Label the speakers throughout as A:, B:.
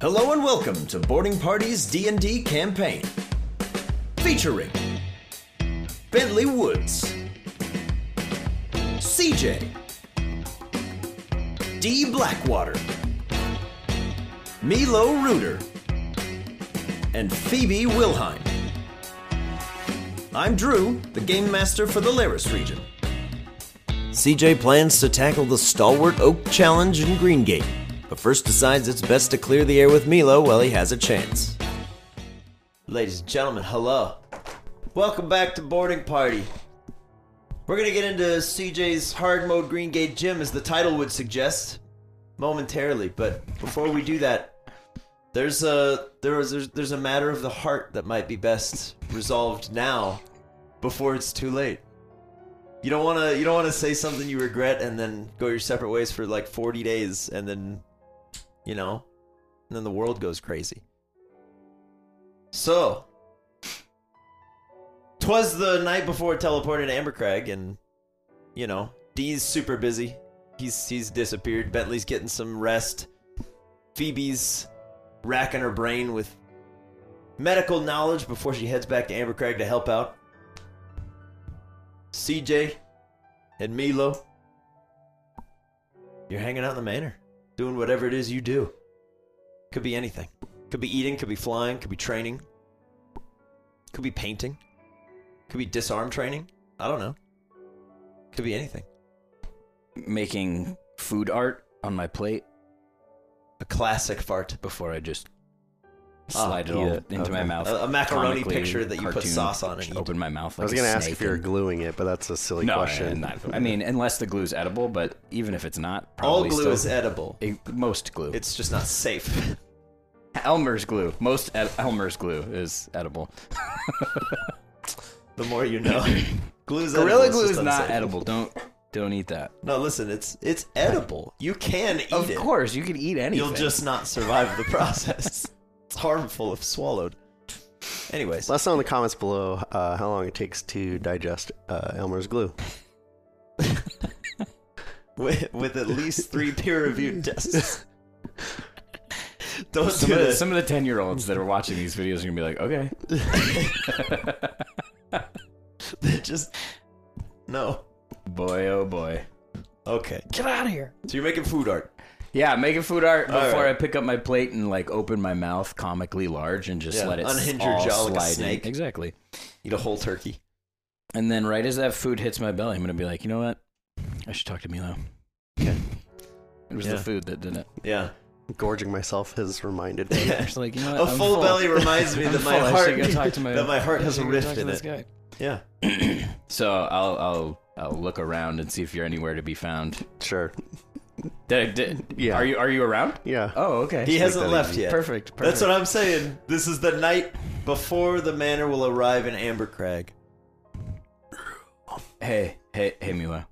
A: Hello and welcome to Boarding Party's D&D campaign. Featuring Bentley Woods, CJ, D Blackwater, Milo Reuter, and Phoebe Wilhine. I'm Drew, the game master for the Laris region. CJ plans to tackle the stalwart Oak Challenge in Greengate, but first decides it's best to clear the air with Milo while he has a chance. Ladies and gentlemen, hello. Welcome back to Boarding Party. We're gonna get into CJ's hard mode Greengate gym, as the title would suggest, momentarily. But before we do that, there's a there is there's, there's a matter of the heart that might be best resolved now, before it's too late. You don't wanna you don't wanna say something you regret and then go your separate ways for like 40 days, and then, you know, and then the world goes crazy. So, twas the night before teleporting to Ambercrag, and you know Dee's super busy. He's he's disappeared. Bentley's getting some rest. Phoebe's racking her brain with medical knowledge before she heads back to Ambercrag to help out. CJ and Milo, you're hanging out in the manor, doing whatever it is you do. Could be anything. Could be eating. Could be flying. Could be training. Could be painting. Could be disarm training. I don't know. Could be anything.
B: making food art on my plate
A: A classic fart.
B: before I just
A: Ah,
B: slide it
C: eat
B: all
C: it.
B: into my
C: Okay.
B: mouth.
A: A- a macaroni
B: comically,
A: picture that you put
B: cartoon,
A: sauce on and
B: just
A: eat.
B: Open my mouth. Like
C: I was
B: a
C: going to ask
B: snake
C: if you were
B: and-
C: gluing it, but that's a silly
B: no,
C: question.
B: I, I mean, unless the glue's edible, but even if it's not,
A: All
B: probably
A: glue
B: still,
A: is edible.
B: eh, most glue.
A: It's just not safe.
B: Elmer's glue. Most ed- Elmer's glue is edible.
A: the more you know. Glue's edible,
B: Gorilla
A: it's
B: glue
A: just
B: is not
A: unsafe.
B: edible. Don't don't eat that.
A: No, listen, it's it's edible. You can eat
B: of
A: it.
B: course, you can eat anything.
A: You'll just not survive the process. it's harmful if swallowed. Anyways,
C: Let us know in the comments below uh, how long it takes to digest uh, Elmer's glue.
A: with, with at least three peer-reviewed tests. Don't
B: some
A: do
B: of, the,
A: this.
B: some of the ten year olds that are watching these videos are gonna be like, okay,
A: Just no.
B: boy, oh boy,
A: Okay,
B: get out of here.
A: so you're making food art.
B: Yeah, making food art
A: All
B: before
A: right.
B: I pick up my plate and like open my mouth comically large and just
A: Yeah,
B: let it
A: unhinge
B: unhinge
A: your
B: all
A: jaw like
B: slide
A: a snake.
B: In. Exactly.
A: Eat a whole turkey.
B: And then right as that food hits my belly, I'm gonna be like, you know what? I should talk to Milo. Okay. It was
A: Yeah.
B: the food that did it.
A: Yeah,
C: Gorging myself has reminded me.
B: It's like you know
A: a
B: what? I'm
A: full, belly reminds me
B: I'm
A: that my
B: full. I should
A: heart
B: go talk to my-
A: that my heart
B: I
A: has a
B: should go talk
A: rift
B: to
A: in
B: this
A: it.
B: guy.
A: Yeah.
B: So I'll I'll I'll look around and see if you're anywhere to be found.
C: Sure.
B: Did, did,
C: Yeah.
B: Are you are you around?
C: Yeah.
B: Oh, okay.
A: He hasn't
C: that
A: left
C: easy.
A: yet.
B: Perfect, perfect.
A: That's what I'm saying. This is the night before the manor will arrive in Ambercrag.
B: Hey, hey, hey, Milo.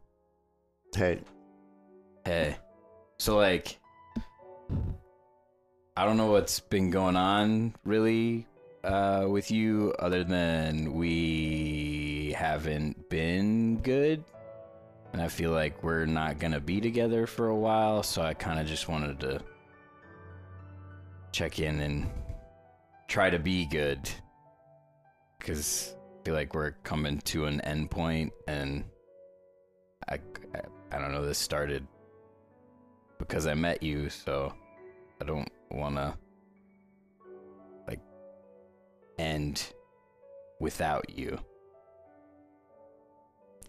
C: Hey,
B: Hey. So like I don't know what's been going on really uh with you other than we haven't been good. And I feel like we're not going to be together for a while, so I kind of just wanted to check in and try to be good cuz I feel like we're coming to an end point and I, I I don't know this started because I met you, so I don't wanna like end without you.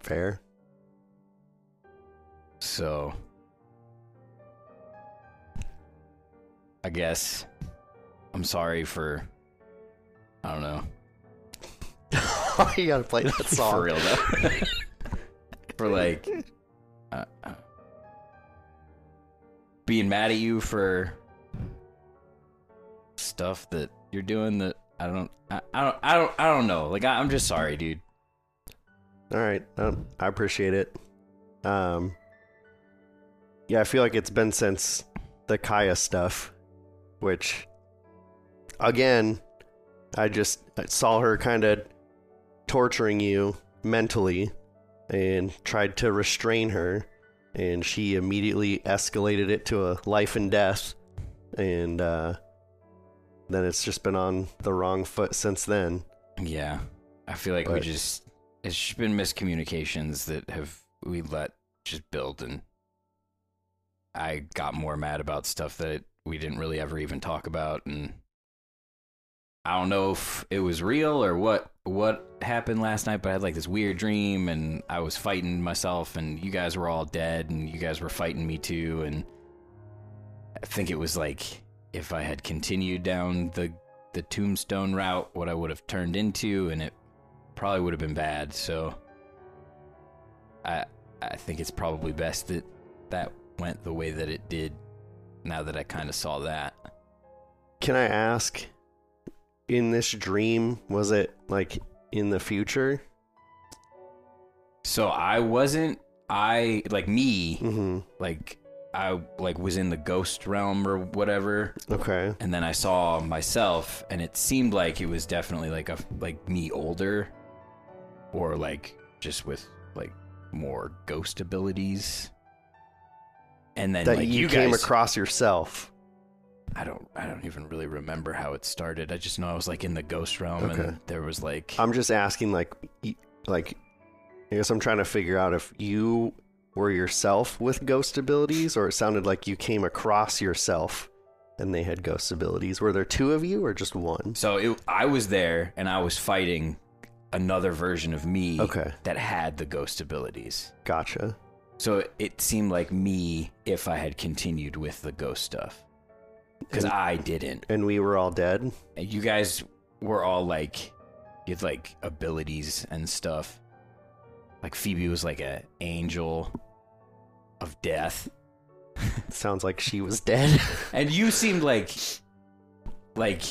C: Fair.
B: So I guess I'm sorry for I don't know.
C: you gotta play that song.
B: For real though. for like uh, uh, being mad at you for stuff that you're doing that I don't I, I don't I don't I don't know. Like I, I'm just sorry, dude.
C: All right, um, I appreciate it. Um, yeah, I feel like it's been since the Kaya stuff, which, again, I just I saw her kind of torturing you mentally, and tried to restrain her, and she immediately escalated it to a life and death, and uh, then it's just been on the wrong foot since then.
B: Yeah. I feel like we
C: But-
B: just it's just been miscommunications that have we let just build and I got more mad about stuff that we didn't really ever even talk about and I don't know if it was real or what what happened last night, but I had like this weird dream and I was fighting myself and you guys were all dead and you guys were fighting me too and I think it was like if I had continued down the the tombstone route what I would have turned into and it probably would have been bad. So I I think it's probably best that that went the way that it did now that I kind of saw that.
C: Can I ask, in this dream, was it like in the future?
B: So I wasn't I like me
C: Mm-hmm.
B: like I like was in the ghost realm or whatever
C: Okay.
B: and then I saw myself, and it seemed like it was definitely like a like me older, or like just with like more ghost abilities. And then
C: that
B: like,
C: you,
B: you
C: came
B: guys-
C: across yourself.
B: I don't I don't even really remember how it started. I just know I was like in the ghost realm,
C: Okay. Um,
B: and there was like
C: I'm just asking, like, y- like, I guess I'm trying to figure out if you were yourself with ghost abilities, or it sounded like you came across yourself and they had ghost abilities. Were there two of you, or just one?
B: so it, I was there, and I was fighting another version of me
C: Okay.
B: that had the ghost abilities.
C: Gotcha.
B: So it seemed like me if I had continued with the ghost stuff. Because
C: And-
B: I didn't.
C: And we were all dead.
B: And You guys were all like, you had like abilities and stuff. Like Phoebe was like a angel of death,
C: Sounds like she was dead.
B: and you seemed like, like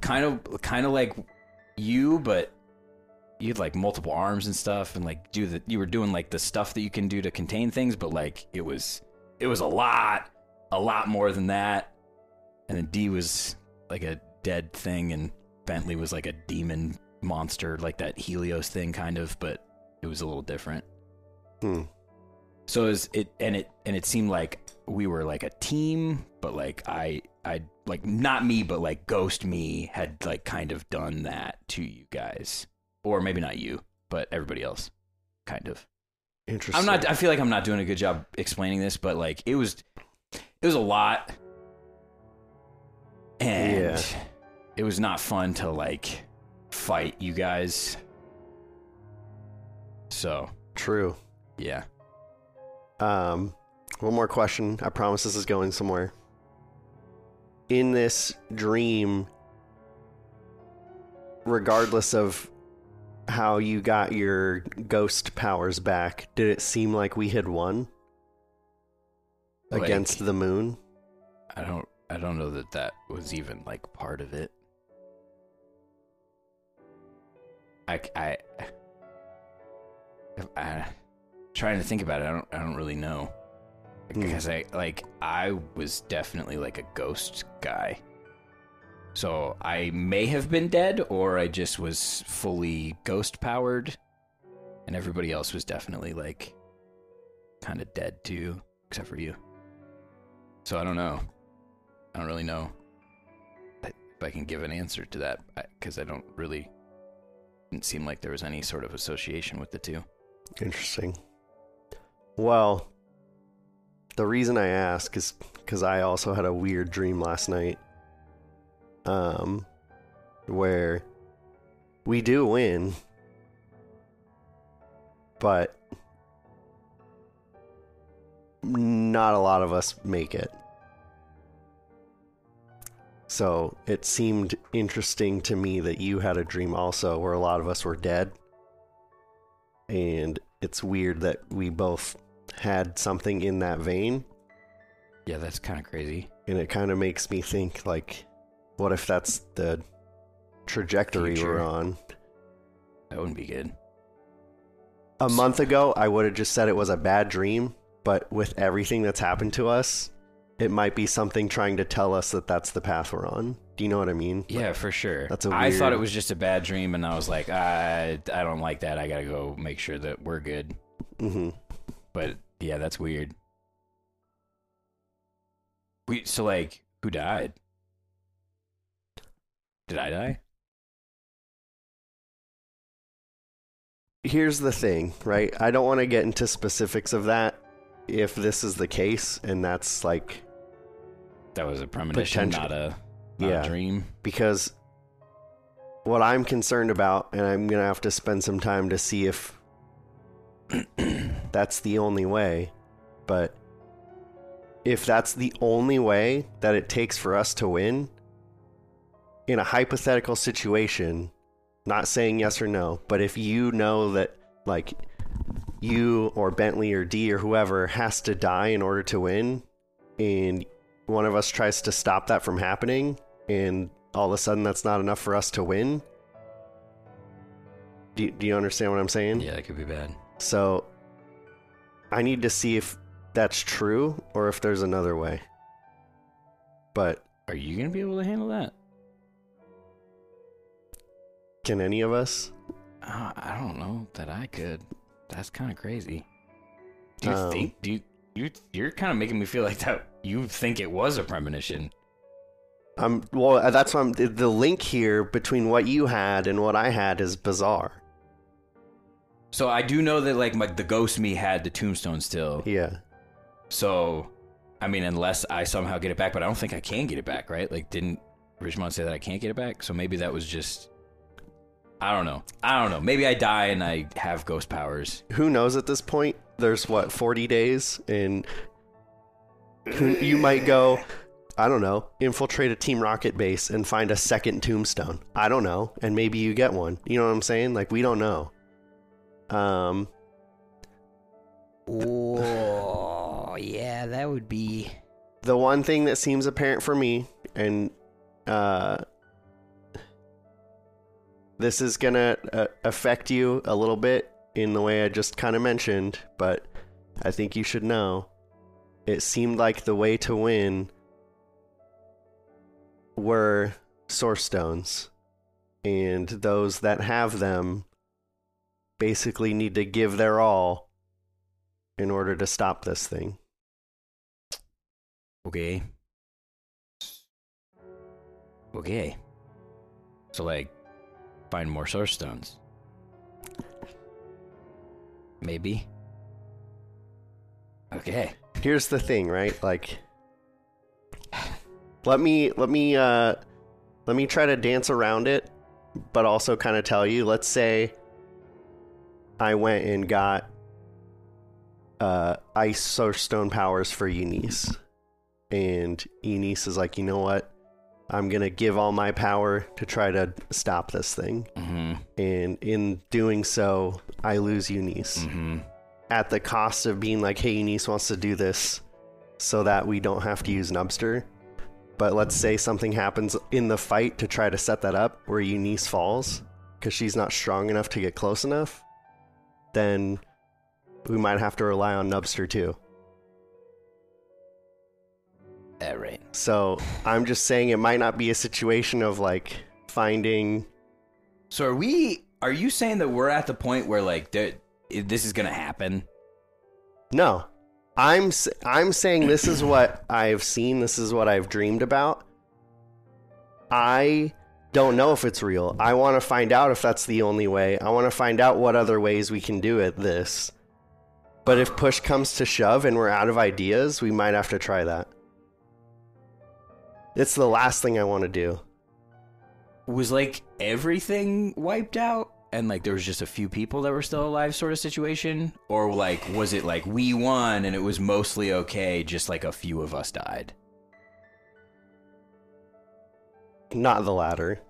B: kind of kind of like you, but you had like multiple arms and stuff, and like do the you were doing like the stuff that you can do to contain things, but like it was it was a lot, a lot more than that. And then D was like a dead thing, and Bentley was like a demon monster, like that Helios thing, kind of, but it was a little different.
C: Hmm.
B: So it, was, it and it and it seemed like we were like a team, but like I I like not me, but like Ghost me had like kind of done that to you guys, or maybe not you, but everybody else, kind of.
C: Interesting.
B: I'm not. I feel like I'm not doing a good job explaining this, but like it was, it was a lot, and
C: Yeah.
B: it was not fun to like fight you guys. So
C: True.
B: yeah,
C: Um, one more question. I promise this is going somewhere. In this dream, regardless of how you got your ghost powers back, did it seem like we had won
B: Like-
C: against the moon?
B: I don't. I don't know that that was even like part of it. I c- I. if I- trying to think about it. I don't. I don't really know.
C: Hmm.
B: Because I like I was definitely like a ghost guy. So I may have been dead, or I just was fully ghost powered, and everybody else was definitely like kind of dead too, except for you. So I don't know. I don't really know if I can give an answer to that because I don't really didn't seem like there was any sort of association with the two.
C: Interesting. Well, the reason I ask is because I also had a weird dream last night. um, where we do win, but not a lot of us make it. So it seemed interesting to me that you had a dream also where a lot of us were dead. And it's weird that we both had something in that vein.
B: Yeah, that's kind of crazy.
C: And it kind of makes me think, like, what if that's the trajectory
B: Future.
C: we're on?
B: That wouldn't be good.
C: A month ago, I would have just said it was a bad dream, but with everything that's happened to us, it might be something trying to tell us that that's the path we're on. Do you know what I mean?
B: Yeah, for sure.
C: That's a
B: I thought it
C: weird-
B: was just a bad dream, and I was like, I, I don't like that. I gotta go make sure that we're good.
C: hmm
B: But yeah, that's weird. We so like who died? Did I die?
C: here's the thing, right? I don't want to get into specifics of that if this is the case, and that's like
B: That was a premonition,
C: Potential-
B: not a not
C: Yeah.
B: a dream.
C: because what I'm concerned about, and I'm gonna have to spend some time to see if that's the only way, but if that's the only way that it takes for us to win in a hypothetical situation, not saying yes or no, but if you know that like you or Bentley or D or whoever has to die in order to win, and one of us tries to stop that from happening, and all of a sudden that's not enough for us to win. Do, do you understand what I'm saying?
B: Yeah, that could be bad.
C: So I need to see if that's true or if there's another way. But
B: Are you gonna be able to handle that?
C: can any of us?
B: Uh, I don't know that I could. That's kind of crazy. Do you
C: Um,
B: think? Do you, you you're kind of making me feel like that? You think it was a premonition?
C: I'm well. uh, That's why I'm, the, the link here between what you had and what I had is bizarre.
B: So I do know that like my, the ghost me had the tombstone still.
C: Yeah,
B: So, I mean, unless I somehow get it back, but I don't think I can get it back, right? Like, didn't Richmond say that I can't get it back? So maybe that was just. I don't know. I don't know. Maybe I die and I have ghost powers.
C: who knows at this point? There's what 40 days, and who- you might go. I don't know. Infiltrate a Team Rocket base and find a second tombstone. I don't know, and maybe you get one. You know what I'm saying? Like we don't know. Um,
B: Oh, yeah, that would be.
C: the one thing that seems apparent for me and uh this is gonna uh, affect you a little bit in the way i just kind of mentioned but i think you should know it seemed like the way to win were source stones and those that have them basically need to give their all in order to stop this thing
B: Okay. Okay. So, like, find more source stones. Maybe. Okay.
C: here's the thing right like let me let me uh let me try to dance around it but also kind of tell you let's say i went and got uh ice or stone powers for eunice and eunice is like you know what i'm gonna give all my power to try to stop this thing
B: Mm
C: and in doing so i lose eunice
B: hmm. Mm hmm.
C: at the cost of being like, hey, Eunice wants to do this so that we don't have to use Nubster. But let's say something happens in the fight to try to set that up where Eunice falls because she's not strong enough to get close enough, then we might have to rely on Nubster too.
B: All Eh, right.
C: So I'm just saying it might not be a situation of like finding.
B: So are we? Are you saying that we're at the point where like there, i- this is gonna happen?
C: No. I'm s- I'm saying this is what I've seen, this is what I've dreamed about. I don't know if it's real. I want to find out if that's the only way. I want to find out what other ways we can do it this. But if push comes to shove and we're out of ideas, we might have to try that. It's the last thing I want to do.
B: was like everything wiped out and like there was just a few people that were still alive sort of situation or like was it like we won and it was mostly okay just like a few of us died
C: Not the latter.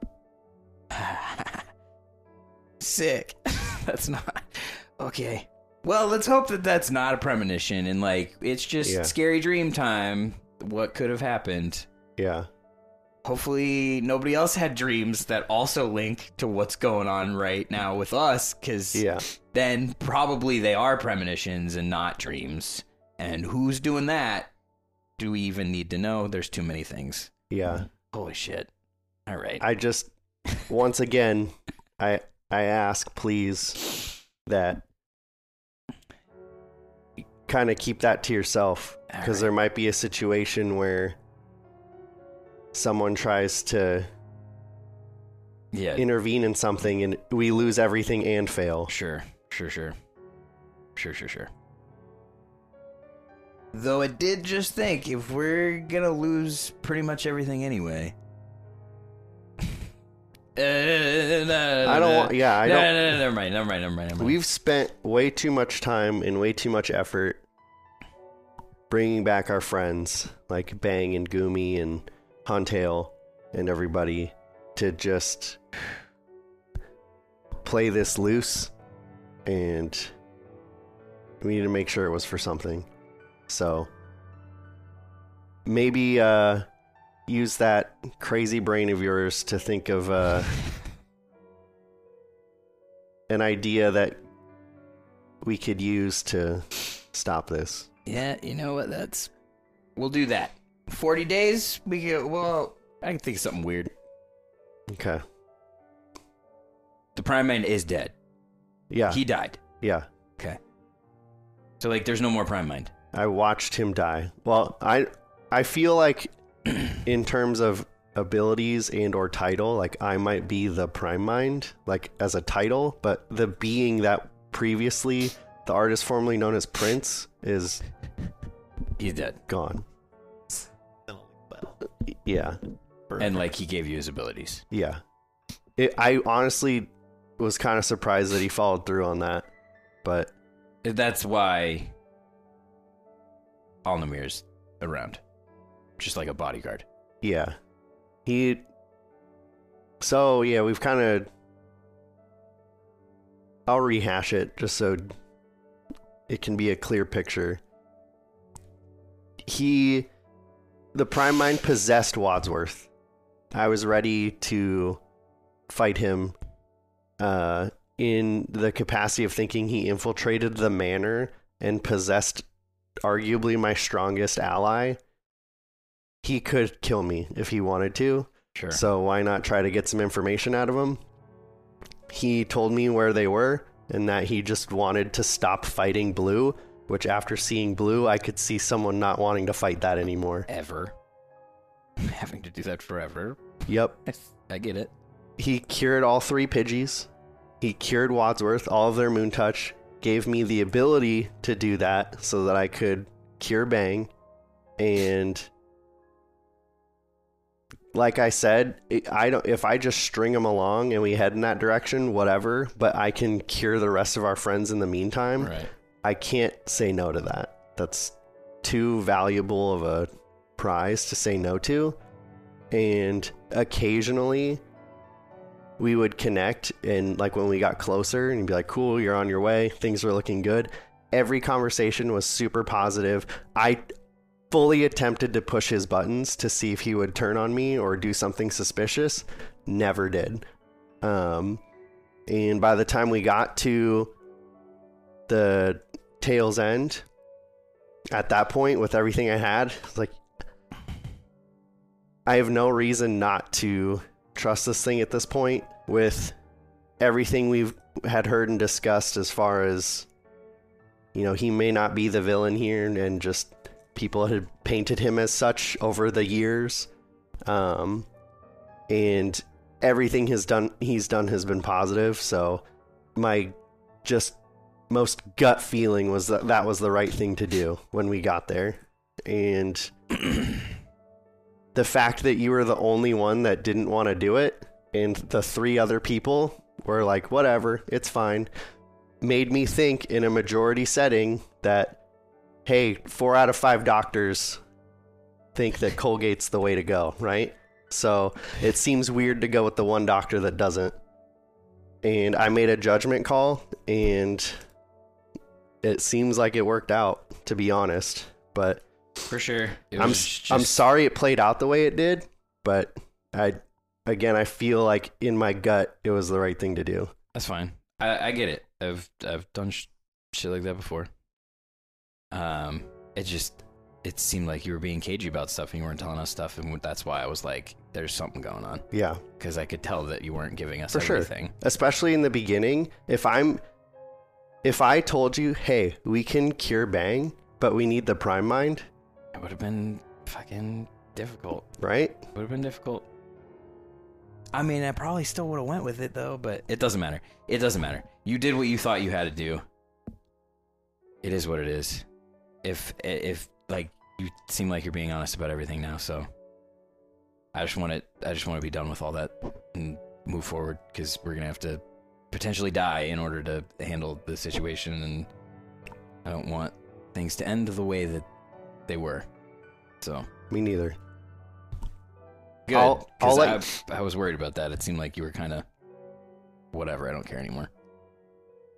B: sick that's not okay well let's hope that that's not a premonition and like it's just
C: Yeah.
B: scary dream time what could have happened
C: Yeah.
B: hopefully nobody else had dreams that also link to what's going on right now with us because
C: Yeah.
B: then probably they are premonitions and not dreams and who's doing that do we even need to know there's too many things
C: Yeah.
B: holy shit all right
C: I just once again I I ask please that kind of keep that to yourself
B: All
C: cuz
B: right.
C: there might be a situation where someone tries to
B: yeah
C: intervene in something and we lose everything and fail.
B: Sure, sure, sure. Sure, sure, sure. Though I did just think if we're gonna lose pretty much everything anyway. I
C: don't want- yeah, I
B: no,
C: don't-
B: No, no, no, never mind, never mind, never mind, never mind.
C: We've spent way too much time and way too much effort bringing back our friends like Bang and Gumi and Huntail and everybody to just play this loose and we need to make sure it was for something. So maybe uh use that crazy brain of yours to think of uh an idea that we could use to stop this.
B: Yeah, you know what? That's we'll do that. Forty days. We get well. I can think of something weird.
C: Okay.
B: The prime mind is dead.
C: Yeah.
B: He died.
C: yeah.
B: Okay. So like, there's no more prime mind.
C: I watched him die. Well, I I feel like in terms of abilities and or title, like I might be the prime mind, like as a title, but the being that previously the artist formerly known as Prince is
B: He's dead.
C: gone. Yeah.
B: And like, he gave you his abilities.
C: Yeah. It, I honestly was kind of surprised that he followed through on that, but
B: That's why Alnimir's around. Just like a bodyguard.
C: Yeah. He. So, yeah, we've kind of. I'll rehash it just so it can be a clear picture. He. The Prime Mind possessed Wadsworth. I was ready to fight him uh, in the capacity of thinking he infiltrated the manor and possessed arguably my strongest ally he could kill me if he wanted to.
B: Sure.
C: So why not try to get some information out of him? He told me where they were and that he just wanted to stop fighting Blue, which after seeing Blue, I could see someone not wanting to fight that anymore.
B: Ever. Having to do that forever.
C: Yep.
B: I, I get it.
C: He cured all three Pidgeys. He cured Wadsworth, all of their Moon Touch, gave me the ability to do that so that I could cure Bang. And like I said, it- I don't if I just string them along and we head in that direction, whatever, but I can cure the rest of our friends in the meantime.
B: Right.
C: I can't say no to that. That's too valuable of a prize to say no to. And occasionally we would connect and like when we got closer and you'd be like, "Cool, you're on your way. Things are looking good." Every conversation was super positive. I fully attempted to push his buttons to see if he would turn on me or do something suspicious. Never did. Um and by the time we got to the tail's end at that point with everything I had, it's like I have no reason not to trust this thing at this point with everything we've had heard and discussed as far as you know, he may not be the villain here and just people had painted him as such over the years. Um and everything has done he's done has been positive, so my just most gut feeling was that that was the right thing to do when we got there. And the fact that you were the only one that didn't want to do it and the three other people were like, whatever, it's fine, made me think in a majority setting that, hey, four out of five doctors think that Colgate's the way to go, right? So it seems weird to go with the one doctor that doesn't. And I made a judgment call, and it seems like it worked out, to be honest. But
B: for sure. It
C: I'm
B: was
C: s
B: just-
C: am sorry it played out the way it did, but I again I feel like in my gut it was the right thing to do.
B: That's fine. I, I get it. I've I've done sh- shit like that before. Um, it just it seemed like you were being cagey about stuff and you weren't telling us stuff, and that's why I was like, "There's something going on,"
C: Yeah,
B: because I could tell that you weren't giving us
C: for sure.
B: everything.
C: Especially in the beginning, if I'm if I told you, "Hey, we can cure Bang, but we need the prime mind,"
B: It would have been fucking difficult.
C: right?
B: It would have been difficult. I mean, I probably still would have went with it though, but it doesn't matter. It doesn't matter. You did what you thought you had to do. It is what it is. If if like you seem like you're being honest about everything now, so I just want to I just want to be done with all that and move forward because we're gonna have to potentially die in order to handle the situation, and I don't want things to end the way that they were. So.
C: Me neither.
B: Good.
C: I'll- I'll
B: 'cause
C: let-
B: I, I was worried about that. It seemed like you were kind of whatever. I don't care anymore.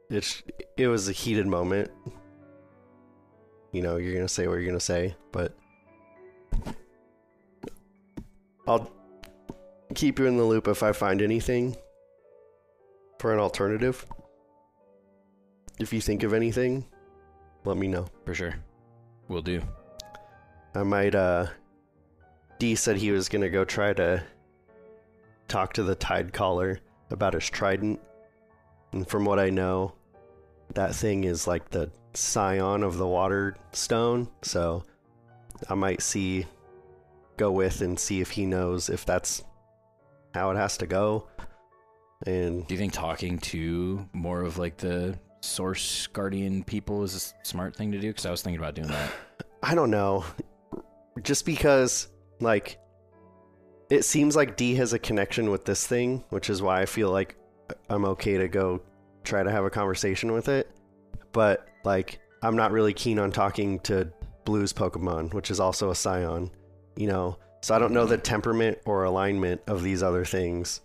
C: It's it was a heated moment. You know, you're gonna say what you're gonna say, but I'll keep you in the loop if I find anything for an alternative. If you think of anything, let me know.
B: For sure. Will do.
C: I might uh D said he was gonna go try to talk to the tide caller about his trident. And from what I know, that thing is like the scion of the water stone, so I might see go with and see if he knows if that's how it has to go. And
B: Do you think talking to more of like the source guardian people is a s- smart thing to do? Because I was thinking about doing that.
C: I don't know. Just because, like, it seems like D has a connection with this thing, which is why I feel like I'm okay to go try to have a conversation with it. But, like, I'm not really keen on talking to Blue's Pokemon, which is also a Scion, you know? So I don't know the temperament or alignment of these other things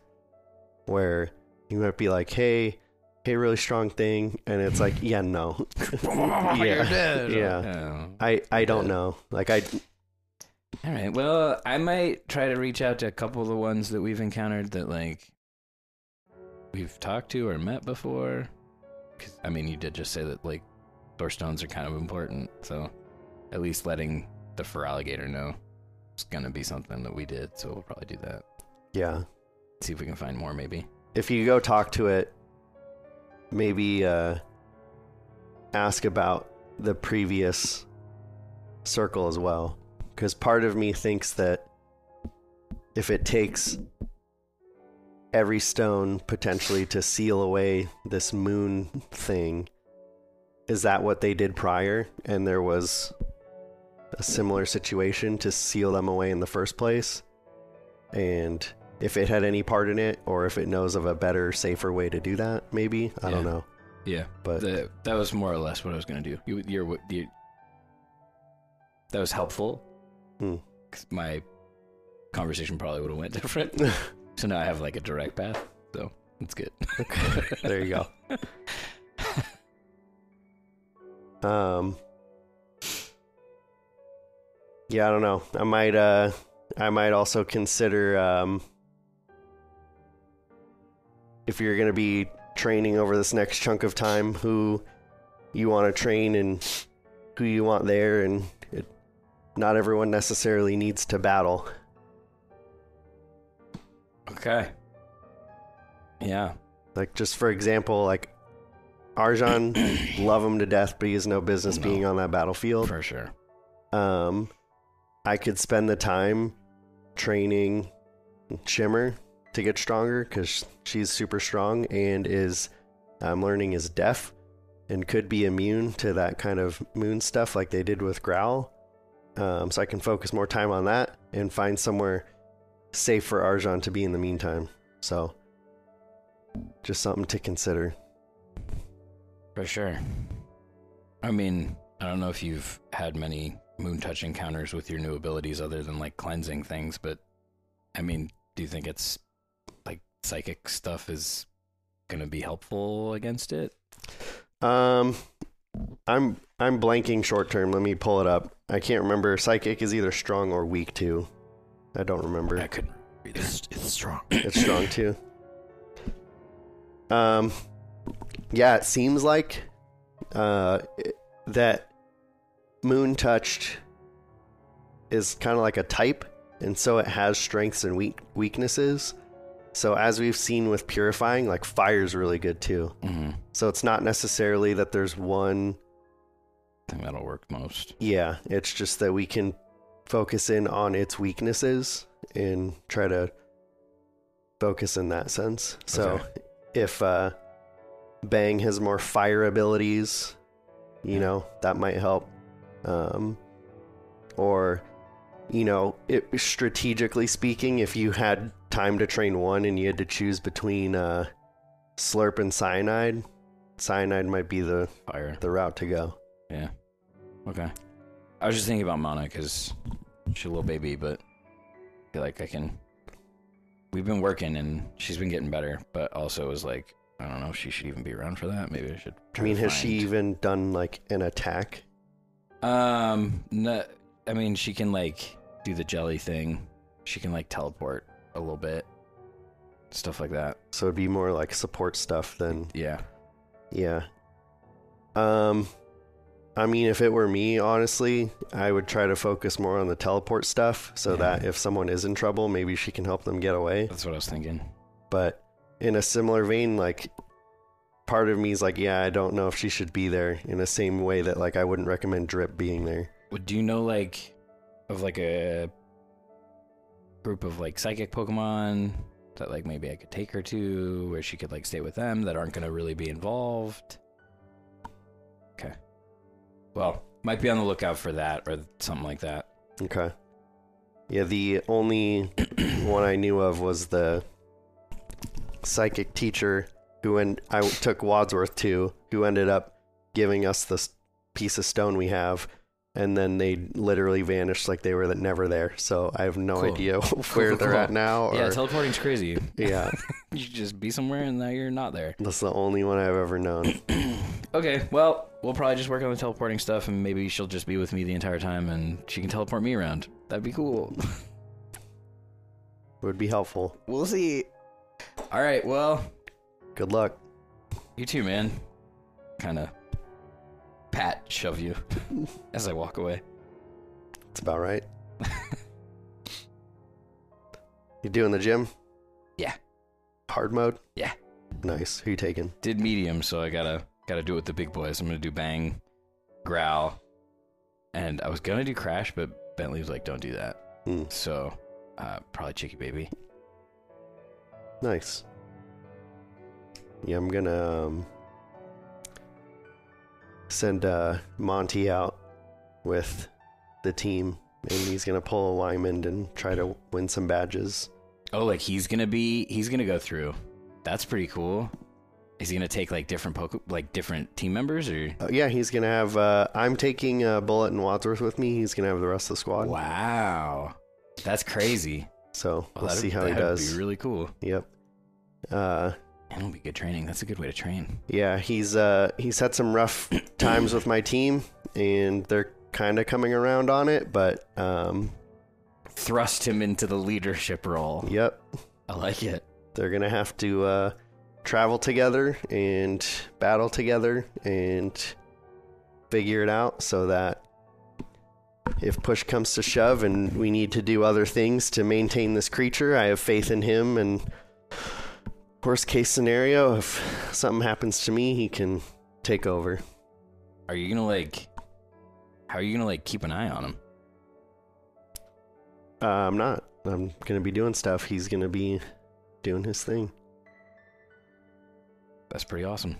C: where you might be like, hey, hey, really strong thing. And it's like, yeah, no.
B: You're dead.
C: Yeah.
B: Oh.
C: I, I don't know. Like, I,
B: All right. Well, I might try to reach out to a couple of the ones that we've encountered that like we've talked to or met before. 'Cause, I mean, you did just say that like door stones are kind of important, so at least letting the fur alligator know it's gonna be something that we did. So we'll probably do that.
C: Yeah.
B: See if we can find more, maybe.
C: If you go talk to it, maybe uh, ask about the previous circle as well. Because part of me thinks that if it takes every stone potentially to seal away this moon thing, is that what they did prior? And there was a similar situation to seal them away in the first place? And if it had any part in it, or if it knows of a better, safer way to do that, maybe? I don't
B: Yeah.
C: know.
B: Yeah,
C: But-
B: the, that was more or less what I was gonna do. You, you're, what- you, that was helpful.
C: Hmm.
B: 'cause my conversation probably would have went different. So now I have like a direct path. So it's good.
C: there you go. Um Yeah, I don't know. I might uh I might also consider um if you're going to be training over this next chunk of time who you want to train and who you want there and it, not everyone necessarily needs to battle.
B: Okay. Yeah.
C: Like just for example, like Arjan, love him to death, but he has no business
B: No.
C: being on that battlefield.
B: For sure.
C: Um, I could spend the time training Shimmer to get stronger because she's super strong and is I'm learning is deaf and could be immune to that kind of moon stuff like they did with Growl. Um, so I can focus more time on that and find somewhere safe for Arjan to be in the meantime. So, just something to consider.
B: For sure. I mean, I don't know if you've had many moon touch encounters with your new abilities other than like cleansing things, but I mean, do you think it's like psychic stuff is going to be helpful against it?
C: Um, I'm I'm blanking short term. Let me pull it up. I can't remember. Psychic is either strong or weak too. I don't remember.
B: I couldn't read
A: It's, it's strong.
C: It's strong too. Um, yeah, it seems like uh it- that moon touched is kind of like a type, and so it has strengths and weak weaknesses. So as we've seen with purifying, like fire's really good too.
B: Mm-hmm.
C: So it's not necessarily that there's one
B: I think that'll work most.
C: Yeah, it's just that we can focus in on its weaknesses and try to focus in that sense. So
B: Okay.
C: if uh, Bang has more fire abilities, you know, that might help. Um, or, you know, it, strategically speaking, if you had time to train one and you had to choose between uh, Slurp and Cyanide, Cyanide might be the,
B: Fire.
C: the route to go.
B: Yeah. Okay. I was just thinking about Mana because she's a little baby, but I feel like I can. We've been working and she's been getting better, but also was like, I don't know if she should even be around for that. Maybe I should.
C: I
B: try
C: mean,
B: to
C: has she
B: find-
C: even done like an attack?
B: Um, no, I mean, she can like do the jelly thing. She can like teleport a little bit, stuff like that.
C: So it'd be more like support stuff than
B: Yeah.
C: yeah. Um, I mean, if it were me, honestly, I would try to focus more on the teleport stuff so
B: Yeah.
C: that if someone is in trouble, maybe she can help them get away.
B: That's what I was thinking.
C: But in a similar vein, like part of me is like, yeah, I don't know if she should be there. In the same way that like I wouldn't recommend Drip being there.
B: Well, Do you know like of like a group of like psychic Pokemon that like maybe I could take her to where she could like stay with them that aren't gonna really be involved? Okay. Well, might be on the lookout for that or something like that.
C: Okay. Yeah, the only one I knew of was the psychic teacher who and I took Wadsworth to, who ended up giving us this piece of stone we have, and then they literally vanished like they were that never there. So I have no
B: Cool.
C: idea where
B: cool,
C: they're
B: cool.
C: at now. Or,
B: Yeah, teleporting's crazy.
C: yeah,
B: you should just be somewhere and now you're not there.
C: that's the only one I've ever known.
B: Okay, well, we'll probably just work on the teleporting stuff and maybe she'll just be with me the entire time and she can teleport me around. That'd be cool.
C: Would be helpful.
B: We'll see. All right. Well,
C: Good luck.
B: you too, man. Kind of pat shove you as I walk away.
C: That's about right. you doing the gym?
B: Yeah.
C: Hard mode?
B: Yeah.
C: Nice. Who you taking?
B: Did medium, so I gotta gotta do it with the big boys. I'm gonna do bang, growl, and I was gonna do crash, but Bentley was like, "Don't do that."
C: Hmm.
B: So uh, probably chicky baby.
C: Nice. Yeah, I'm gonna um, send uh, Monty out with the team, and he's gonna pull alignment and try to win some badges.
B: Oh, like he's gonna be he's gonna go through. That's pretty cool. Is he gonna take like different poke like different team members or?
C: Uh, yeah, he's gonna have. Uh, I'm taking uh, Bullet and Wadsworth with me. He's gonna have the rest of the squad.
B: Wow, that's crazy.
C: So
B: Well,
C: we'll
B: that'd-
C: see how he
B: that'd
C: does.
B: Be really cool.
C: yep. Uh,
B: And it'll be good training. That's a good way to train.
C: Yeah, he's uh he's had some rough times with my team, and they're kind of coming around on it. But um,
B: Thrust him into the leadership role.
C: yep,
B: I like it.
C: they're gonna have to uh, travel together and battle together and figure it out so that if push comes to shove and we need to do other things to maintain this creature, I have faith in him. And worst case scenario, if something happens to me, he can take over.
B: Are you gonna like? How are you gonna like keep an eye on him?
C: Uh, I'm not. I'm gonna be doing stuff. He's gonna be doing his thing.
B: That's pretty awesome.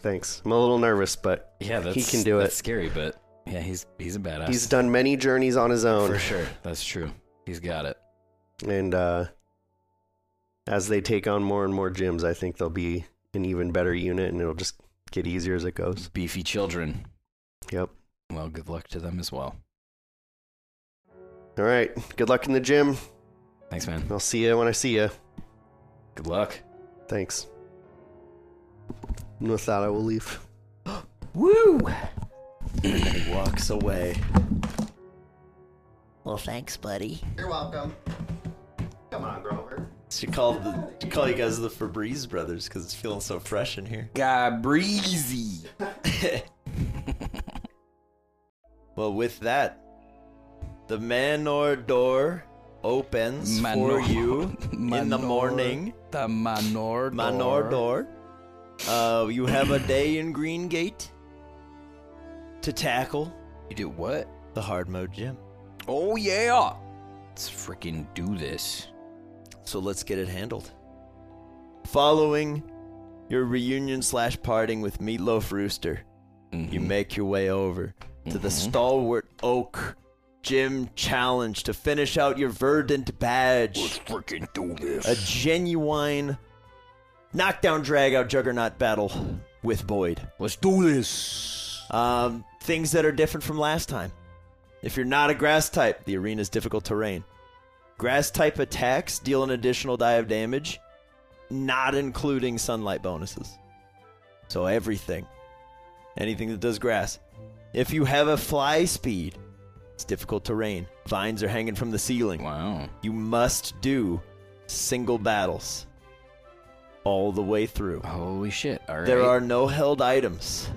C: Thanks. I'm a little nervous, but
B: Yeah, that's
C: he can do
B: that's
C: it.
B: Scary, but yeah, he's he's a badass.
C: He's done many journeys on his own,
B: for sure. That's true. He's got it.
C: and uh, as they take on more and more gyms, I think they'll be an even better unit, and it'll just get easier as it goes.
B: Beefy children.
C: Yep.
B: Well, good luck to them as well.
C: All right. Good luck in the gym.
B: Thanks, man.
C: I'll see you when I see you.
B: Good luck.
C: Thanks. And with that, I will leave.
B: Woo!
A: He walks away.
D: Well, thanks, buddy.
A: You're welcome. Come on, Grover. Should call the should call you guys the Febreze brothers because it's feeling so fresh in here.
B: Guy breezy.
A: Well, with that, the manor door opens for
B: Manor-
A: you in the
B: manor-
A: morning.
B: The manor.
A: Manor door. Uh, you have a day in Greengate to tackle
B: You do what?
A: the hard mode gym.
B: Oh yeah. Let's freaking do this.
A: So let's get it handled. Following your reunion slash parting with Meatloaf Rooster,
B: Mm-hmm.
A: you make your way over to the stalwart oak gym challenge to finish out your verdant badge.
B: freaking do this.
A: A genuine knockdown drag out juggernaut battle with Boyd.
B: Let's do this.
A: Um, things that are different from last time. If you're not a grass type, the arena's difficult terrain. Grass type attacks deal an additional die of damage, not including sunlight bonuses. So everything. Anything that does grass. If you have a fly speed, it's difficult terrain. Vines are hanging from the ceiling.
B: Wow.
A: You must do single battles all the way through.
B: Holy shit. All right.
A: There are no held items,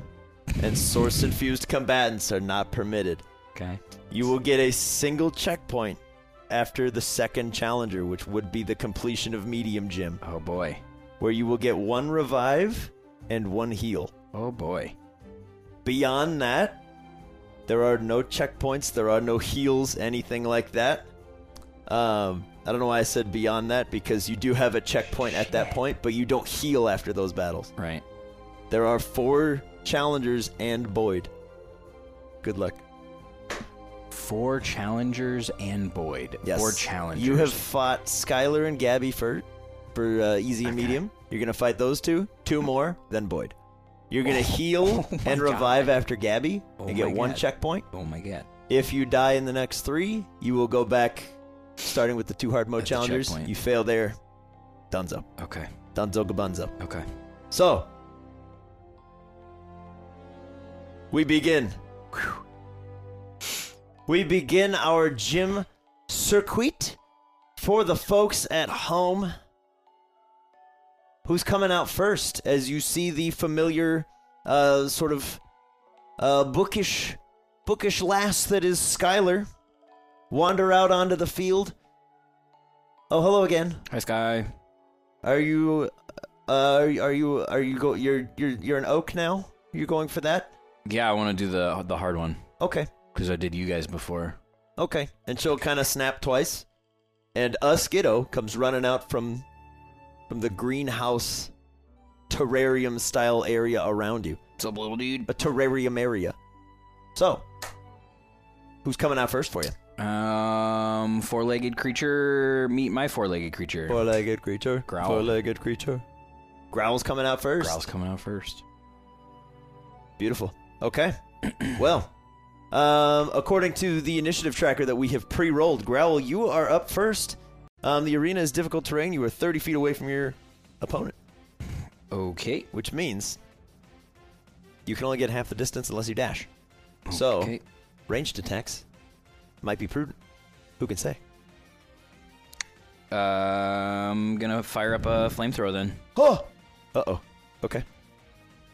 A: and source infused combatants are not permitted.
B: Okay.
A: You will get a single checkpoint after the second challenger, which would be the completion of Medium Gym,
B: Oh boy.
A: where you will get one revive and one heal.
B: Oh boy.
A: Beyond that, there are no checkpoints, there are no heals, anything like that. Um, I don't know why I said beyond that because you do have a checkpoint at that point, but you don't heal after those battles.
B: Right.
A: There are four challengers and Boyd. Good luck.
B: Four challengers and Boyd.
A: Yes.
B: Four challengers.
A: You have fought Skylar and Gabby for for uh, easy and medium. You're gonna fight those two, two more, then Boyd. You're gonna heal
B: Oh my
A: and
B: God.
A: revive after Gabby
B: Oh
A: and get
B: my
A: one
B: God.
A: checkpoint.
B: Oh my god.
A: If you die in the next three, you will go back, starting with the two hard mode
B: At the
A: challengers.
B: checkpoint.
A: You fail there, Dunzo,
B: Okay.
A: Dunzo Gabunzo.
B: Okay.
A: So, we begin. Whew. We begin our gym circuit for the folks at home. Who's coming out first as you see the familiar uh, sort of uh, bookish bookish lass that is Skylar wander out onto the field? Oh, hello again.
B: Hi, Sky.
A: Are you, uh, are you- are you are you go? You're you're you're an oak now. You're going for that.
B: Yeah, I want to do the the hard one
A: Okay,
B: because I did you guys before.
A: okay. And she'll kind of snap twice, and us Skiddo comes running out from from the greenhouse terrarium style area around you,
B: What's up, little dude?
A: a terrarium area. So, who's coming out first for you?
B: Um, four-legged creature. Meet my four-legged creature.
A: Four-legged creature.
B: Growl.
A: Four-legged creature. Growl's coming out first.
B: Growl's coming out first.
A: Beautiful. Okay. well, um, according to the initiative tracker that we have pre rolled, Growl, you are up first. Um, the arena is difficult terrain. You are 30 feet away from your opponent,
B: Okay.
A: which means you can only get half the distance unless you dash. So,
B: Okay.
A: ranged attacks might be prudent. Who can say?
B: Uh, I'm Um, gonna fire up a flamethrower then.
A: Oh! Uh oh. Okay.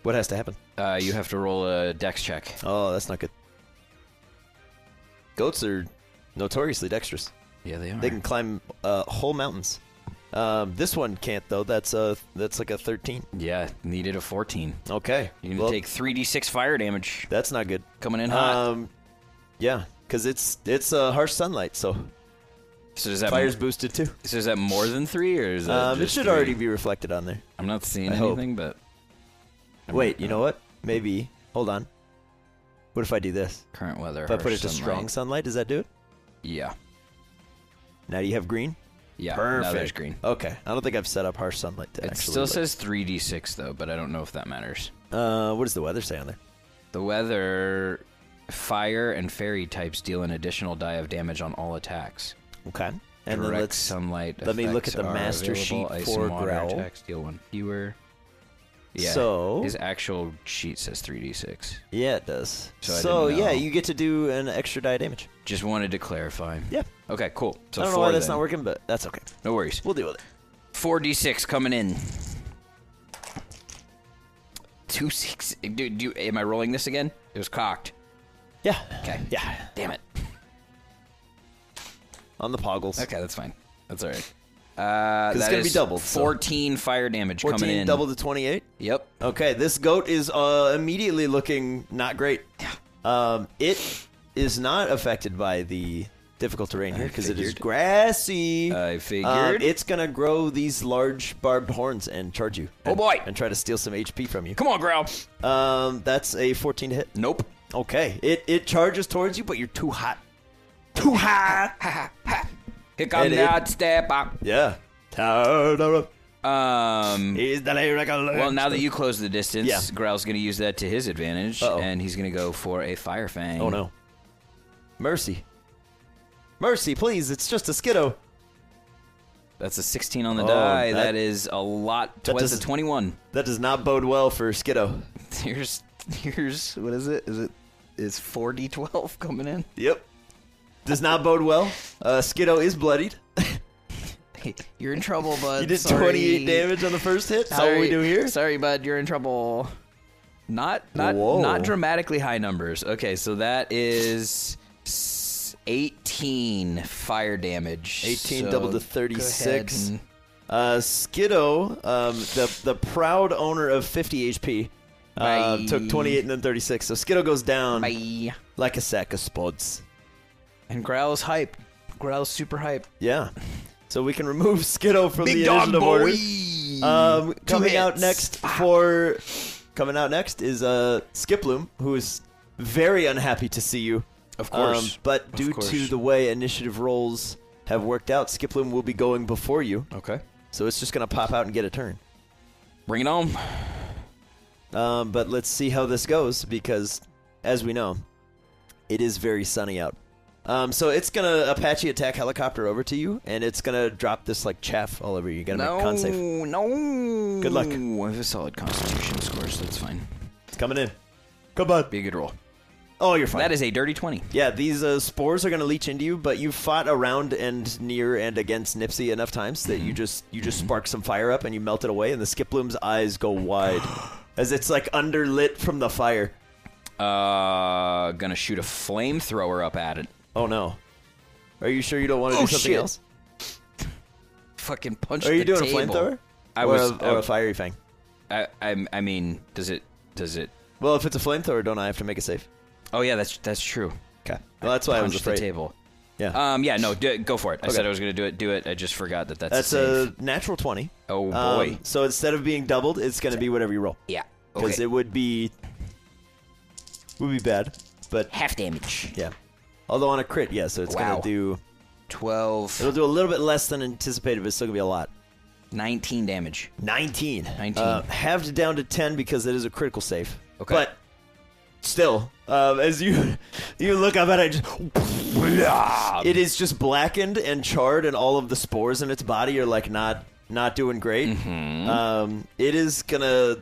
A: What has to happen?
B: Uh, you have to roll a dex check.
A: Oh, that's not good. Goats are notoriously dexterous.
B: Yeah, they are.
A: They can climb uh, whole mountains. Um, this one can't though. That's a that's like a thirteen.
B: Yeah, needed a 14.
A: Okay,
B: You're gonna
A: Well,
B: take 3d6 fire damage.
A: That's not good.
B: Coming in hot.
A: Um, yeah, because it's it's uh, harsh sunlight, so
B: so does that
A: fire's boosted too.
B: so is that more than three or is that
A: Um, it
B: just
A: should
B: three?
A: already be reflected on there.
B: I'm not seeing
A: I hope.
B: anything, but I'm
A: Wait,
B: not-
A: you know what? Maybe hold on. What if I do this?
B: Current weather.
A: If I put
B: harsh
A: it to
B: sunlight.
A: strong sunlight, does that do it?
B: Yeah.
A: Now you have green.
B: Yeah,
A: Perfect.
B: now there's green.
A: Okay. I don't think I've set up harsh sunlight to
B: It
A: actually.
B: still
A: look.
B: says 3d6 though, but I don't know if that matters.
A: Uh, what does the weather say on there?
B: The weather, fire and fairy types deal an additional die of damage on all attacks.
A: Okay. And
B: Direct
A: then let's.
B: sunlight.
A: let me look
B: effects
A: at the
B: are
A: master
B: available.
A: sheet
B: Ice
A: for
B: and water
A: Growl.
B: Attacks deal one fewer. Yeah.
A: So-
B: his actual sheet says 3d6.
A: Yeah, it does.
B: So
A: So,
B: I didn't
A: yeah,
B: know.
A: you get to do an extra die of damage.
B: Just wanted to clarify.
A: Yeah.
B: Okay, cool. So
A: I don't know
B: four
A: why that's
B: then.
A: not working, but that's okay.
B: No worries.
A: We'll deal with it.
B: 4d6 coming in. Two six. Dude, do, am I rolling this again? It was cocked.
A: Yeah.
B: Okay.
A: Yeah.
B: Damn it.
A: On the poggles.
B: Okay, that's fine. That's all right. Uh,
A: 'Cause it's
B: that
A: gonna be
B: is
A: doubled, so-
B: 14 fire damage
A: 14
B: coming in.
A: double to 28.
B: Yep.
A: Okay, this goat is uh, immediately looking not great. Um, it is not affected by the difficult terrain here because it is
B: figured.
A: grassy.
B: I
A: Um,
B: figured.
A: it's going to grow these large barbed horns and charge you.
B: Oh,
A: and-
B: boy.
A: And try to steal some HP from you.
B: Come on, growl.
A: Um, that's a 14 to hit.
B: Nope.
A: Okay, it, it charges towards you, but you're too hot. Too hot!
B: Here comes
A: it-
B: that step up.
A: yeah. Turn around.
B: Um.
A: Is that a regular-
B: Well, now that you close the distance,
A: Yeah.
B: Growl's going to use that to his advantage,
A: Uh-oh.
B: and he's going to go for a fire fang.
A: Oh no. Mercy. Mercy, please, it's just a skiddo.
B: That's a 16 on the
A: Oh,
B: die.
A: that-
B: that is a lot.
A: that
B: That's a
A: doesn't-
B: 21.
A: That does not bode well for skiddo.
B: Here's here's what is it? Is it is 4d12 coming in?
A: Yep. Does not bode well. Uh, skiddo is bloodied.
B: Hey, you're in trouble, bud.
A: He did
B: Sorry.
A: 28 damage on the first hit. That's all
B: Sorry.
A: we do here.
B: Sorry, bud. You're in trouble. Not not
A: Whoa.
B: not dramatically high numbers. Okay, so that is s- 18 fire damage.
A: 18
B: So
A: double to
B: go
A: 36.
B: ahead and-
A: Uh, skiddo, um, the the proud owner of 50 HP, uh,
B: Bye.
A: took 28 and then 36. So skiddo goes down
B: Bye.
A: like a sack of spuds.
B: And Growl's hype. Growl's super hype.
A: Yeah. So we can remove skiddo from the initiative order. Um, coming out
B: hits.
A: next for coming out next is uh Skiploom, who is very unhappy to see you. Um,
B: Of course.
A: but
B: Of
A: due
B: course.
A: to the way initiative rolls have worked out, Skiploom will be going before you,
B: Okay.
A: so it's just gonna pop out and get a turn.
B: Bring it on.
A: Um, but let's see how this goes because, as we know, it is very sunny out. Um, so it's gonna Apache attack helicopter over to you, and it's gonna drop this like chaff all over you. You gotta
B: No,
A: make a con save.
B: no.
A: Good luck.
B: I have a solid constitution score, so that's fine.
A: It's coming in. Come on.
B: Be a good roll.
A: Oh, you're fine.
B: That is a dirty 20.
A: Yeah, these uh, spores are going to leach into you, but you've fought around and near and against Nipsey enough times that you just you just spark some fire up and you melt it away, and the Skiploom's eyes go wide as it's like underlit from the fire.
B: Uh, gonna shoot a flamethrower up at it.
A: Oh no! Are you sure you don't want to
B: Oh,
A: do something
B: shit.
A: else?
B: Fucking punch.
A: Are you
B: the
A: doing
B: table.
A: a flamethrower?
B: I
A: Or
B: was.
A: a, or
B: I-
A: a fiery fang.
B: I, I, I mean, does it? Does it?
A: Well, if it's a flamethrower, don't I have to make a save?
B: Oh yeah, that's that's true.
A: Okay. Well, that's why I was
B: Punch
A: afraid.
B: the table.
A: Yeah.
B: Um, yeah, no, do it, go for it. I
A: Okay.
B: said I was gonna do it. Do it. I just forgot that that's,
A: that's
B: a,
A: a
B: save.
A: natural twenty. Um,
B: Oh, boy.
A: so instead of being doubled, it's going to be whatever you roll.
B: yeah.
A: because
B: Okay.
A: it would be would be bad. But
B: Half damage.
A: yeah, although on a crit, yeah, so it's
B: Wow.
A: gonna do
B: Twelve.
A: it'll do a little bit less than anticipated, but it's still gonna be a lot.
B: Nineteen damage.
A: Nineteen.
B: 19.
A: Uh, halved down to ten because it is a critical save.
B: Okay.
A: But still, um, as you you look up at it, just, it is just blackened and charred, and all of the spores in its body are like not not doing great. Um, it is gonna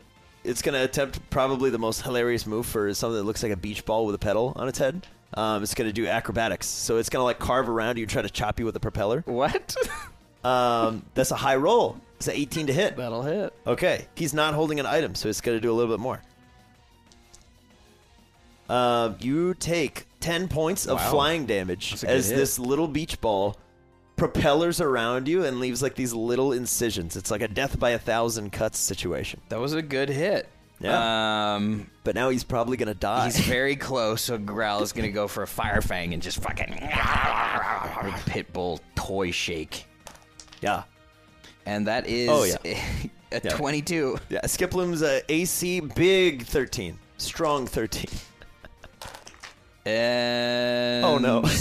A: it's gonna attempt probably the most hilarious move for something that looks like a beach ball with a pedal on its head. Um, it's gonna do acrobatics, so it's gonna like carve around you and try to chop you with a propeller.
B: What?
A: Um, that's a high roll. It's an 18 to hit.
B: That'll hit.
A: Okay, he's not holding an item, so it's going to do a little bit more. Uh, you take 10 points of
B: Wow.
A: flying damage
B: That's a good
A: as
B: hit.
A: this little beach ball propellers around you and leaves like these little incisions. It's like a death by a thousand cuts situation.
B: That was a good hit.
A: Yeah.
B: Um,
A: But now he's probably going to die.
B: He's very close, so Growl is gonna go for a fire fang and just fucking pit bull toy shake.
A: yeah.
B: And that is
A: Oh, yeah.
B: a,
A: Yeah.
B: 22.
A: Yeah, Skiploom's uh, AC big 13. Strong 13.
B: And
A: Oh, no.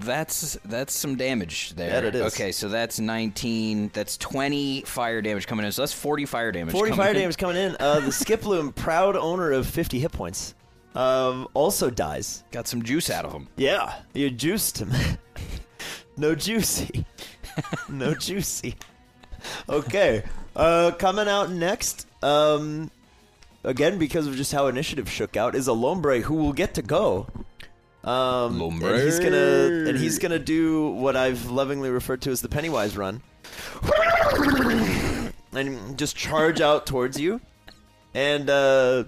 B: that's that's some damage there.
A: That it is.
B: Okay, so that's 19. That's 20 fire damage coming in. So that's 40 fire damage.
A: 40
B: coming
A: fire
B: in.
A: damage coming in. Uh, the Skiploom, proud owner of 50 hit points, um, also dies.
B: Got some juice out of him.
A: Yeah, you juiced him. no juicy. no juicy. Okay. Uh, coming out next, um, again, because of just how initiative shook out, is a Lombre who will get to go. Um,
B: Lombre.
A: And he's gonna and he's gonna do what I've lovingly referred to as the Pennywise run, and just charge out towards you. And uh,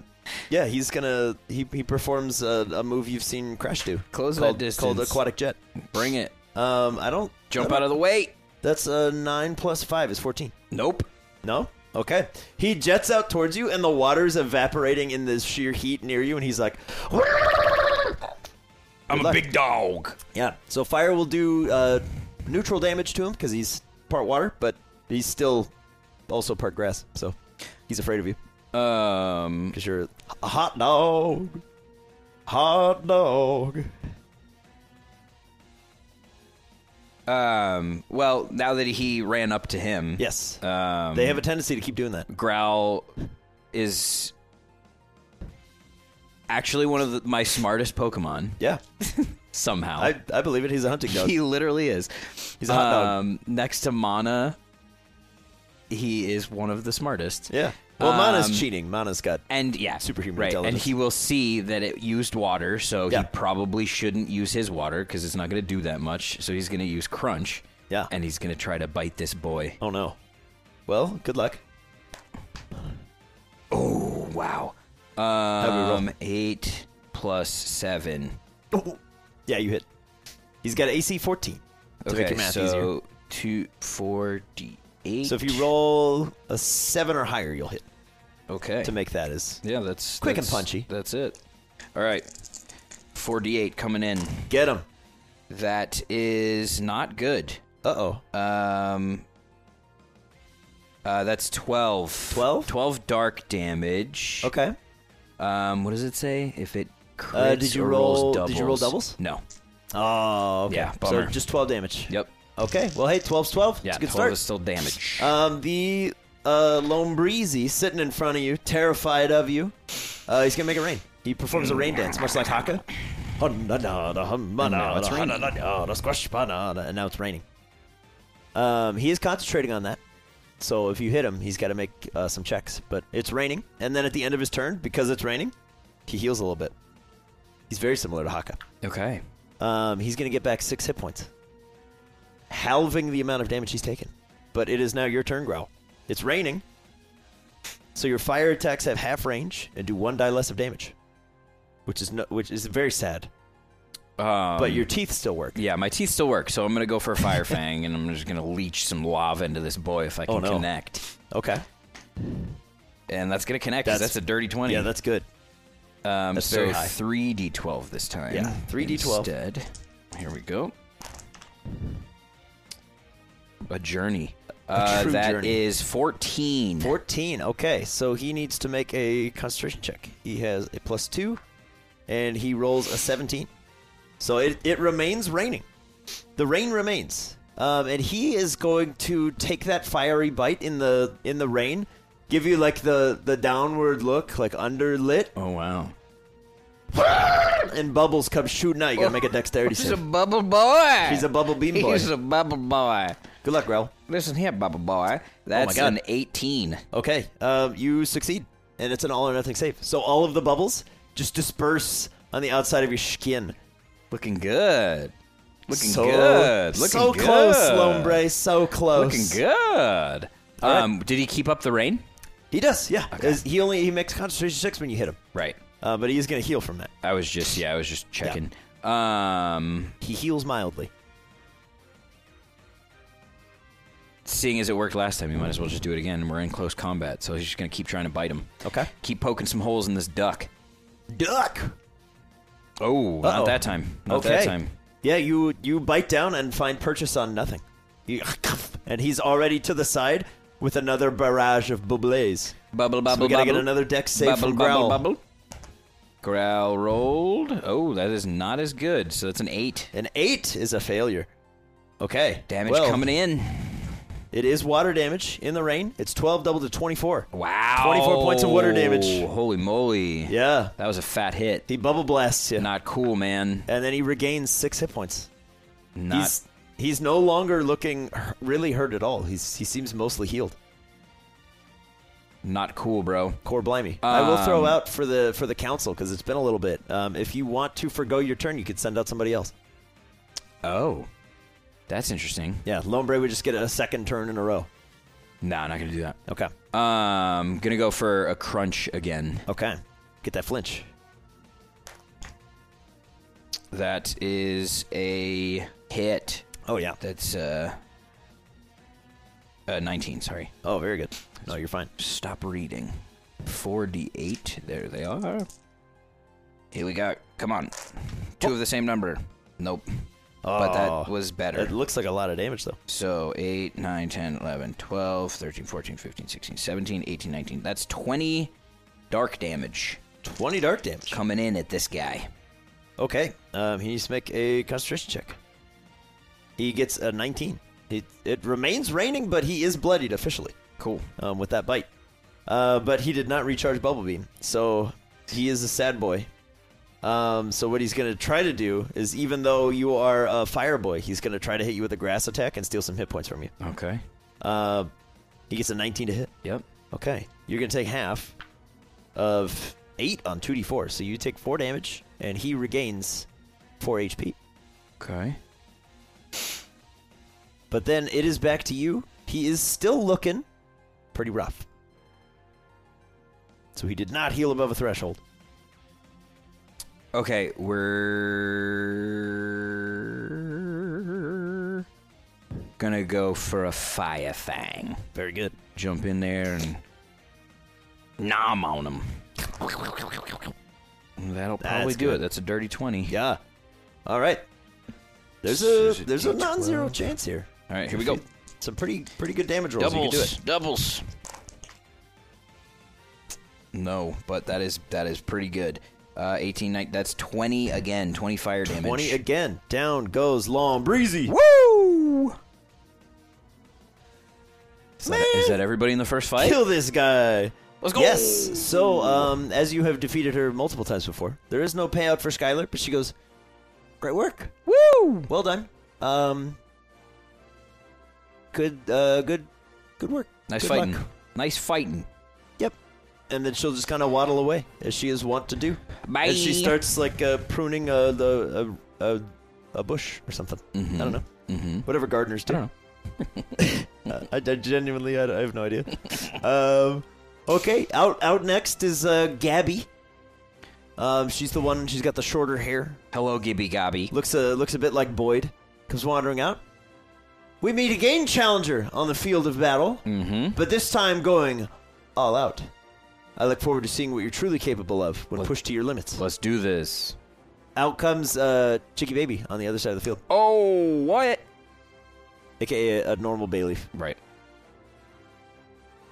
A: yeah, he's gonna he, he performs a, a move you've seen Crash do.
B: Close
A: called,
B: that
A: Called
B: distance.
A: aquatic jet.
B: Bring it.
A: Um, I don't
B: Jump out of the way.
A: That's a nine plus five is fourteen.
B: Nope.
A: No. Okay. He jets out towards you, and the water's evaporating in this sheer heat near you, and he's like,
B: I'm a big dog.
A: "Yeah." So fire will do uh, neutral damage to him because he's part water, but he's still also part grass, so he's afraid of you
B: Um,
A: because you're a hot dog. Hot dog.
B: um. Well, now that he ran up to him,
A: Yes.
B: Um,
A: they have a tendency to keep doing that.
B: Growl is actually one of the, my smartest Pokemon
A: Yeah.
B: somehow.
A: I, I believe it. He's a hunting dog.
B: Oh. he literally is.
A: He's a hot dog.
B: Um, next to Mana, he is one of the smartest.
A: yeah. Well, Mana's
B: um,
A: cheating. Mana's got
B: And yeah,
A: Superhuman
B: right? And
A: intelligence.
B: he will see that it used water, so
A: Yeah.
B: he probably shouldn't use his water because it's not going to do that much. So he's going to use Crunch.
A: Yeah.
B: and he's going to try to bite this boy.
A: Oh no. Well, good luck.
B: Oh wow!
A: Oh,
B: Um, eight plus seven.
A: Yeah, you hit. He's got AC 14. To make your math
B: so two four d eight.
A: easier. So if you roll a 7 or higher, you'll hit
B: okay,
A: to make that is.
B: yeah, that's
A: Quick and
B: that's-
A: punchy.
B: That's it. All right, four d eight coming in.
A: Get him.
B: That is not good.
A: Uh-oh.
B: Um, uh, that's twelve.
A: 12?
B: Twelve dark damage.
A: Okay.
B: Um, what does it say? If it crits
A: Uh, did you
B: or
A: roll-
B: rolls doubles?
A: did you roll doubles?
B: No.
A: Oh, okay.
B: Yeah,
A: so
B: bummer.
A: just 12 damage.
B: Yep.
A: Okay. Well, hey, 12's 12.
B: Yeah,
A: It's a good
B: twelve
A: start.
B: is still damage.
A: Um, the uh, Lombreezy sitting in front of you, terrified of you. Uh, he's going to make it rain. He performs a rain dance, much like Haka. And now
B: it's raining.
A: And now it's raining. Um, he is concentrating on that. So if you hit him, he's got to make uh, some checks. But it's raining. And then at the end of his turn, because it's raining, he heals a little bit. He's very similar to Haka.
B: okay.
A: Um, he's going to get back six hit points, halving the amount of damage he's taken. But it is now your turn, Growl. It's raining, so your fire attacks have half range and do one die less of damage, which is no, which is very sad.
B: Um,
A: But your teeth still work.
B: Yeah, my teeth still work, so I'm gonna go for a fire fang, and I'm just gonna leech some lava into this boy if I can
A: Oh, no.
B: connect.
A: Okay.
B: And that's gonna connect. 'cause
A: That's-
B: That's, a dirty twenty.
A: Yeah, that's good.
B: um,
A: that's
B: so
A: very high.
B: three d twelve this time.
A: Yeah, 3d12.
B: Instead, here we go. A journey. Uh,
A: true
B: that
A: journey.
B: is fourteen.
A: Fourteen. Okay, so he needs to make a concentration check. He has a plus two, and he rolls a seventeen. So it it remains raining. The rain remains, um, and he is going to take that fiery bite in the in the rain, give you like the the downward look, like underlit,
B: Oh wow!
A: and bubbles come shooting out. You gotta make a dexterity
B: He's a
A: save.
B: bubble boy.
A: He's a bubble beam boy.
B: He's a bubble boy.
A: Good luck, Rel.
B: Listen here, bubble boy. That's
A: Oh God.
B: an eighteen.
A: Okay, um, you succeed, and it's an all or nothing save. So all of the bubbles just disperse on the outside of your skin.
B: Looking good. Looking
A: so,
B: good. Looking
A: so
B: good.
A: close, Lombre. So close.
B: Looking good.
A: right.
B: Um, did he keep up the rain?
A: He does, yeah. 'cause He only he makes concentration six when you hit him,
B: Right.
A: uh, but he is going to heal from that.
B: I was just yeah, I was just checking. Um,
A: He heals mildly.
B: seeing as it worked last time, you might as well just do it again. We're in close combat, so he's just gonna keep trying to bite him.
A: Okay.
B: Keep poking some holes in this duck.
A: Duck. Uh-oh.
B: Oh, not that time. Not that time.
A: Yeah, you you bite down and find purchase on nothing. You- And he's already to the side with another barrage of bubles.
B: Bubble bubble.
A: we gotta get
B: bubble.
A: another dex save
B: bubble,
A: from
B: bubble,
A: Growl.
B: bubble. Growl rolled. Oh, that is not as good. So that's an eight.
A: An eight is a failure. Okay.
B: Damage
A: well,
B: coming in.
A: It is water damage in the rain. It's 12 double to 24.
B: Wow.
A: 24 points of water damage.
B: Holy moly.
A: Yeah.
B: That was a fat hit.
A: He bubble blasts you.
B: Not cool, man.
A: and then he regains six hit points.
B: Not
A: He's he's no longer looking h- really hurt at all. He's he seems mostly healed.
B: not cool, bro.
A: Core blimey. I will
B: Um,
A: throw out for the for the council because it's been a little bit. Um, if you want to forgo your turn, you could send out somebody else.
B: Oh. That's interesting.
A: Yeah, Lombre would just get a second turn in a row.
B: Nah, not gonna do that.
A: Okay.
B: Um gonna go for a crunch again.
A: Okay. Get that flinch.
B: That is a hit.
A: Oh yeah.
B: That's uh, uh 19, sorry.
A: Oh, very good. No, you're fine.
B: Stop reading. 4d8. There they are. Here we go. Come on. Two of the same number. Nope. but that
A: Oh.
B: was better.
A: It looks like a lot of damage though.
B: So 8, 9, 10, 11, 12, 13, 14, 15, 16, 17, 18, 19. That's 20 dark damage
A: Twenty dark damage.
B: coming in at this guy.
A: Okay. Um, he needs to make a concentration check. He gets a 19. It, it remains raining, but he is bloodied officially
B: Cool.
A: um, with that bite. Uh, but he did not recharge Bubble Beam, so he is a sad boy. Um, so what he's going to try to do is, even though you are a fire boy, he's going to try to hit you with a grass attack and steal some hit points from you.
B: Okay.
A: Uh, he gets a 19 to hit.
B: Yep.
A: Okay. You're going to take half of 8 on 2d4. So you take 4 damage, and he regains 4 HP.
B: Okay.
A: But then it is back to you. He is still looking pretty rough. So he did not heal above a threshold.
B: Okay, we're gonna go for a fire fang.
A: Very good.
B: Jump in there and nom on him. That'll probably
A: That's
B: do it.
A: good.
B: That's a dirty twenty.
A: Yeah. All right. There's
B: Is
A: a
B: it
A: there's a
B: D12?
A: non-zero chance here.
B: All right, here we go.
A: Some pretty pretty good damage rolls. You
B: Doubles.
A: can do it.
B: Doubles. No, but that is that is pretty good. Uh, 18, 19, that's 20 again, 20 fire damage.
A: 20 again. Down goes Long Breezy.
B: Woo! Is that, is that everybody in the first fight?
A: Kill this guy.
B: Let's go.
A: Yes. So, um, as you have defeated her multiple times before, there is no payout for Skylar, but she goes, "Great work. Woo! Well done. Um, good, uh, good, good work.
B: Nice
A: Good
B: fighting.
A: luck."
B: Nice fighting.
A: Yep. And then she'll just kind of waddle away, as she is wont to do.
B: Bye.
A: And she starts like uh, pruning uh, the uh, uh, a bush or something. I don't know.
B: Mm-hmm.
A: Whatever gardeners do.
B: I don't
A: Uh, I, I genuinely, I, I have no idea. um, okay, out out next is uh, Gabby. Um, she's the one. She's got the shorter hair.
B: Hello, Gibby Gobby.
A: Looks a looks a bit like Boyd. Comes wandering out. We meet again, Challenger, on the field of battle,
B: Mm-hmm.
A: but this time going all out. I look forward to seeing what you're truly capable of when
B: Look-
A: pushed to your limits.
B: Let's do this.
A: Out comes uh, Chicky Baby on the other side of the field,
B: Oh, what?
A: aka a normal bay leaf,
B: Right.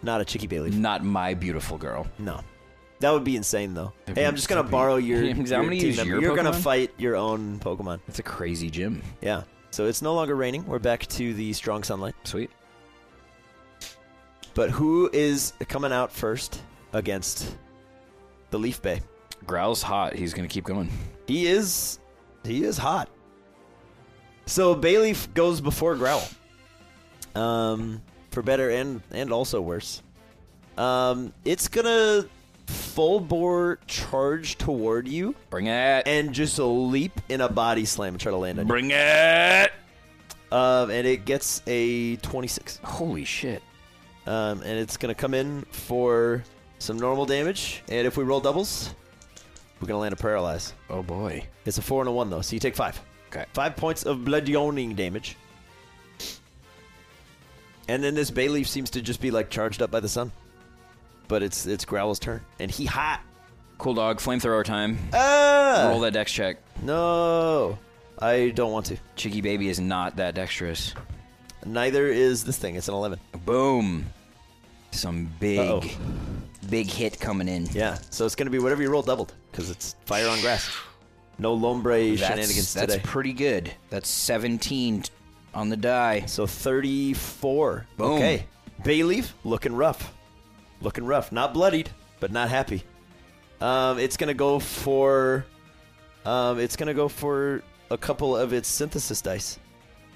A: not a Chicky bay leaf.
B: Not my beautiful girl.
A: No. That would be insane, though.
B: That'd
A: hey,
B: be-
A: I'm just gonna
B: that'd be-
A: borrow your,
B: I'm
A: your
B: gonna
A: team
B: use
A: member.
B: your
A: You're gonna
B: Pokemon?
A: fight your own Pokemon.
B: It's a crazy gym.
A: Yeah. So it's no longer raining. We're back to the strong sunlight.
B: Sweet.
A: But who is coming out first against the Leaf Bay?
B: Growl's hot. He's gonna keep going.
A: He is, he is hot. So Bayleaf goes before Growl, um, for better and and also worse. Um, it's gonna full bore charge toward you.
B: Bring it.
A: and just a leap in a body slam and try to land on you.
B: Bring it.
A: Um, and it gets a 26.
B: Holy shit.
A: Um, and it's going to come in for some normal damage. And if we roll doubles, we're going to land a paralyze.
B: Oh boy.
A: It's a 4 and a 1, though, so you take 5.
B: Okay.
A: Five points of blood yawning damage. And then this bay leaf seems to just be like charged up by the sun. But it's it's Growl's turn. And he hot.
B: Cool dog. Flamethrower time.
A: Ah!
B: Roll that dex check.
A: No. I don't want to.
B: Chicky baby is not that dexterous.
A: Neither is this thing. It's an 11.
B: Boom. Some big,
A: Uh-oh.
B: big hit coming in.
A: Yeah, so it's going to be whatever you roll doubled because it's fire on grass. No lombre shenanigans
B: That's, that's
A: today.
B: pretty good. That's 17 t- on the die.
A: so 34.
B: Boom.
A: Okay. Bayleaf, looking rough. Looking rough. Not bloodied, but not happy. Um, it's going to go for. Um, it's going to go for a couple of its synthesis dice,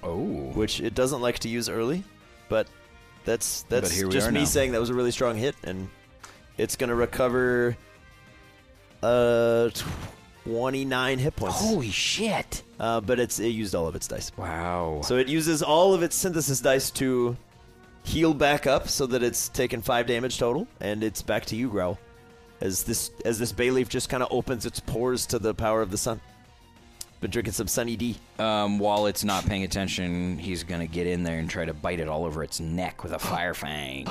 B: Oh.
A: which it doesn't like to use early, but that's that's
B: But here we
A: just
B: are
A: me
B: now.
A: saying that was a really strong hit, and it's going to recover uh, 29 hit points.
B: Holy shit.
A: uh, but it's it used all of its dice.
B: Wow.
A: So it uses all of its synthesis dice to heal back up, so that it's taken five damage total, and it's back to you, Growl. As this as this bay leaf just kind of opens its pores to the power of the sun. Been drinking some Sunny D.
B: Um, while it's not paying attention, he's gonna get in there and try to bite it all over its neck with a fire fang.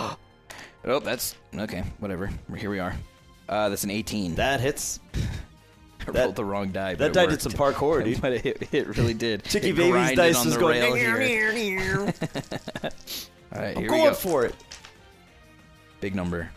B: oh, that's okay. Whatever. Here we are. Uh, that's an 18.
A: That hits.
B: I
A: that-
B: rolled the wrong die. but
A: that
B: it
A: die did
B: worked.
A: some parkour, dude.
B: but it, it really did.
A: Chicky
B: It
A: Baby's
B: grinded
A: dice
B: on
A: was
B: the
A: going.
B: rail here. All right, here
A: I'm
B: we
A: going
B: go.
A: for it.
B: Big number.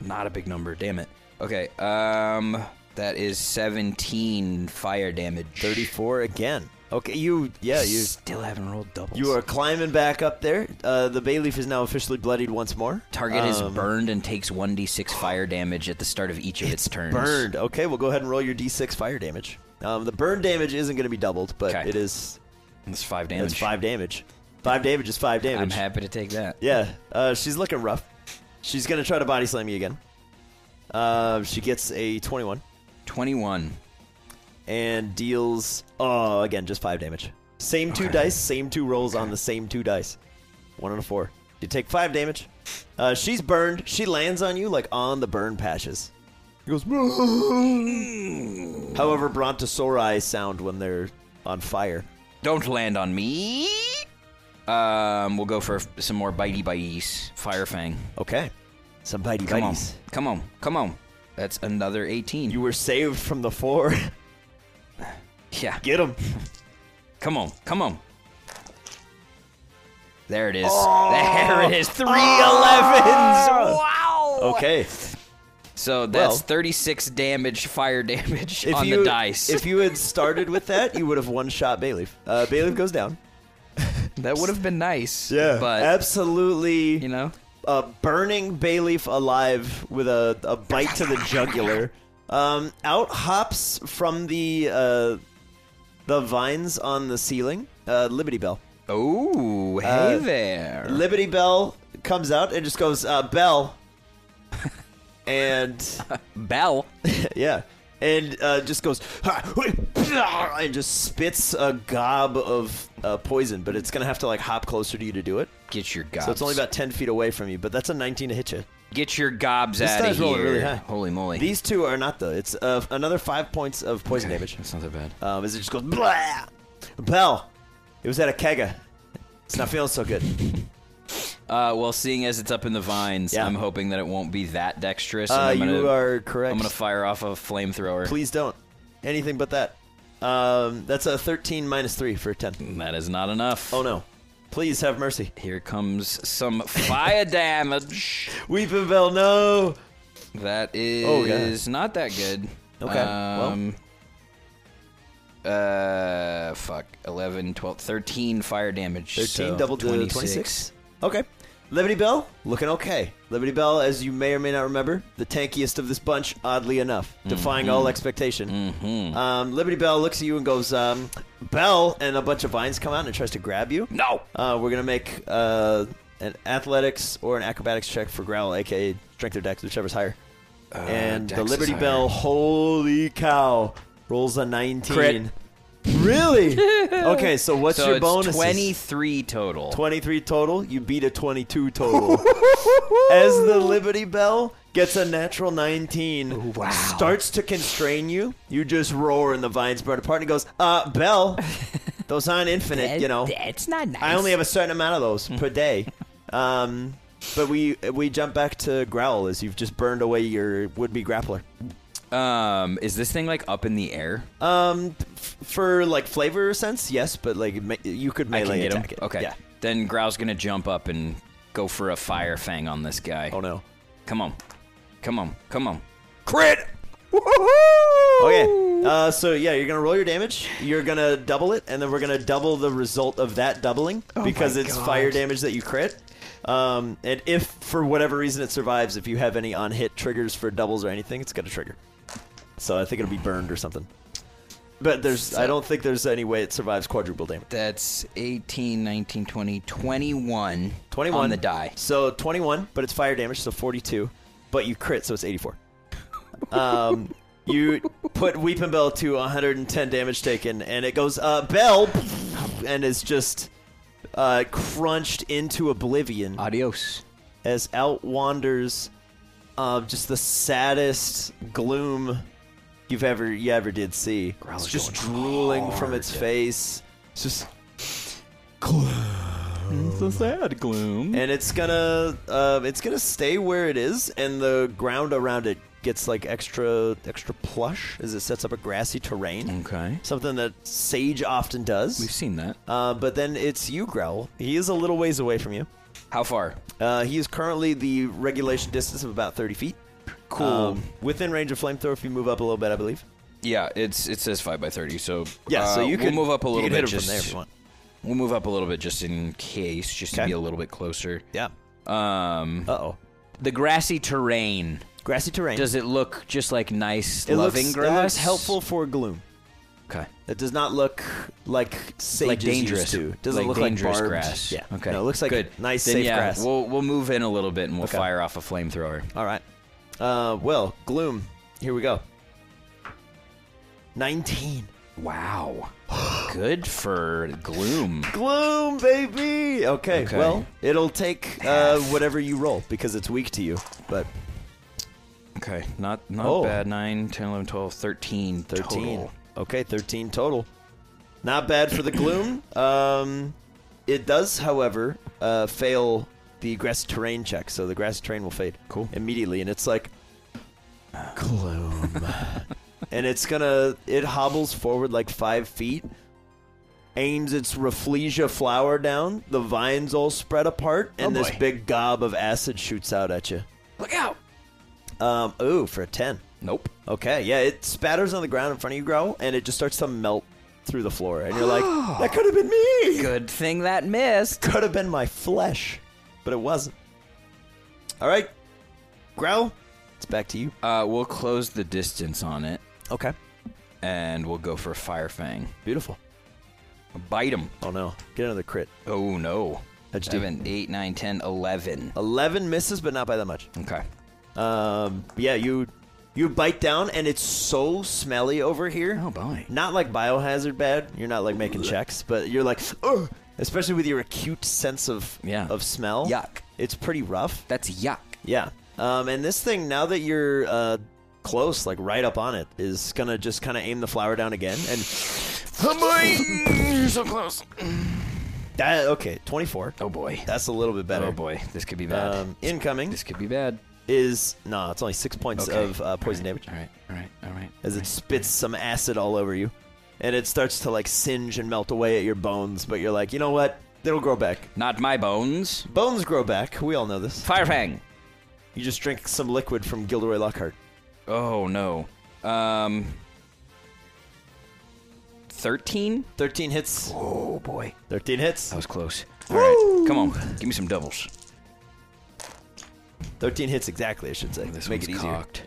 B: Not a big number. Damn it. Okay. Um, that is 17 fire damage.
A: Thirty-four again. Okay, you. Yeah, you.
B: Still haven't rolled doubles.
A: You are climbing back up there. Uh, the bay leaf is now officially bloodied once more.
B: Target is
A: Um,
B: burned and takes 1d6 fire damage at the start of each of its, turns.
A: Uh, Burned. Okay, well, go ahead and roll your d6 fire damage. Um, the burn damage isn't going to be doubled, but
B: Okay.
A: it is
B: That's 5 damage.
A: it's five damage. Five damage is five damage.
B: I'm happy to take that.
A: Yeah, uh, she's looking rough. She's going to try to body slam you again. Uh, she gets a 21
B: 21.
A: and deals, oh, again, just five damage. Same two dice, same two rolls on the same two dice. One and a four. You take five damage. Uh, she's burned. She lands on you like on the burn patches. He goes. However, Brontosauri sound when they're on fire.
B: Don't land on me. Um, we'll go for f- some more bitey bites. Fire fang.
A: Okay. Some bitey
B: Come
A: bites.
B: on. Come on. Come on. That's another 18.
A: You were saved from the four.
B: yeah.
A: Get him.
B: Come on, come on. There it is.
A: Oh.
B: there it is. Three oh- elevens. Wow.
A: Okay.
B: So that's
A: Well-
B: 36 damage, fire damage
A: If
B: on
A: you,
B: the dice.
A: If you had started with that, you would have one shot Bayleaf. Uh, Bayleaf goes down.
B: that would have been nice. But,
A: absolutely.
B: you know,
A: uh, burning Bayleaf alive with a, a bite to the jugular. Um, out hops from the uh, the vines on the ceiling. Uh, Liberty Bell.
B: oh, hey
A: Uh,
B: there.
A: Liberty Bell comes out and just goes uh, Bell, and
B: Bell.
A: yeah, and uh, just goes and just spits a gob of uh, poison. But it's gonna have to like hop closer to you to do it.
B: Get your gobs.
A: So it's only about ten feet away from you. But that's a nineteen to hit you.
B: Get your gobs
A: This
B: out of
A: guy's
B: here.
A: rolling really high.
B: Holy moly.
A: These two are not though. It's uh, another five points of poison
B: Okay,
A: damage.
B: That's not that bad.
A: Um, as it just goes blah. Bell, it was at a kega. It's not feeling so good.
B: Uh, well, seeing as it's up in the vines,
A: Yeah.
B: I'm hoping that it won't be that dexterous. and
A: Uh,
B: I'm gonna,
A: you are correct.
B: I'm going to fire off a flamethrower.
A: Please don't. Anything but that. Um, that's a 13 minus 3 for a 10.
B: That is not enough.
A: Oh no. Please have mercy.
B: Here comes some fire damage.
A: Weeping Bell, no!
B: That
A: Oh,
B: is not that good.
A: Okay, well.
B: Um, uh, fuck. 11, 12, 13 fire damage.
A: 13
B: so
A: double to 26. Okay. Liberty Bell, looking okay. Liberty Bell, as you may or may not remember, the tankiest of this bunch, oddly enough,
B: Mm-hmm.
A: defying all expectation. Um, Liberty Bell looks at you and goes, um, Bell, and a bunch of vines come out and tries to grab you.
B: No.
A: Uh, we're gonna make uh, an athletics or an acrobatics check for Growl, aka strength or dex, whichever's higher. and
B: Uh, dex
A: the
B: is
A: Liberty
B: higher.
A: Bell, holy cow, rolls a 19.
B: Crit.
A: Really? okay, so what's
B: so
A: your
B: it's
A: bonus?
B: 23 total.
A: 23 total. You beat a 22 total. As the Liberty Bell gets a natural 19,
B: Wow.
A: starts to constrain you, you just roar and the vines burn apart and it goes, uh, Bell, those aren't infinite, you know.
D: It's not nice.
A: I only have a certain amount of those per day. Um, but we we jump back to growl as you've just burned away your would be grappler.
B: Um, is this thing like up in the air?
A: Um, f- for like flavor sense, yes, but like me- you could
B: I can
A: melee
B: get him.
A: attack it.
B: Okay.
A: yeah.
B: Then Growl's gonna jump up and go for a fire fang on this guy.
A: Oh no.
B: Come on. Come on. Come on.
A: Crit! Okay. Uh, so yeah, you're gonna roll your damage. You're gonna double it, and then we're gonna double the result of that doubling because it's fire damage that you crit. Um, and if for whatever reason it survives, if you have any on hit triggers for doubles or anything, it's gonna trigger. So I think it'll be burned or something. But there's, I don't think there's any way it survives quadruple damage.
B: That's 18, 19, 20, 21.
A: 21
B: on the die.
A: So 21, but it's fire damage, so 42. But you crit, so it's 84. Um, you put Weeping Bell to 110 damage taken, and it goes, uh, Bell, and is just uh, crunched into oblivion
B: Adios.
A: as out wanders uh, just the saddest gloom you've ever you ever did see. it's just drooling from its face. It's just
B: The sad gloom.
A: and it's gonna uh, it's gonna stay where it is, and the ground around it gets like extra extra plush as it sets up a grassy terrain.
B: Okay.
A: Something that Sage often
B: We've
A: does.
B: seen that.
A: Uh, but then it's you, Growl. He is a little ways away from you.
B: How far?
A: Uh, he is currently the regulation distance of about 30 feet. Cool. Um, within range of flamethrower if you move up a little bit, I believe.
B: Um, Yeah, it's it says 5 by 30, so
A: Yeah, so
B: uh,
A: you
B: we'll
A: can
B: move up a
A: you
B: little
A: can
B: bit
A: hit him
B: just
A: from there if you want.
B: We'll move up a little bit just in case, just to
A: Okay.
B: be a little bit closer.
A: Yeah.
B: Um,
A: Uh oh.
B: the grassy terrain.
A: Grassy terrain.
B: Does it look just like nice,
A: it looks,
B: loving
A: it
B: grass?
A: looks helpful for gloom.
B: Okay.
A: It does not look like sage
B: like dangerous.
A: used to. It doesn't look
B: dangerous
A: like barbed.
B: grass.
A: Yeah.
B: Okay.
A: No, it looks like
B: good.
A: nice
B: Then,
A: safe
B: yeah,
A: grass.
B: We'll we'll move in a little bit and we'll fire off a flamethrower.
A: All right. Uh, well, gloom. Here we go. Nineteen.
B: Wow. good for gloom.
A: Gloom, baby. Okay.
B: Okay.
A: Well, it'll take uh, whatever you roll because it's weak to you. But
B: Okay. Not not
A: Oh.
B: bad. 9, 10, 11, 12, 13
A: thirteen.
B: total.
A: Okay, thirteen total. Not bad for the gloom. um, it does, however, uh, fail the grass terrain check, so the grass terrain will fade.
B: Cool.
A: Immediately, and it's like gloom, and it's gonna. It hobbles forward like five feet, aims its rafflesia flower down. The vines all spread apart, and this
B: Oh, boy.
A: big gob of acid shoots out at you.
B: Look out.
A: Um, ooh, for a ten.
B: Nope.
A: Okay, yeah, it spatters on the ground in front of you, Growl, and it just starts to melt through the floor. And you're like, that could have been me!
B: Good thing that missed.
A: Could have been my flesh, but it wasn't. All right, Growl, it's back to you.
B: Uh, we'll close the distance on it
A: Okay,
B: and we'll go for a fire fang.
A: beautiful.
B: Bite him.
A: Oh no, get another crit.
B: Oh no.
A: How'd you do?
B: Seven, eight, nine, ten, eleven.
A: 11 misses, but not by that much.
B: Okay.
A: Um, yeah, you you bite down, and it's so smelly over here.
B: Oh, boy.
A: Not like biohazard bad. You're not like making checks, but you're like, Ugh! especially with your acute sense of
B: Yeah.
A: of smell.
B: Yuck.
A: It's pretty rough.
B: That's yuck.
A: Yeah. Um, and this thing, now that you're uh, close, like right up on it, is gonna just kind of aim the flower down again. And
B: You're so close.
A: that okay, 24.
B: Oh boy.
A: That's a little bit better.
B: Oh boy. This could be bad.
A: Um, incoming
B: this could be bad.
A: is no, it's only six points
B: Okay.
A: of uh, poison damage.
B: All right. All right. All right.
A: as it spits some acid all over you. And it starts to like singe and melt away at your bones, but you're like, you know what? It'll grow back.
B: Not my bones.
A: Bones grow back. We all know this.
B: Fire fang.
A: You just drink some liquid from Gilderoy Lockhart.
B: Oh no. Um. Thirteen.
A: 13 hits.
B: Oh boy.
A: 13 hits.
B: That was close. All right. Come on. Give me some doubles.
A: 13 hits exactly, I should say.
B: This
A: Make it
B: one's
A: easier.
B: cocked.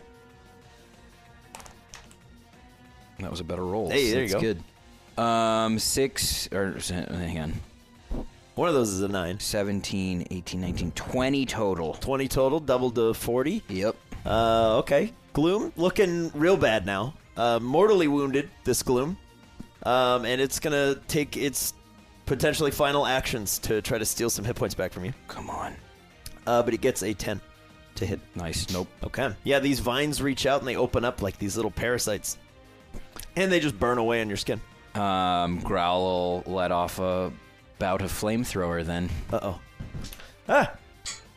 B: That was a better roll.
A: Hey, there you
B: That's Good. Um, six or hang on,
A: One of those is a 9.
B: 17, 18, 19, 20 total.
A: 20 total, doubled to 40.
B: Yep.
A: Uh, okay. Gloom looking real bad now. Uh, mortally wounded, this Gloom. Um, and it's gonna take its potentially final actions to try to steal some hit points back from you.
B: Come on.
A: uh, but it gets a 10 to hit.
B: Nice. Nope.
A: Okay. Yeah, these vines reach out and they open up like these little parasites. And they just burn away on your skin.
B: Um, Growl will let off a bout of flamethrower then.
A: Uh oh.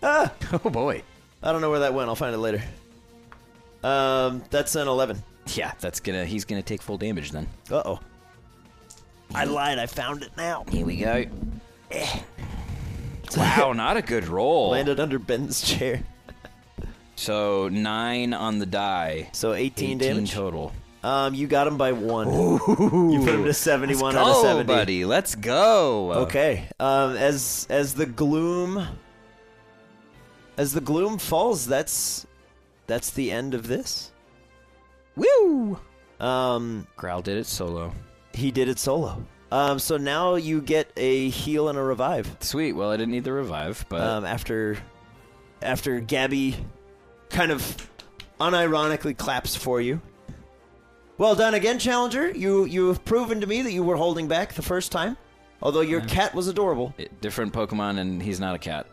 B: Oh boy.
A: I don't know where that went. I'll find it later. Um, that's an 11.
B: Yeah, that's gonna. He's gonna take full damage then.
A: Uh oh. I lied. I found it now.
B: Here we go. Wow, not a good roll.
A: Landed under Ben's chair.
B: So nine on the die.
A: So 18,
B: 18
A: damage.
B: total.
A: Um, you got him by one. You put him to 71 out of
B: Go,
A: 70.
B: buddy. Let's go.
A: Okay. Um, as as the gloom as the gloom falls, that's that's the end of this.
B: Woo!
A: Um,
B: Growl did it solo.
A: he did it solo. Um, so now you get a heal and a revive.
B: Sweet. Well, I didn't need the revive, but
A: um, after after Gabby kind of unironically claps for you. Well done again, Challenger. You you have proven to me that you were holding back the first time, although your cat was adorable.
B: it- different Pokemon, and he's not a cat.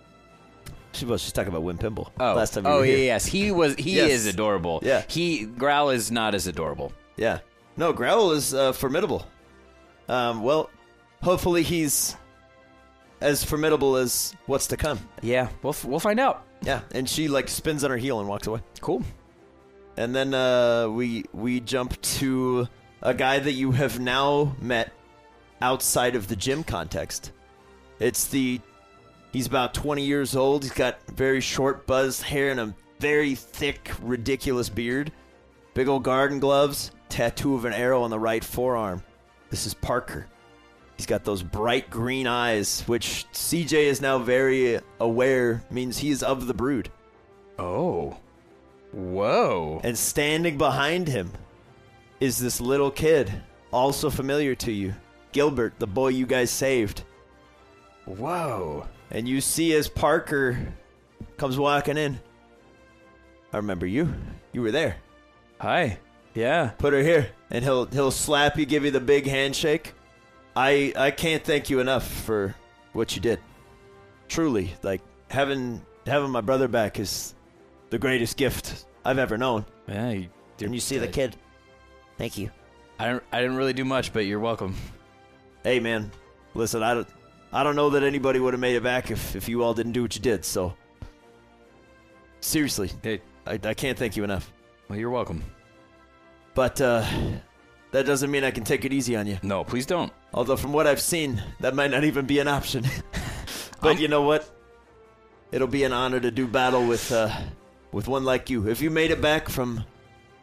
A: She was she's talking about Wimpimble.
B: Oh,
A: last time. You
B: oh
A: were
B: yeah,
A: here.
B: yes, he was. He
A: Yes.
B: is adorable.
A: Yeah.
B: he Growl is not as adorable.
A: yeah. No, Growl is uh, formidable. Um, well, hopefully he's as formidable as what's to come.
B: Yeah, we'll f- we'll find out.
A: Yeah, and she like spins on her heel and walks away.
B: Cool.
A: And then uh, we we jump to a guy that you have now met outside of the gym context. It's the he's about 20 years old. He's got very short buzzed hair and a very thick ridiculous beard. Big old garden gloves, tattoo of an arrow on the right forearm. This is Parker. He's got those bright green eyes, which CJ is now very aware means he is of the brood.
B: Oh, whoa.
A: And standing behind him is this little kid, also familiar to you, Gilbert, the boy you guys saved.
B: Whoa.
A: And you see as Parker comes walking in. I remember you. You were there.
B: Hi. Yeah.
A: Put her here, and he'll he'll slap you, give you the big handshake. I I can't thank you enough for what you did. Truly, like having having my brother back is the greatest gift I've ever known.
B: Yeah. You,
A: And you see the kid. Thank you.
B: I don't, I didn't really do much, but you're welcome.
A: hey man listen i don't i don't know that anybody would have made it back if if you all didn't do what you did so seriously
B: Hey,
A: i, I can't thank you enough
B: well, you're welcome.
A: but uh that doesn't mean i can take it easy on you
B: No, please don't.
A: although from what i've seen that might not even be an option but you know what it'll be an honor to do battle with uh with one like you if you made it back from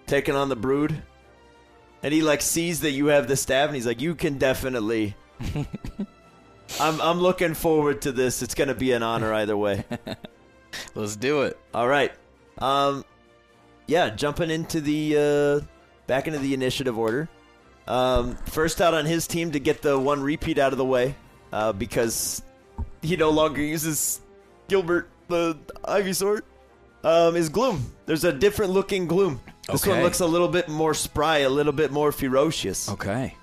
A: taking on the brood and he like sees that you have the staff and he's like you can definitely I'm, I'm looking forward to this it's gonna be an honor either way
B: Let's do it.
A: all right um yeah jumping into the uh back into the initiative order um first out on his team to get the one repeat out of the way uh because he no longer uses gilbert the ivysaur um is gloom there's a different looking gloom this one
B: Okay. Oh.
A: looks a little bit more spry a little bit more ferocious
B: Okay.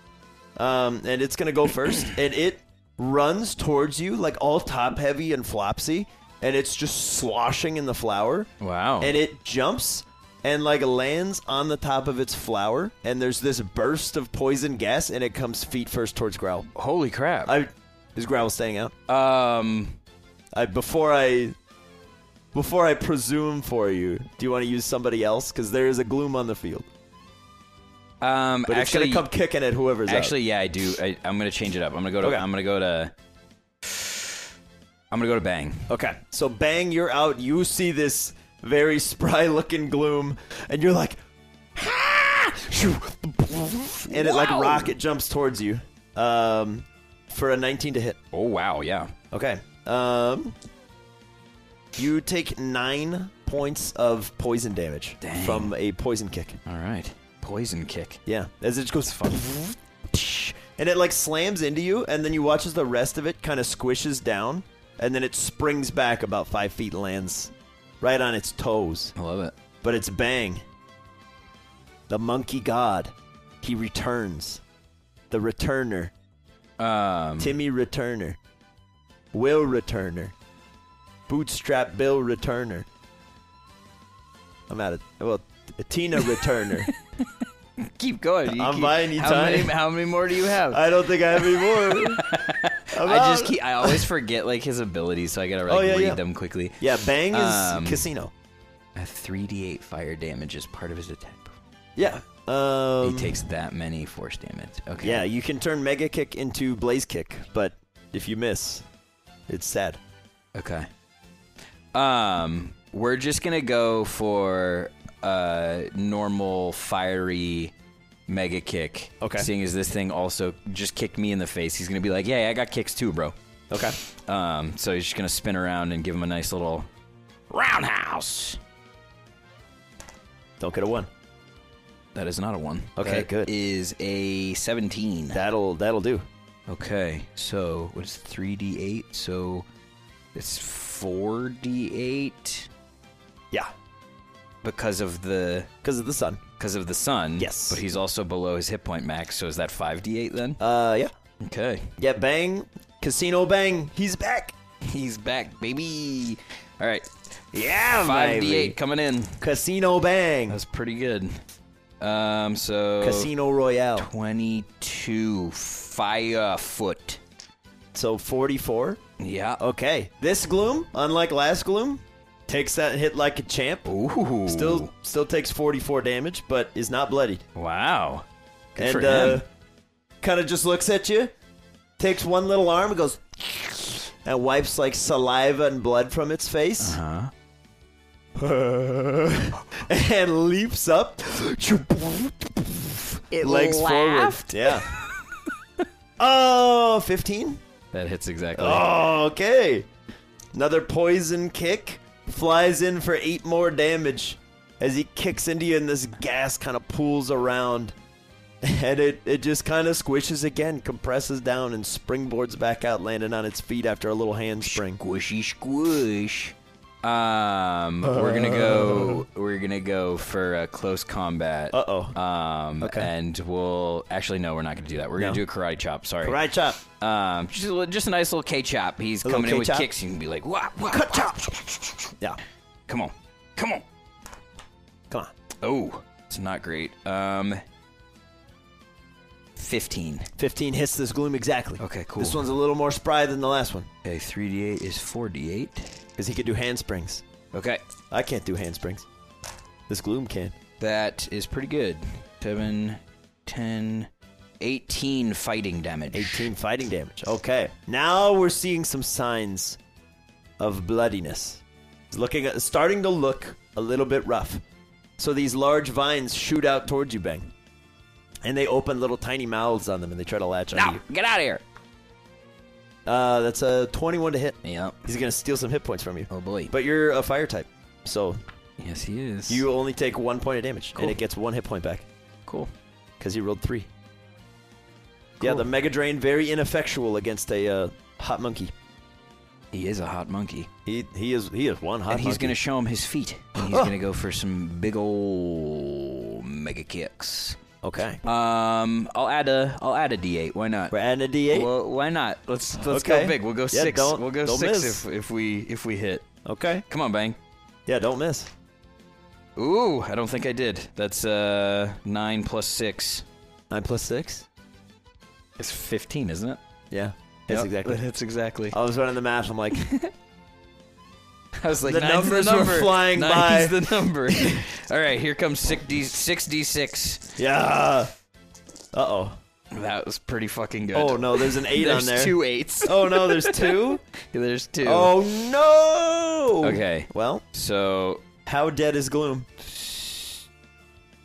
A: um, and it's gonna go first, and it runs towards you like all top heavy and flopsy, and it's just sloshing in the flower,
B: Wow.
A: and it jumps and like lands on the top of its flower, and there's this burst of poison gas, and it comes feet first towards Growl.
B: Holy crap.
A: I is Growl staying out?
B: um.
A: I before I. Before I presume for you, do you want to use somebody else? Because there is a gloom on the field,
B: Um.
A: but
B: actually,
A: it's gonna come kicking at whoever's out.
B: actually, yeah, I do. I, I'm gonna change it up. I'm gonna go to.
A: Okay.
B: I'm gonna go to. I'm gonna go to Bang.
A: Okay. So bang, you're out. You see this very spry looking gloom, and you're like, "Ah!" and it like rocket jumps towards you, um, for a 19 to hit.
B: Oh wow, yeah.
A: Okay. Um, you take nine points of poison damage
B: Dang.
A: from a poison kick.
B: All right. Poison kick.
A: Yeah, as it just goes and it like slams into you, and then you watch as the rest of it kind of squishes down, and then it springs back about five feet and lands right on its toes.
B: I love it.
A: But it's bang. The monkey god, he returns. The returner,
B: Um.
A: Timmy Returner, Will Returner, Bootstrap Bill Returner. I'm out of well, Tina Returner.
B: Keep going.
A: I'm
B: keep-
A: buying you
B: how
A: time.
B: Many, how many more do you have?
A: I don't think I have any more. I'm
B: I just
A: out.
B: keep. I always forget like his abilities, so I gotta like,
A: Oh, yeah,
B: read
A: yeah.
B: them quickly.
A: Yeah, bang is
B: Um,
A: casino.
B: A 3d8 fire damage is part of his attack.
A: Yeah. Um,
B: he takes that many force damage. Okay.
A: Yeah, you can turn mega kick into blaze kick, but if you miss, it's sad.
B: Okay. Um, we're just gonna go for uh normal fiery mega kick.
A: Okay.
B: Seeing as this thing also just kicked me in the face, he's gonna be like, "Yeah, I got kicks too, bro."
A: Okay.
B: Um, so he's just gonna spin around and give him a nice little roundhouse.
A: Don't get a one.
B: That is not a one.
A: Okay,
B: That
A: good.
B: Is a seventeen.
A: That'll that'll do.
B: Okay, so what's three d eight? So it's four d eight
A: Yeah.
B: because of the
A: Because of the sun.
B: because of the sun.
A: Yes.
B: but he's also below his hit point max. So is that five d eight then?
A: Uh, yeah.
B: Okay,
A: Yeah, bang. Casino bang. He's back.
B: he's back, baby. All right,
A: Yeah,
B: five d
A: baby.
B: eight coming in.
A: Casino bang.
B: That's pretty good. Um, so
A: Casino Royale.
B: twenty two fire foot.
A: So 44.
B: Yeah.
A: Okay. This gloom, unlike last gloom, takes that hit like a champ.
B: Ooh.
A: Still still takes 44 damage, but is not bloodied.
B: Wow. Good
A: and
B: for
A: uh
B: him.
A: kind of just looks at you, takes one little arm and goes and wipes like saliva and blood from its face.
B: Huh.
A: and leaps up.
D: It
A: legs
D: laughed.
A: forward. Yeah. oh, 15?
B: That hits exactly.
A: Oh, okay. Another poison kick flies in for eight more damage as he kicks into you, and this gas kind of pools around. And it, it just kind of squishes again, compresses down, and springboards back out, landing on its feet after a little handspring.
B: Squishy squish. Um, we're gonna go. We're gonna go for a close combat.
A: Uh oh.
B: Um,
A: Okay.
B: and we'll actually no, we're not gonna do that. We're
A: No.
B: gonna do a karate chop. Sorry.
A: Right chop.
B: Um, just a, li- just a nice little K chop. He's
A: A little
B: coming in with
A: K-chop?
B: kicks. You can be like, wah, wah,
A: Cut
B: wah.
A: chop. Yeah.
B: Come on, come on.
A: Come on.
B: Oh, it's not great. Um, fifteen.
A: 15 hits this gloom exactly.
B: Okay, cool.
A: This one's a little more spry than the last one
B: Okay, three d eight is four d eight.
A: because he could do handsprings.
B: Okay,
A: I can't do handsprings. This gloom can.
B: that is pretty good. Seven, ten, eighteen fighting damage.
A: 18 fighting damage. Okay. Now we're seeing some signs of bloodiness. It's looking at, starting to look a little bit rough. So these large vines shoot out towards you, Bang. And they open little tiny mouths on them and they try to latch on
B: Now,
A: you.
B: get out of here.
A: Uh, that's a 21 to hit.
B: Yep.
A: He's going to steal some hit points from you.
B: Oh boy.
A: But you're a fire type. So
B: yes, he is.
A: you only take one point of damage
B: Cool.
A: and it gets one hit point back
B: cool.
A: because he rolled three. Yeah,
B: Cool.
A: the Mega Drain, very ineffectual against a uh, hot monkey.
B: He is a hot monkey,
A: He he is he is one hot.
B: and he's
A: monkey.
B: gonna show him his feet. And he's
A: Oh.
B: gonna go for some big ol' mega kicks.
A: okay.
B: Um, I'll add a I'll add a D8. Why not?
A: We're adding a D eight.
B: Well, why not? Let's let's
A: Okay.
B: go big. We'll go
A: Yeah,
B: 6
A: don't-
B: we'll go
A: don't
B: six
A: miss.
B: if if we if we hit.
A: Okay.
B: Come on, bang.
A: Yeah, don't miss.
B: Ooh, I don't think I did. That's uh nine plus six.
A: Nine plus six.
B: It's fifteen, isn't it?
A: Yeah, that's
B: Yep,
A: exactly.
B: That's exactly.
A: I was running the math. I'm like,
B: I was like,
A: The
B: nine's
A: numbers
B: the
A: were
B: number.
A: flying
B: nine's
A: by.
B: the number. All right, here comes six d six d six.
A: yeah. Uh oh.
B: That was pretty fucking good.
A: Oh no, there's an eight
B: there's
A: on there.
B: two eights.
A: Oh no, there's two.
B: there's two.
A: Oh no.
B: Okay.
A: Well,
B: So
A: how dead is Gloom?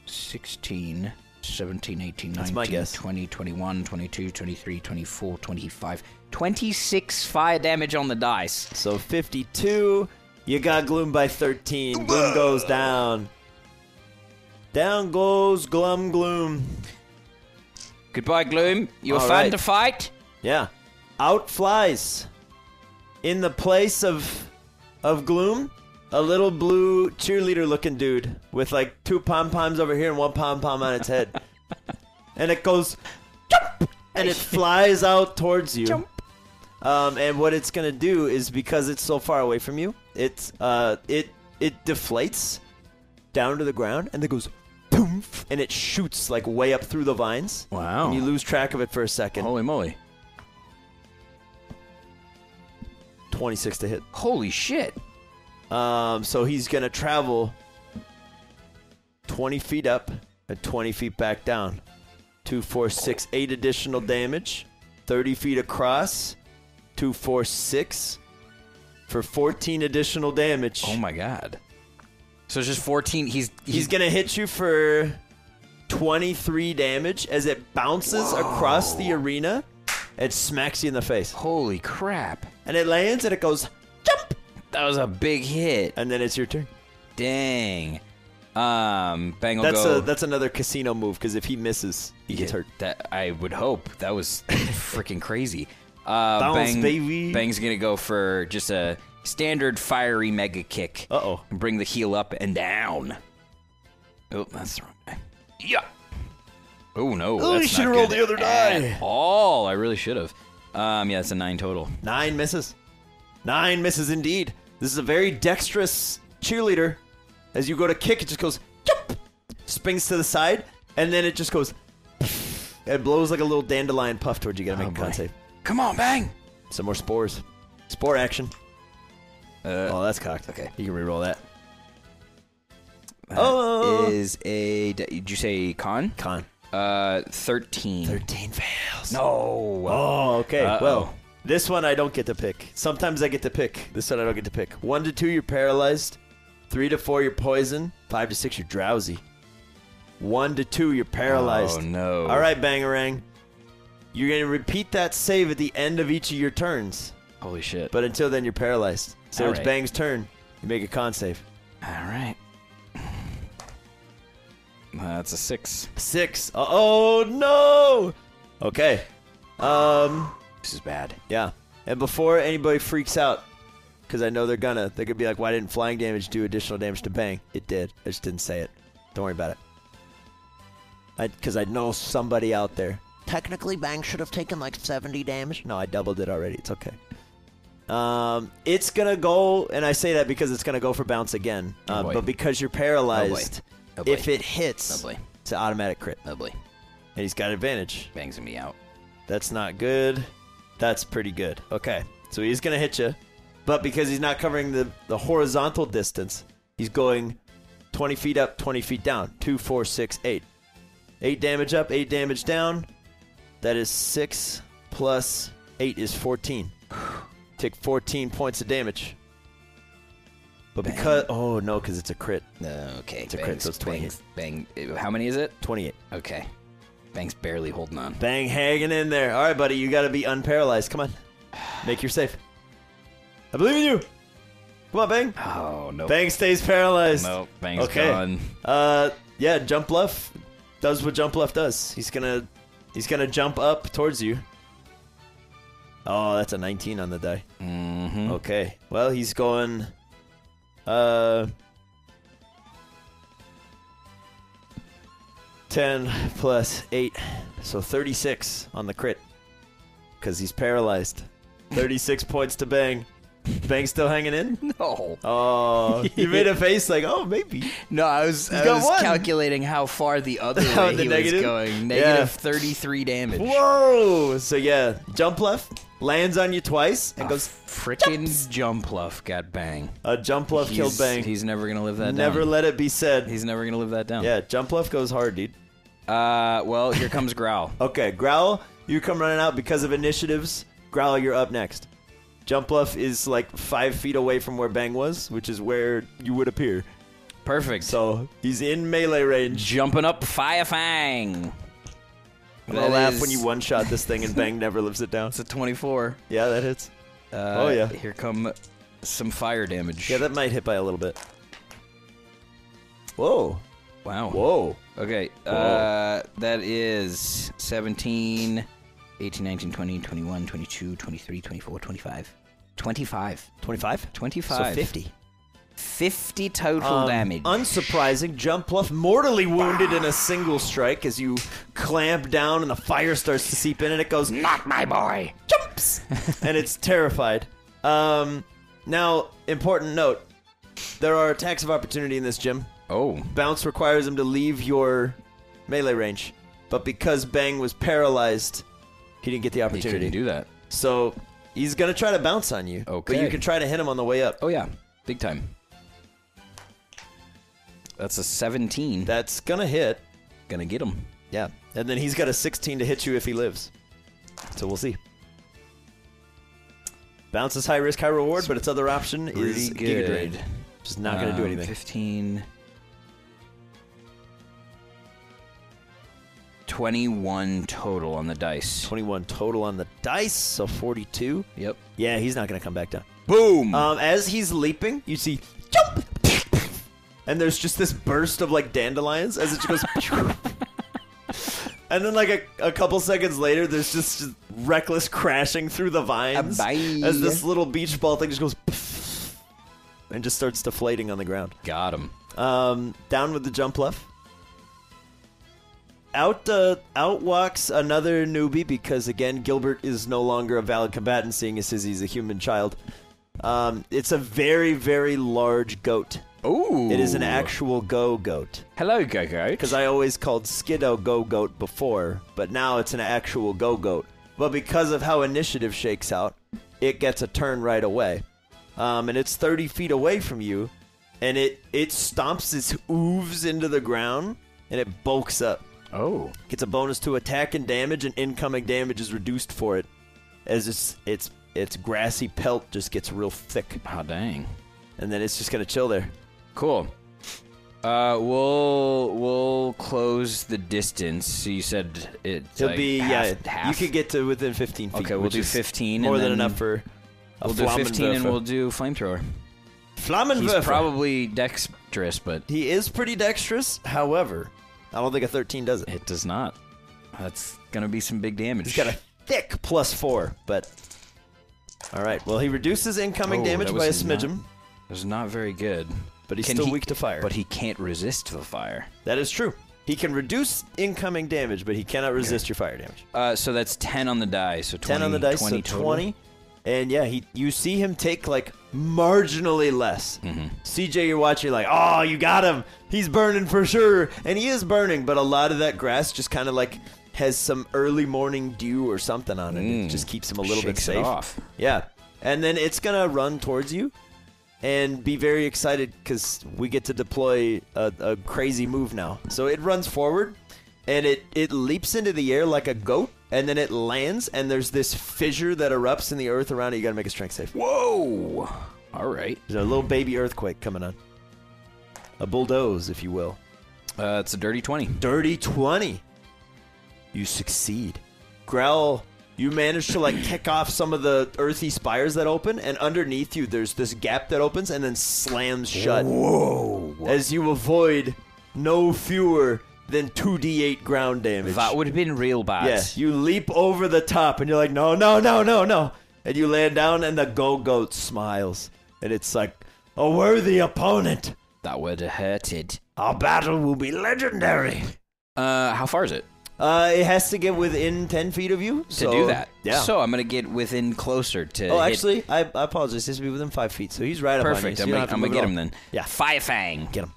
B: 16, 17, 18,
A: That's my
B: 19,
A: guess.
B: 20, 21, 22, 23, 24, 25, 26 fire damage on the dice.
A: So 52. You got Gloom by 13. Gloom goes down. Down goes Glum Gloom.
B: Goodbye, Gloom. You were
A: All
B: fun
A: right.
B: to fight.
A: Yeah. Out flies in the place of of gloom a little blue cheerleader looking dude with like two pom poms over here and one pom pom on its head. and it goes jump and it flies out towards you. Jump. Um, and what it's gonna do is because it's so far away from you, it's uh it it deflates down to the ground and then goes boom and it shoots like way up through the vines.
B: Wow.
A: And you lose track of it for a second.
B: Holy moly.
A: 26 to hit.
B: Holy shit.
A: Um, so he's going to travel 20 feet up and 20 feet back down. Two, four, six, eight additional damage. 30 feet across. Two, four, six. for 14 additional damage.
B: Oh my god. So it's just 14. He's
A: He's gonna hit you for 23 damage as it bounces across the arena. It smacks you in the face.
B: Holy crap.
A: And it lands and it goes, jump!
B: That was a big hit.
A: And then it's your turn.
B: Dang. Um, Bang will
A: That's
B: go.
A: a that's another casino move, because if he misses, he gets hurt.
B: That I would hope. That was freaking crazy. Uh,
A: Bounce,
B: Bang,
A: baby.
B: Bang's gonna go for just a standard fiery mega kick.
A: Uh oh.
B: And bring the heel up and down. Oh, that's the wrong guy. Yeah. Oh no.
A: Oh,
B: that's
A: you should've
B: not
A: rolled
B: good
A: the other
B: at
A: die.
B: all. I really should have. Um, yeah, it's a nine total.
A: Nine misses. Nine misses indeed. This is a very dexterous cheerleader. As you go to kick, it just goes, jump! Springs to the side, and then it just goes, it blows like a little dandelion puff towards you. Gotta make a con
B: Oh, boy.
A: save.
B: Come on, Bang.
A: Some more spores. Spore action.
B: Uh,
A: Oh, that's cocked. Okay. You can reroll that.
B: that
A: oh.
B: is a. Did you say con?
A: Con.
B: Uh, thirteen.
A: 13 fails.
B: No.
A: Oh, okay.
B: Uh-oh.
A: Well, this one I don't get to pick. Sometimes I get to pick. This one I don't get to pick. One to two, you're paralyzed. Three to four, you're poisoned. Five to six, you're drowsy. One to two, you're paralyzed.
B: Oh, no.
A: All right, Bangarang. You're going to repeat that save at the end of each of your turns.
B: Holy shit.
A: But until then, you're paralyzed. So
B: All
A: it's
B: right.
A: Bang's turn. You make a con save.
B: All right. That's a six.
A: Six. Uh oh, no. Okay. Um.
B: This is bad.
A: Yeah. And before anybody freaks out, because I know they're gonna, they could be like, why didn't flying damage do additional damage to Bang? It did. I just didn't say it. Don't worry about it. Because I, know somebody out there. Technically, Bang should have taken like 70 damage. No, I doubled it already. It's okay. Um, it's gonna go, and I say that because it's gonna go for bounce again.
B: Oh,
A: Um,
B: boy.
A: but because you're paralyzed,
B: Oh, boy.
A: if it hits,
B: Oh, boy.
A: it's an automatic crit,
B: Oh boy.
A: and he's got advantage.
B: Bangs me out.
A: That's not good. That's pretty good. Okay. So he's going to hit you. But because he's not covering the, the horizontal distance, he's going 20 feet up, 20 feet down. Two, four, six, eight. Eight damage up, eight damage down. That is six plus eight is 14. Take 14 points of damage. But because. Oh, no, because it's a crit.
B: Okay. It's
A: a crit, so it's 28.
B: Bang. bang. How many is it?
A: 28.
B: Okay. Bang's barely holding on.
A: Bang, hanging in there. All right, buddy, you got to be unparalyzed. Come on, make your safe. I believe in you. Come on, Bang.
B: Oh no.
A: Bang stays paralyzed.
B: Nope. Bang's gone.
A: Uh, yeah, jump bluff does what jump bluff does. He's gonna, he's gonna jump up towards you. Oh, that's a 19 on the die.
B: Mm-hmm.
A: Okay. Well, he's going. Uh. 10 plus 8. So 36 on the crit. Because he's paralyzed. 36 points to Bang. Bang still hanging in?
B: No.
A: Oh. You made a face like, oh, maybe.
B: No, I was, I
A: got
B: was
A: one.
B: calculating how far the other way
A: Oh, the
B: he
A: negative?
B: was going.
A: Yeah.
B: Negative 33 damage.
A: Whoa! So yeah, jump left, lands on you twice, and
B: A
A: goes,
B: frickin' jump bluff got bang.
A: a jump left killed
B: He's-
A: Bang.
B: He's never gonna live that
A: Never
B: down.
A: let it be said.
B: he's never gonna live that down.
A: yeah, jump left goes hard, dude.
B: Uh, well, here comes growl.
A: Okay, Growl, you come running out because of initiatives. Growl, you're up next. Jump Bluff is like five feet away from where Bang was, which is where you would appear.
B: Perfect.
A: So he's in melee range.
B: jumping up fire fang.
A: I'm gonna laugh when you one shot this thing and Bang never lives it down.
B: It's a 24.
A: Yeah, that hits.
B: Uh,
A: Oh, yeah.
B: Here come some fire damage.
A: Yeah, that might hit by a little bit. Whoa.
B: wow.
A: Whoa.
B: Okay. Uh, that is 17, 18, 19, 20, 21, 22, 23, 24, 25. 25.
A: 25?
B: 25.
A: 50.
B: 50 total
A: Um,
B: damage.
A: Unsurprising, Jump Bluff mortally wounded in a single strike as you clamp down and the fire starts to seep in and it goes,
B: Not my boy.
A: jumps and it's terrified um now important note there are attacks of opportunity in this gym
B: Oh.
A: bounce requires him to leave your melee range but because bang was paralyzed he didn't get the
B: He couldn't
A: opportunity
B: do that.
A: so he's gonna try to bounce on you but you
B: Okay.
A: can try to hit him on the way up
B: Oh, yeah. Big time. That's a 17.
A: that's gonna hit
B: Gonna get him.
A: yeah and then he's got a 16 to hit you if he lives so we'll see Bounce is high risk, high reward, but its other option is
B: Pretty
A: Giga
B: good.
A: Drain. Just not going to do
B: Um,
A: anything.
B: 15. 21 total on the dice.
A: 21 total on the dice, so 42.
B: Yep.
A: Yeah, he's not going to come back down.
B: Boom!
A: Um, as he's leaping, you see jump, and there's just this burst of like dandelions as it just goes. And then, like a, a couple seconds later, there's just, just reckless crashing through the vines
B: bye.
A: as this little beach ball thing just goes and just starts deflating on the ground.
B: Got him.
A: Um, down with the jump left. Out uh, out walks another newbie because again Gilbert is no longer a valid combatant, seeing as he's a human child. Um, it's a very very large goat.
B: Ooh.
A: It is an actual go goat
B: Hello, Gogo.
A: because I always called Skiddo go goat before, but now it's an actual go goat. But because of how initiative shakes out, it gets a turn right away, um, and it's 30 feet away from you, and it it stomps its hooves into the ground, and it bulks up,
B: Oh.
A: gets a bonus to attack and damage, and incoming damage is reduced for it, as its its its grassy pelt just gets real thick,
B: Ah, dang.
A: and then it's just gonna chill there.
B: Cool. Uh, we'll we'll close the distance. So you said it.
A: It'll
B: like,
A: be
B: half,
A: yeah.
B: Half?
A: You could get to within 15 feet.
B: Okay, we'll
A: which
B: do
A: is
B: 15 and
A: More than
B: then
A: enough for. a
B: We'll do fifteen, and
A: Flammenwerfer.
B: we'll do flamethrower. He's
A: Flammenwerfer.
B: probably dexterous, but
A: He is pretty dexterous. However, I don't think a 13 does it.
B: it does not. That's gonna be some big damage.
A: He's got a thick plus four, but. All right. Well, he reduces incoming
B: Oh,
A: damage
B: that
A: by a
B: was not-
A: smidgen,
B: It was not very good.
A: but he's
B: Can
A: still
B: he-
A: weak to fire.
B: But he can't resist the fire.
A: that is true. He can reduce incoming damage, but he cannot resist your fire damage.
B: Uh, so that's ten on the die. So 20,
A: 10 on the dice,
B: 20
A: so
B: total.
A: 20. And yeah, he you see him take like marginally less.
B: Mm-hmm.
A: CJ, you're watching, you're like, oh, you got him. He's burning for sure. And he is burning, but a lot of that grass just kind of like has some early morning dew or something on it. It
B: Mm.
A: just keeps him a little bit
B: Shakes it
A: safe.
B: off.
A: Yeah. And then it's going to run towards you and be very excited because we get to deploy a, a crazy move now. So it runs forward and it, it leaps into the air like a goat and then it lands and there's this fissure that erupts in the earth around it. You got to make a strength save.
B: Whoa! All right.
A: There's a little baby earthquake coming on. A bulldoze, if you will.
B: Uh, it's a dirty twenty.
A: Dirty 20. You succeed. Grell, you manage to like kick off some of the earthy spires that open, and underneath you there's this gap that opens and then slams shut.
B: Whoa!
A: As you avoid no fewer than 2d8 ground damage.
B: That would have been real bad.
A: Yes, you leap over the top and you're like, no, no, no, no, no. And you land down, and the go goat smiles. And it's like, a worthy opponent.
B: That would have hurted.
A: Our battle will be legendary.
B: Uh, how far is it
A: Uh, it has to get within ten feet of you
B: to
A: so-
B: do that?
A: Yeah.
B: So I'm gonna get within closer to.
A: oh,
B: hit-
A: actually, I, I apologize. This would be within five feet, so he's right up on you.
B: perfect.
A: so
B: I'm,
A: you don't have
B: gonna,
A: to
B: I'm gonna
A: move at
B: get him
A: all.
B: then.
A: Yeah.
B: Fire fang.
A: Get him.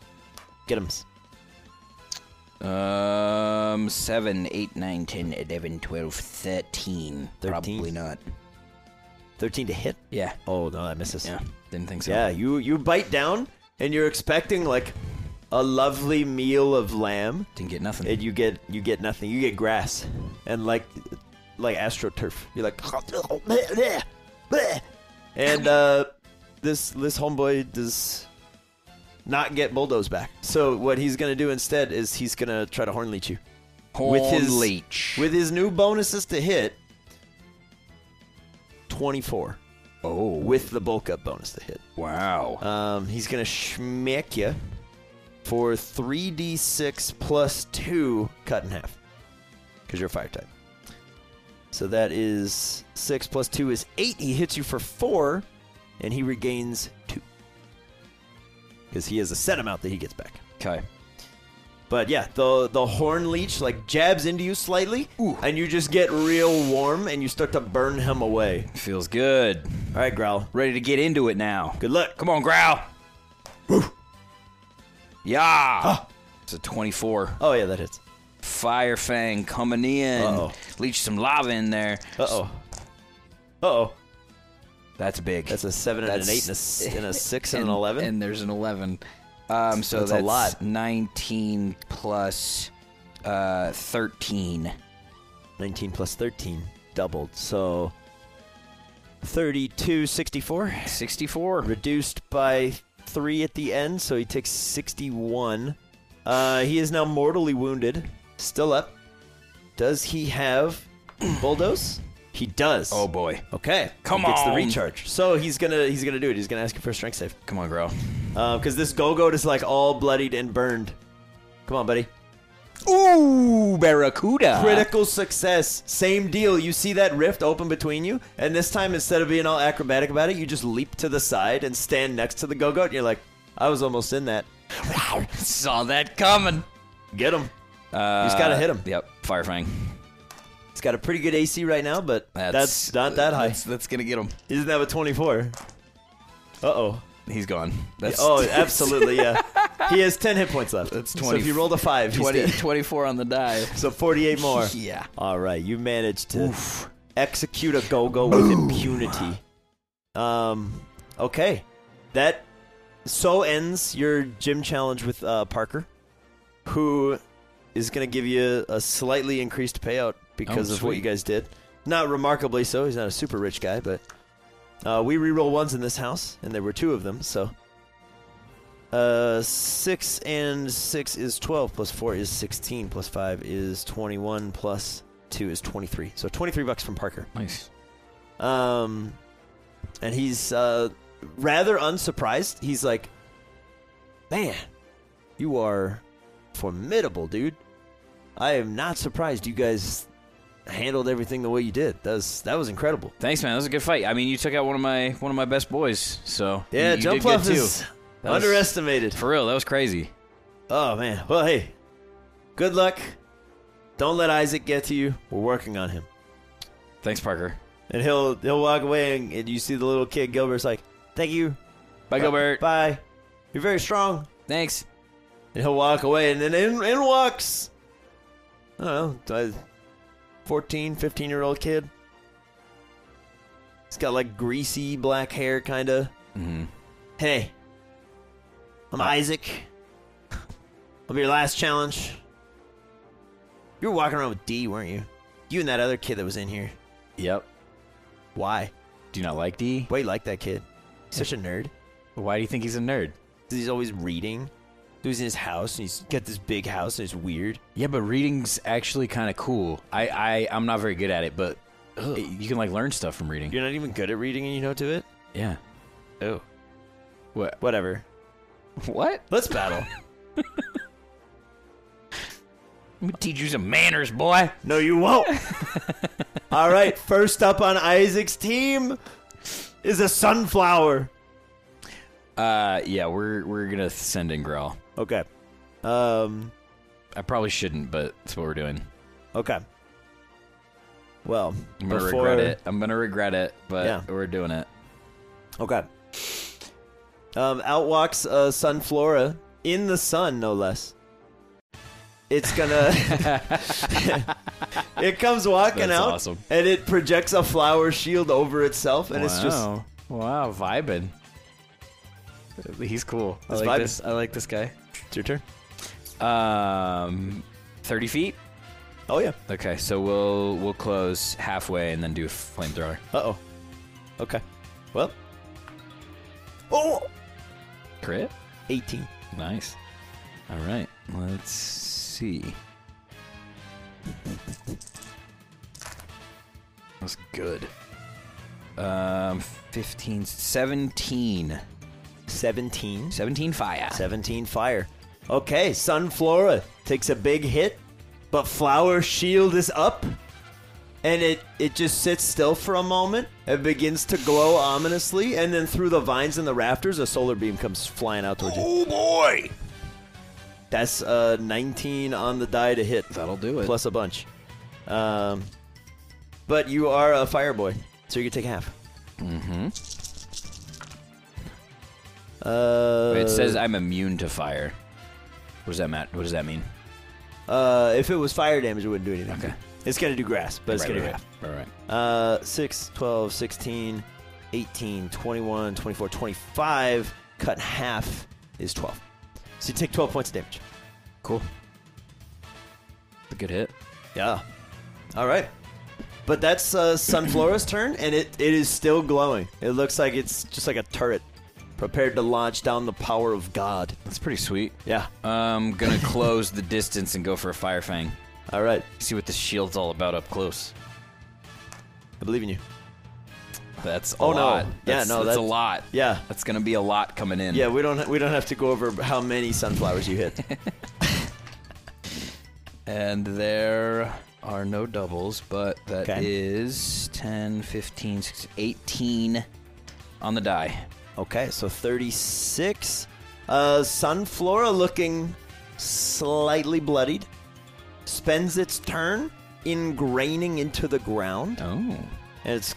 A: Get him.
B: Um, seven, eight, nine, ten, eleven, twelve, thirteen. Probably
A: Thirteen?
B: not.
A: Thirteen to hit.
B: Yeah.
A: Oh no, that misses.
B: Yeah. Didn't think so.
A: Yeah, you you bite down, and you're expecting like a lovely meal of lamb,
B: Didn't get nothing.
A: and you get you get nothing. You get grass, and like like astroturf. You're like, "Oh, and uh, this this homeboy does not get bulldoze back. So what he's gonna do instead is he's gonna try to horn leech you
B: Horn
A: with his
B: leech.
A: with his new bonuses to hit. Twenty four
B: oh.
A: with the bulk up bonus to hit.
B: wow.
A: Um, he's gonna schmack you for three d six plus two, cut in half, because you're a fire type. So that is six plus two is eight. He hits you for four, and he regains two, because he has a set amount that he gets back.
B: Okay.
A: But yeah, the the horn leech like jabs into you slightly, and you just get real warm, and you start to burn him away.
B: Feels good.
A: All right, growl.
B: Ready to get into it now.
A: Good luck.
B: Come on, growl. Yeah. It's a 24.
A: Oh yeah, that hits.
B: Fire fang coming in.
A: Uh-oh.
B: Leech some lava in there.
A: Uh oh. Uh oh.
B: That's big.
A: That's a seven and an eight and a, s- and a six and, an eleven.
B: And there's an 11. Um, so
A: That's
B: that's,
A: a lot.
B: 19 plus uh, 13.
A: Nineteen plus thirteen doubled. So 32 64.
B: 64.
A: Reduced by three at the end, so he takes 61. Uh, he is now mortally wounded. Still up. Does he have bulldoze? He does.
B: Oh boy.
A: okay.
B: Come
A: he gets the
B: on.
A: recharge. So he's gonna he's gonna do it. He's gonna ask you for a strength save
B: Come on, girl.
A: because this Golgoat is like all bloodied and burned. Come on, buddy.
B: Ooh, Barracuda.
A: Critical success. Same deal. You see that rift open between you, and this time instead of being all acrobatic about it, you just leap to the side and stand next to the go goat. You're like, I was almost in that.
B: Saw that coming.
A: Get him.
B: Uh,
A: He's gotta hit him.
B: Yep. Firefang.
A: He's got a pretty good AC right now, but that's, not that high.
B: That's, that's gonna get him.
A: He doesn't have a 24. Uh oh.
B: He's gone. That's
A: Oh, absolutely, yeah. He has 10 hit points left.
B: That's
A: So if
B: 20
A: you rolled a 5, he's
B: 20,
A: dead.
B: 24 on the die.
A: So 48 more.
B: Yeah.
A: All right, you managed to execute a go-go with impunity. Um, okay, that so ends your gym challenge with uh, Parker, who is going to give you a slightly increased payout because
B: Oh,
A: of what you
B: sweet.
A: guys did. Not remarkably so. He's not a super rich guy, but uh, we reroll ones in this house, and there were two of them. So, uh, six and six is twelve. Plus four is sixteen. Plus five is twenty-one. Plus two is twenty-three. So twenty-three bucks from Parker.
B: Nice.
A: Um, and he's uh, rather unsurprised. He's like, "Man, you are formidable, dude. I am not surprised you guys handled everything the way you did. That was that was incredible."
B: Thanks, man. That was a good fight. I mean, you took out one of my one of my best boys. So
A: Yeah,
B: you, you
A: jump
B: did good
A: off
B: too.
A: is
B: That was-
A: underestimated.
B: For real, that was crazy.
A: Oh man. Well, hey, good luck. Don't let Isaac get to you. We're working on him,
B: Thanks, Parker.
A: and he'll he'll walk away, and, and you see the little kid Gilbert's like, "Thank you,
B: Bye, Gilbert.
A: Bye. You're very strong."
B: Thanks.
A: And he'll walk away, and then in, in walks, I don't know, a 14, 15 year old kid. He's got like greasy black hair, kind of.
B: hmm
A: Hey, I'm Isaac. I'll be your last challenge. You were walking around with D, weren't you? You and that other kid that was in here.
B: Yep.
A: Why?
B: Do you not like D?
A: Why you like that kid? He's such a nerd.
B: Why do you think he's a nerd?
A: 'Cause He's always reading. He's in his house, and he's got this big house, and it's weird.
B: Yeah, but reading's actually kind of cool. I, I I'm not very good at it, but it- you can like learn stuff from reading.
A: You're not even good at reading, and you know do it.
B: Yeah.
A: Oh.
B: What?
A: Whatever.
B: What?
A: Let's battle.
B: I'm gonna teach you some manners, boy.
A: no, you won't. All right, first up on Isaac's team is a sunflower.
B: Uh, yeah, we're we're gonna send in Growl.
A: Okay. Um,
B: I probably shouldn't, but that's what we're doing.
A: okay. Well,
B: I'm gonna
A: before,
B: regret it. I'm gonna regret it, but
A: Yeah.
B: we're doing it.
A: Okay. Um, out walks uh, Sunflora in the sun, no less. It's gonna. it comes walking
B: That's
A: out,
B: awesome.
A: and it projects a flower shield over itself, and it's just
B: wow. wow, vibing. He's cool. I
A: It's
B: like
A: vibing.
B: this. I like this guy.
A: It's your turn.
B: Um, thirty feet.
A: Oh yeah.
B: Okay, so we'll we'll close halfway and then do a flamethrower.
A: Uh oh. Okay. Well. Oh.
B: Crit.
A: 18.
B: Nice. All right. Let's see. That's good. Um, 15, 17.
A: 17.
B: 17 fire.
A: 17 fire. Okay, Sunflora takes a big hit, but Flower Shield is up. And it, it just sits still for a moment. It begins to glow ominously, and then through the vines and the rafters, a solar beam comes flying out towards you.
B: Oh boy!
A: That's uh, 19 on the die to hit,
B: That'll do it.
A: plus a bunch. Um, but you are a fire boy, so you can take half. Mm-hmm. Uh,
B: it says I'm immune to fire. What does that matter? What does that mean?
A: Uh, if it was fire damage, it wouldn't do anything.
B: Okay.
A: It's going to do grass, but it's
B: Right,
A: going to
B: right,
A: do half.
B: right. All right.
A: Uh, 6, 12, 16, 18, 21, 24, 25. Cut in half is 12. So you take 12 points of damage.
B: Cool. A good hit.
A: Yeah. All right. But that's uh, Sunflora's turn, and it, it is still glowing. It looks like it's just like a turret, prepared to launch down the power of God.
B: That's pretty sweet.
A: Yeah.
B: I'm gonna close the distance and go for a fire fang.
A: All right.
B: See what the shield's all about up close.
A: I believe in you.
B: That's a
A: Oh, no.
B: lot.
A: Yeah,
B: That's,
A: no,
B: that's, a
A: that's-
B: lot.
A: Yeah.
B: that's gonna be a lot coming in.
A: Yeah, we don't we don't have to go over how many sunflowers you hit.
B: And there are no doubles, but that is
A: Okay.
B: 10, 15, 16, 18 on the die.
A: Okay, so 36. Uh, Sunflora looking slightly bloodied. Spends its turn ingraining into the ground.
B: Oh.
A: And it's,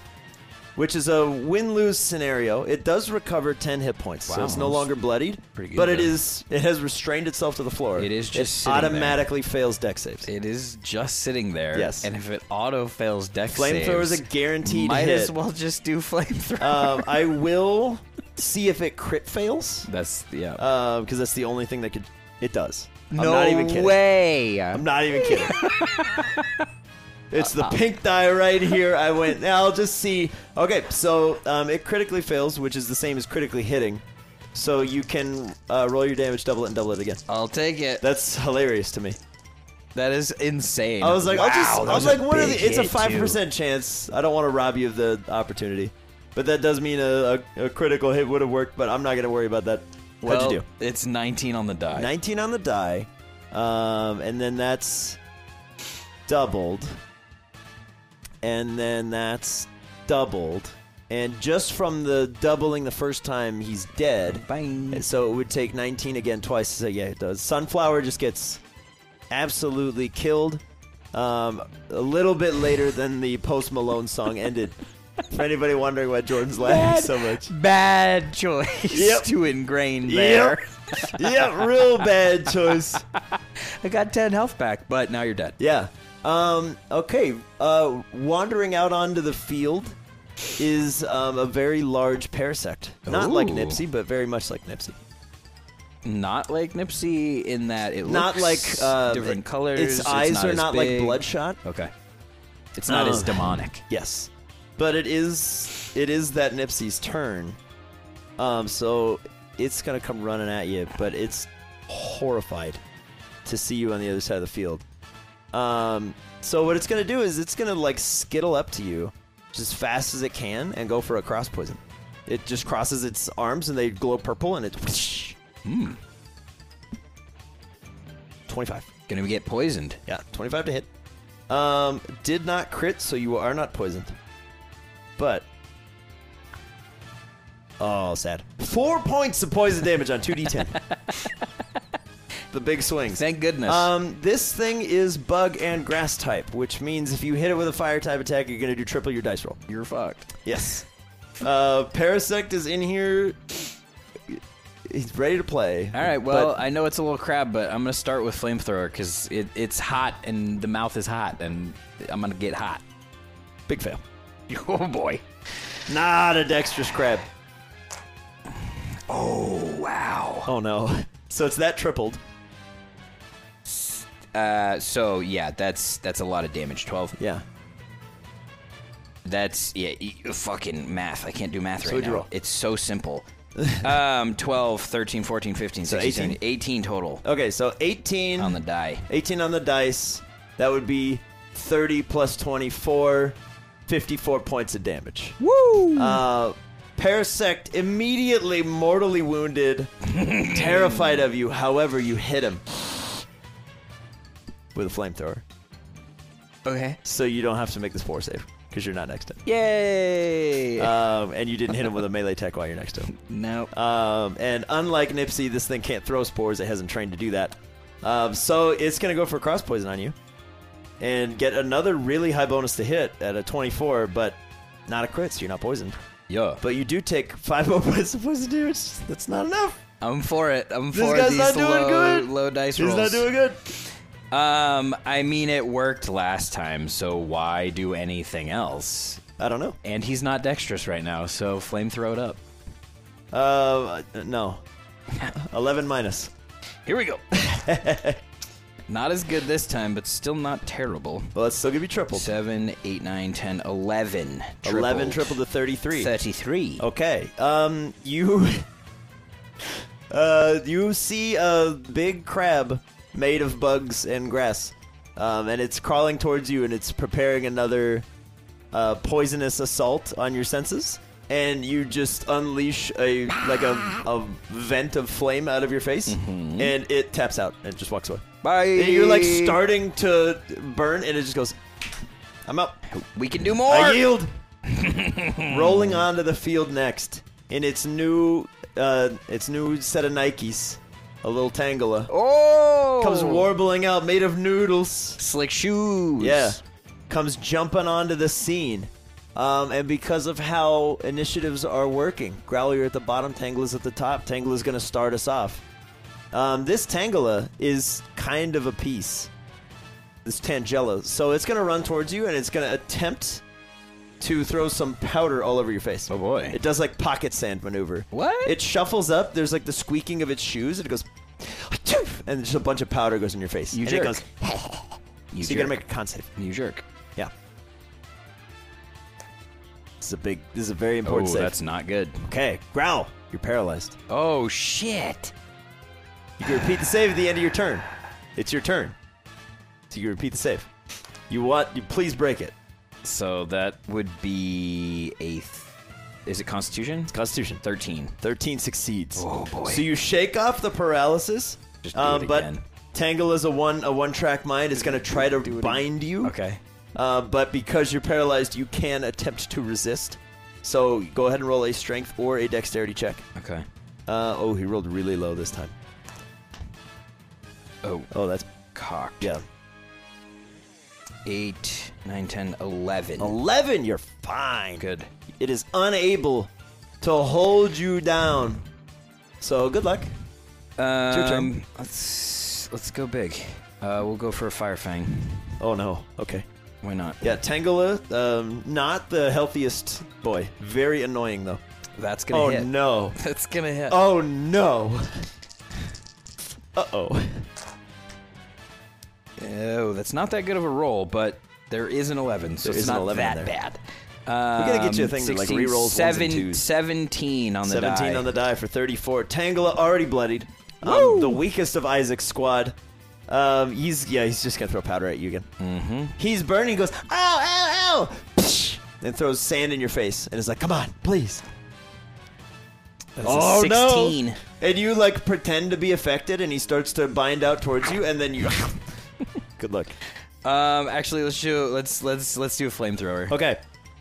A: which is a win lose scenario. It does recover 10 hit points, so
B: Wow.
A: it's no longer bloodied.
B: Pretty good,
A: but it
B: though.
A: is it has restrained itself to the floor.
B: It is just
A: it
B: sitting there.
A: automatically fails deck saves.
B: It is just sitting there.
A: Yes.
B: And if it auto fails deck
A: Flamethrower is
B: saves,
A: a guaranteed
B: Might
A: hit.
B: as well just do flamethrower.
A: um, I will see if it crit fails.
B: That's yeah.
A: because that's the only thing that could. It does.
B: no
A: uh, I'm not even kidding.
B: way.
A: I'm not even kidding. it's the
B: Uh-huh.
A: pink die right here. I went. "Nah, I'll just see. Okay, so um, it critically fails, which is the same as critically hitting. So you can uh, roll your damage, double it, and double it again.
B: I'll take it.
A: That's hilarious to me.
B: that is insane.
A: I was like, I'll just.
B: Wow, that
A: I was
B: a
A: like, what are
B: big
A: the? It's a
B: hit,
A: five
B: too.
A: percent chance. I don't want to rob you of the opportunity, but that does mean a, a, a critical hit would have worked. But I'm not gonna worry about that.
B: Well,
A: What'd you do?
B: It's 19 on the die.
A: 19 on the die. Um, and then that's doubled. And then that's doubled. And just from the doubling the first time, he's dead.
B: Bang.
A: And So it would take 19 again twice. So yeah, it does. Sunflower just gets absolutely killed. Um, a little bit later than the Post Malone song ended. For anybody wondering why Jordan's laughing so much.
B: Bad choice
A: Yep.
B: to ingrain there.
A: Yep. yeah, real bad choice.
B: I got 10 health back, but now you're dead.
A: Yeah. Um, okay. Uh, wandering out onto the field is um, a very large parasect. Not like
B: Ooh.
A: Nipsey, but very much like Nipsey.
B: Not like Nipsey in that it
A: not like
B: looks
A: uh,
B: different
A: it-
B: colors.
A: Its
B: it's
A: eyes
B: not
A: are
B: as
A: not
B: big.
A: like bloodshot.
B: Okay. It's not
A: Oh.
B: as demonic.
A: Yes, but it is. It is that Nipsey's turn. Um, so it's gonna come running at you, but it's horrified to see you on the other side of the field. Um, so what it's gonna do is it's gonna like skittle up to you just as fast as it can and go for a cross poison. It just crosses its arms and they glow purple and it. Twenty-five.
B: Gonna get poisoned.
A: Yeah, 25 to hit. Um, did not crit, so you are not poisoned. But. Oh, sad. Four points of poison damage on 2d10. the big swings.
B: Thank goodness.
A: Um, this thing is bug and grass type, which means if you hit it with a fire type attack, you're going to do triple your dice roll.
B: you're fucked.
A: Yes. Uh, Parasect is in here. He's ready to play.
B: All right. Well,
A: but-
B: I know it's a little crab, but I'm gonna start with flamethrower because it, it's hot and the mouth is hot, and I'm gonna get hot.
A: big fail.
B: Oh boy.
A: Not a dexterous crab.
B: Wow.
A: Oh no. So it's that tripled.
B: Uh, so yeah, that's that's a lot of damage. Twelve.
A: Yeah.
B: That's yeah. e- Fucking math. I can't do math right
A: what'd
B: now.
A: you roll?
B: It's so simple. um, 12, 13, 14, 15,
A: So
B: 16,
A: 18.
B: 18 total
A: Okay, so 18
B: on the die.
A: 18 on the dice. That would be 30 plus 24, 54 points of damage. Woo! Uh, Parasect immediately mortally wounded, terrified of you. However, you hit him with a flamethrower,
B: Okay.
A: so you don't have to make this four save because you're not next to him.
B: Yay!
A: Um, and you didn't hit him with a melee attack while you're next to him.
B: no.
A: Um, and unlike Nipsey, this thing can't throw spores. It hasn't trained to do that. Um, so it's going to go for cross poison on you and get another really high bonus to hit at a 24, but not a crit, so you're not poisoned.
B: Yo,
A: But you do take five more points of poison damage. That's not enough.
B: I'm for it. I'm
A: This
B: for
A: guy's
B: these
A: not doing
B: low,
A: good.
B: low dice
A: He's
B: rolls.
A: not doing good.
B: Um, I mean, it worked last time, so why do anything else?
A: I don't know.
B: And he's not dexterous right now, so flamethrow it up.
A: Uh, no. 11 minus.
B: Here we go. Not as good this time, but still not terrible.
A: Well, let's still give you triple.
B: Seven, eight, nine, ten, eleven.
A: 11 triple Oh, to
B: tripled.
A: 33.
B: 33.
A: Okay. Um, you. Uh, you see a big crab made of bugs and grass, um, and it's crawling towards you, and it's preparing another uh, poisonous assault on your senses. And you just unleash a like a, a vent of flame out of your face, and it taps out and just walks away.
B: Bye.
A: And you're like starting to burn, and it just goes. I'm out.
B: We can do more.
A: I yield. Rolling onto the field next in its new uh, its new set of Nikes, a little Tangela
B: oh.
A: comes warbling out, made of noodles.
B: Slick shoes.
A: Yeah, comes jumping onto the scene. Um, and because of how initiatives are working, Growler at the bottom, Tangela's at the top. Tangela's going to start us off. Um, this Tangela is kind of a piece. This Tangela. So it's going to run towards you and it's going to attempt to throw some powder all over your face.
B: Oh, boy.
A: It does like pocket sand maneuver.
B: What?
A: It shuffles up. There's like the squeaking of its shoes and it goes. And just a bunch of powder goes in your face.
B: You
A: and
B: jerk.
A: it goes.
B: You
A: So you
B: jerk.
A: gotta make a con save.
B: You jerk.
A: Yeah. This is a big. This is a very
B: Oh,
A: important save.
B: that's not good.
A: okay. Growl. You're paralyzed.
B: Oh shit.
A: You can repeat the save at the end of your turn. It's your turn. So you can repeat the save. You want? You please break it.
B: So that would be a. Th- is it Constitution?
A: Constitution.
B: Thirteen.
A: Thirteen succeeds.
B: Oh, boy.
A: So you shake off the paralysis. um,
B: Just do it
A: but
B: again.
A: Tangle is a one a one track mind. It's gonna try to bind you.
B: Okay.
A: Uh, but because you're paralyzed, you can attempt to resist. So go ahead and roll a strength or a dexterity check.
B: Okay.
A: Uh, oh, he rolled really low this time.
B: Oh,
A: Oh, that's
B: cocked.
A: yeah.
B: Eight, nine, ten, eleven.
A: Eleven, you're fine.
B: Good.
A: It is unable to hold you down. So good luck.
B: Um,
A: your turn.
B: Let's let's go big. Uh, we'll go for a fire fang.
A: Oh no. Okay.
B: Why not?
A: Yeah, Tangela, um, not the healthiest boy. Very annoying though.
B: That's gonna
A: Oh
B: hit. Uh.
A: no.
B: That's gonna hit.
A: Oh no. Uh oh.
B: Oh, that's not that good of a roll, but there is an 11, so
A: There
B: it's
A: is an
B: not
A: 11
B: that
A: in
B: bad.
A: We gotta get you a
B: Um,
A: thing that, like,
B: 16,
A: rerolls ones and twos.
B: 17 on the
A: 17
B: die.
A: on the die for 34. Tangela already bloodied. Um, the weakest of Isaac's squad. Um, he's yeah, he's just gonna throw powder at you again. Mm-hmm. He's burning. He goes ow ow ow, Psh! and throws sand in your face, and is like, "Come on, please."
B: That's a
A: oh
B: 16.
A: no! And you like pretend to be affected, and he starts to bind out towards you, and then you. Good luck.
B: Um, actually, let's do let's let's let's do a flamethrower.
A: Okay.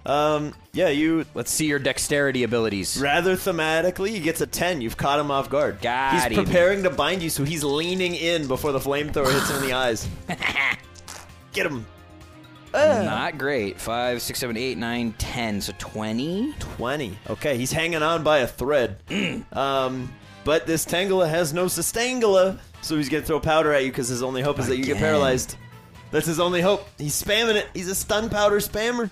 A: Um, yeah, you
B: Let's see your dexterity abilities.
A: Rather thematically, he gets a 10. You've caught him off guard.
B: Got
A: he's
B: him.
A: preparing to bind you, so he's leaning in before the flamethrower hits him in the eyes. Get him.
B: Uh. Not great. Five, six, seven, eight, nine, ten. So twenty.
A: 20. Okay, he's hanging on by a thread.
B: Mm.
A: Um, but this Tangela has no Sustangela, so he's going to throw powder at you because his only hope is that you get
B: Again.
A: paralyzed. That's his only hope. He's spamming it. He's a stun powder spammer.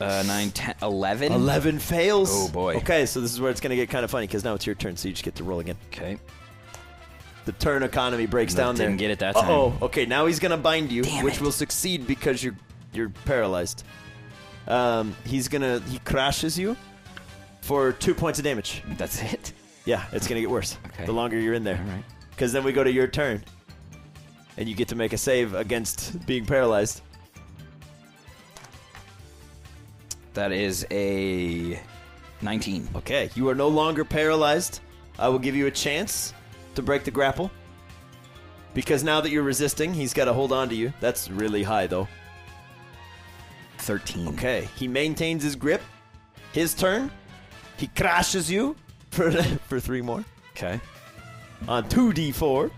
B: Uh, nine, ten, eleven.
A: 11 fails.
B: Oh, boy.
A: Okay, so this is where it's going to get kind of funny because now it's your turn, so you just get to roll again.
B: Okay.
A: The turn economy breaks
B: No,
A: down there.
B: didn't get it that time.
A: Oh, okay. Now he's gonna bind you,
B: Damn
A: which
B: it.
A: will succeed because you're you're paralyzed. Um, he's gonna he crashes you for two points of damage.
B: That's it.
A: Yeah, it's gonna get worse.
B: Okay.
A: The longer you're in there,
B: All right.
A: because then we go to your turn, and you get to make a save against being paralyzed.
B: That is a nineteen.
A: Okay, you are no longer paralyzed. I will give you a chance to break the grapple. Because now that you're resisting, he's got to hold on to you. That's really high, though.
B: Thirteen.
A: Okay, he maintains his grip. His turn. He crashes you for for three more
B: Okay.
A: on two d four,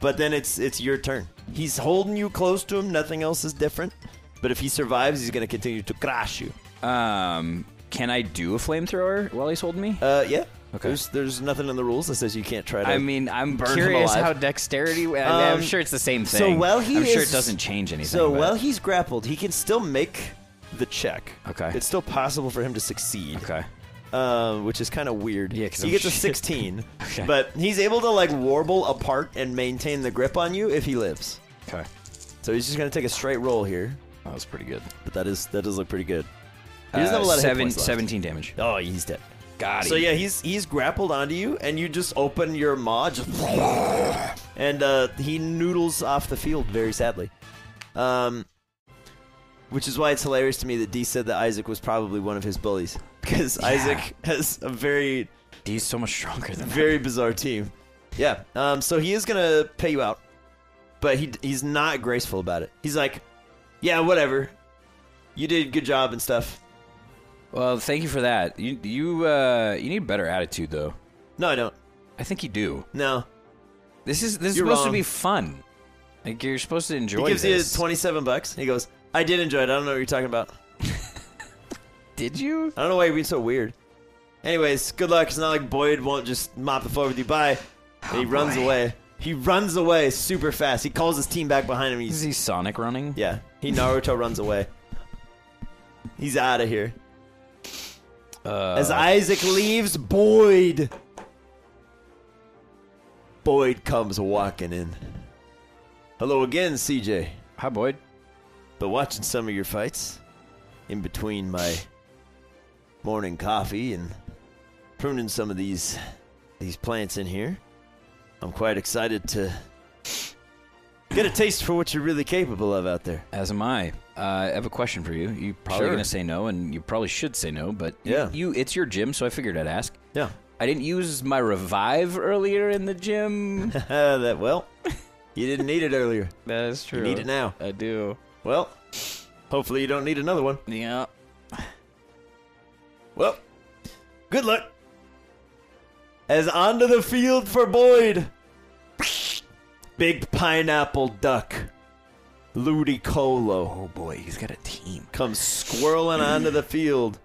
A: but then it's it's your turn. He's holding you close to him. Nothing else is different. But if he survives, he's gonna continue to crash you.
B: Um, can I do a flamethrower while he's holding me?
A: Uh, yeah.
B: Okay.
A: There's there's nothing in the rules that says you can't try to.
B: I mean, I'm
A: burn him
B: curious
A: alive.
B: how dexterity. I mean, I'm
A: Um,
B: sure it's the same
A: so
B: thing.
A: while he
B: I'm sure
A: is-
B: it doesn't change anything.
A: so
B: but-
A: while he's grappled, he can still make the check.
B: Okay.
A: It's still possible for him to succeed.
B: okay,
A: uh, which is kind of weird.
B: Yeah, 'cause
A: he
B: I'm
A: gets a
B: shit.
A: 16,
B: Okay.
A: but he's able to like warble apart and maintain the grip on you if he lives.
B: Okay.
A: So he's just going to take a straight roll here,
B: That was pretty good.
A: but that is that does look pretty good. He doesn't have a lot of hit
B: Uh, seven,
A: points left.
B: 17 damage.
A: Oh, he's dead.
B: Got
A: So yeah, he's he's grappled onto you, and you just open your maw, just and uh, he noodles off the field very sadly. Um, which is why it's hilarious to me that D said that Isaac was probably one of his bullies because Isaac has a very
B: He's so much stronger than
A: very bizarre team. Yeah. Um, so he is gonna pay you out, but he he's not graceful about it. He's like, yeah, whatever. You did a good job and stuff.
B: Well, thank you for that. You you uh you need a better attitude though.
A: No, I don't.
B: I think you do.
A: No.
B: This is this is
A: You're
B: supposed to
A: wrong.
B: be fun. Like you're supposed to enjoy
A: He gives
B: this.
A: you 27 bucks. He goes, I did enjoy it. I don't know what you're talking about.
B: Did you?
A: I don't know why you're being so weird. Anyways, good luck. It's not like Boyd won't just mop the floor with you. Bye. And he runs away. He runs away super fast. He calls his team back behind him.
B: Is
A: He's,
B: he Sonic running?
A: yeah, he Naruto runs away. He's out of here.
B: Uh,
A: As Isaac leaves, Boyd. Boyd comes walking in. Hello again, CJ.
B: hi Boyd.
A: But watching some of your fights in between my morning coffee and pruning some of these these plants in here, I'm quite excited to get a taste for what you're really capable of out there.
B: As am I. Uh, I have a question for you. You're probably
A: Sure.
B: gonna say no, and you probably should say no, but you-
A: Yeah.
B: you, it's your gym, so I figured I'd ask.
A: Yeah.
B: I didn't use my revive earlier in the gym.
A: that well, you didn't need it earlier.
B: that is true.
A: You need it now.
B: I do.
A: Well, hopefully you don't need another one.
B: Yeah.
A: Well, good luck. As onto the field for Boyd. Big pineapple duck. Ludicolo.
B: Oh boy, he's got a team.
A: comes squirreling onto the field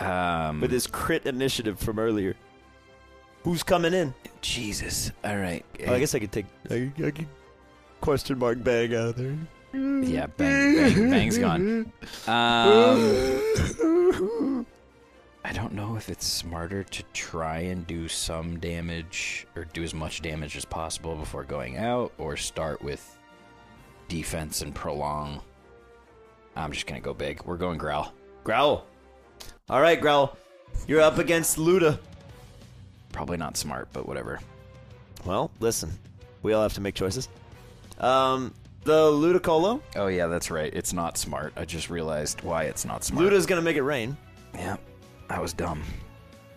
B: Um,
A: with his crit initiative from earlier. Who's coming in? Oh,
B: Jesus. All right.
A: I guess I could take. I, I could question mark bag out of there.
B: Yeah, bang, bang, bang's gone. Um, I don't know if it's smarter to try and do some damage or do as much damage as possible before going out, or start with defense and prolong. I'm just gonna go big. We're going growl.
A: Growl. All right, Growl. You're up against Luda.
B: Probably not smart, but whatever.
A: Well, listen. We all have to make choices. Um, the Ludicolo.
B: Oh yeah, that's right. It's not smart. I just realized why it's not smart.
A: Luda's gonna make it rain.
B: Yeah, I was dumb.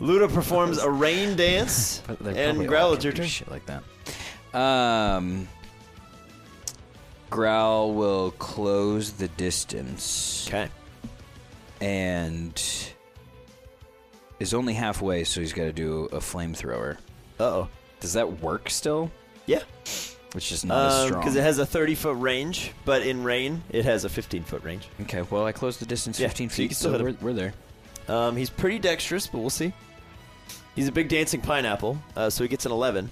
A: Luda performs a rain dance,
B: But they probably
A: and
B: all
A: Growl,
B: can
A: it's your
B: do
A: turn.
B: Shit like that. Um, growl will close the distance
A: Okay.
B: and is only halfway, so he's got to do a flamethrower.
A: Uh oh.
B: Does that work still?
A: Yeah.
B: It's just not as strong.
A: Because Um, it has a 30 foot range, but in rain, it has a 15 foot range.
B: okay, well I closed the distance
A: Yeah,
B: 15
A: so you
B: feet,
A: can
B: so
A: still hit
B: we're,
A: him.
B: we're there.
A: Um, he's pretty dexterous, but we'll see. He's a big dancing pineapple, uh, so he gets an 11,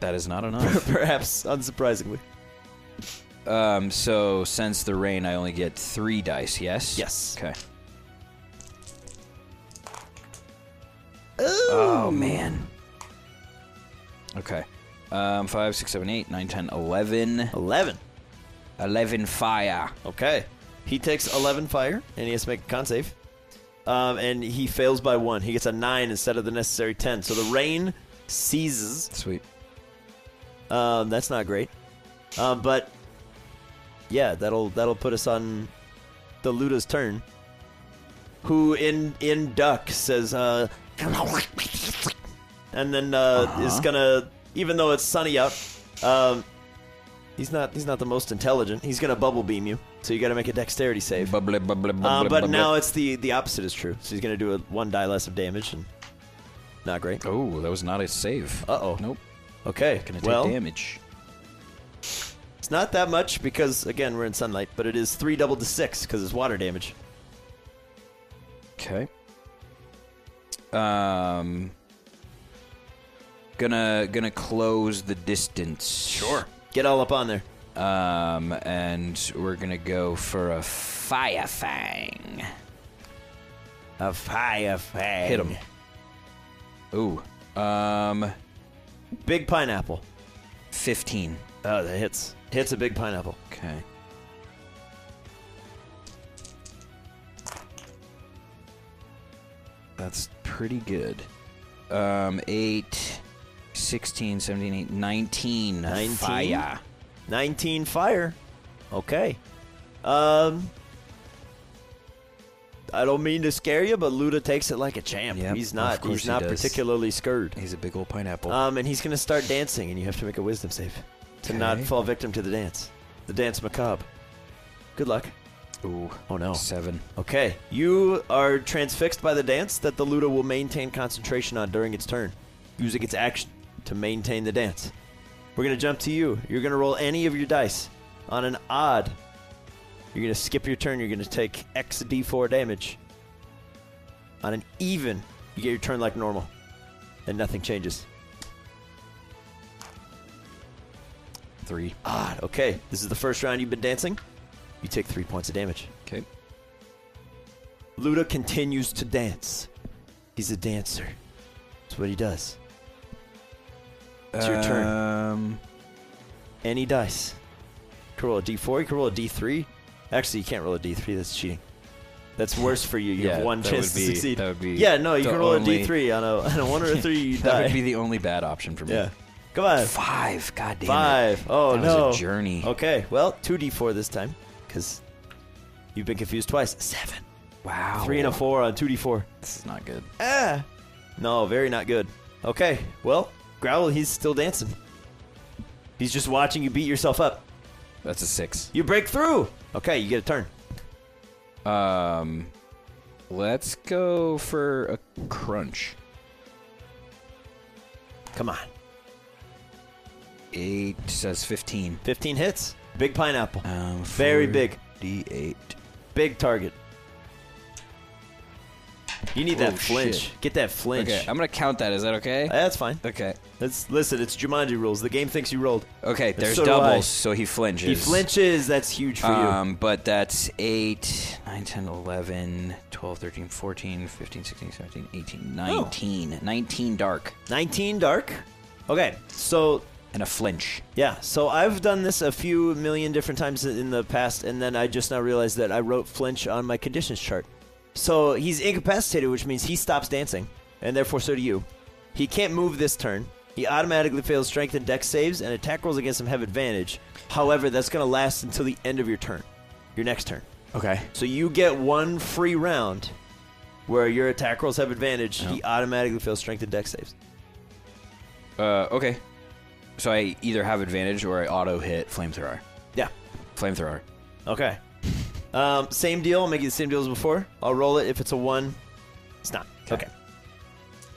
B: That is not enough.
A: perhaps unsurprisingly.
B: um, so since the rain, I only get three dice. Yes.
A: Yes.
B: Okay. Oh man. Okay. Um, five, six, seven, eight, nine, ten, eleven.
A: 11.
B: Eleven fire.
A: Okay. He takes 11 fire, and he has to make a con save. Um, and he fails by one. He gets a 9 instead of the necessary 10. So the rain seizes.
B: Sweet.
A: Um, that's not great. Um, but yeah, that'll that'll put us on the Luda's turn. Who in in duck says uh and then uh is gonna even though it's sunny out, um he's not he's not the most intelligent. He's gonna bubble beam you. So you gotta make a dexterity save.
B: Bubbly, bubbly, bubbly,
A: Um, but
B: bubbly.
A: now it's the the opposite is true. So he's gonna do a one die less of damage and not great.
B: Oh, that was not a save. Uh,
A: Uh-oh.
B: Nope.
A: Okay.
B: Gonna take
A: well,
B: damage.
A: It's not that much because, again, we're in sunlight, but it is three doubled to six because it's water damage.
B: Okay. Um. Gonna gonna close the distance. Sure.
A: Get all up on there.
B: Um, and we're gonna go for a fire fang.
A: A fire fang.
B: Hit him. Ooh. Um,
A: Big pineapple.
B: fifteen.
A: Oh, that hits. Hits a big pineapple.
B: Okay. That's pretty good. Um, 8, 16, 17, 8, 19.
A: 19?
B: Fire.
A: 19 fire. Okay. Um I don't mean to scare you, but Luda takes it like a champ.
B: Yep,
A: he's
B: of
A: not
B: course
A: he's
B: he
A: not
B: does.
A: particularly scared.
B: He's a big old pineapple.
A: Um and he's going to start dancing and you have to make a wisdom save to not
B: Okay.
A: fall victim to the dance. The dance macabre. Good luck.
B: Ooh.
A: Oh no.
B: 7.
A: Okay. You are transfixed by the dance that the Luda will maintain concentration on during its turn, using its action to maintain the dance. We're going to jump to you. You're going to roll any of your dice. On an odd, you're going to skip your turn. You're going to take X D4 damage. On an even, you get your turn like normal, and nothing changes.
B: 3.
A: Odd. Okay. This is the first round you've been dancing. You take three points of damage.
B: Okay.
A: Luda continues to dance. He's a dancer. That's what he does. It's your turn.
B: Um,
A: Any dice. You can roll a d4, you can roll a d3. Actually, you can't roll a d3, that's cheating. That's worse for you. You
B: Yeah,
A: have one
B: that
A: chance
B: would
A: to
B: be-
A: succeed.
B: that would be
A: yeah, no, you
B: the
A: can roll
B: only-
A: a d3 on a, on a 1 or a 3, you
B: that
A: die.
B: would be the only bad option for me.
A: yeah. Come on.
B: 5. God damn
A: Five.
B: it.
A: Oh,
B: That
A: no.
B: was a journey.
A: Okay, well, 2d4 this time, because you've been confused twice. Seven.
B: Wow.
A: Three and a four on 2d4.
B: This is not good.
A: Ah. No, very not good. Okay, well, Growl, he's still dancing. He's just watching you beat yourself up.
B: That's a 6.
A: You break through. Okay, you get a turn.
B: Um, let's go for a crunch.
A: Come on.
B: Eight says fifteen.
A: 15 hits. Big pineapple.
B: Um,
A: Very big.
B: D eight.
A: Big target. You need that
B: Oh,
A: flinch.
B: shit.
A: Get that flinch. Uh,
B: Okay, I'm gonna count that. Is that okay?
A: That's fine.
B: Okay.
A: That's listen, it's Jumanji rules. The game thinks you rolled.
B: Okay. There's
A: so do I.
B: doubles, so he flinches.
A: He flinches. That's huge for
B: Um, but that's 8, 9, 10, 11, 12, 13, 14, 15, 16, 17, 18,
A: Oh.
B: 19. 19 dark.
A: you. 19 dark. Okay. So
B: And a flinch.
A: Yeah, so I've done this a few million different times in the past, and then I just now realized that I wrote flinch on my conditions chart. So he's incapacitated, which means he stops dancing, and therefore so do you. He can't move this turn. He automatically fails strength and dex saves, and attack rolls against him have advantage. However, that's going to last until the end of your turn, your next turn.
B: Okay.
A: So you get one free round where your attack rolls have advantage. He automatically fails strength and dex saves.
B: Uh, okay. So I either have advantage or I auto hit flamethrower.
A: Yeah.
B: Flamethrower.
A: Okay. Um, same deal. I'll make you the same deal as before. I'll roll it. If it's a one, it's not. Okay.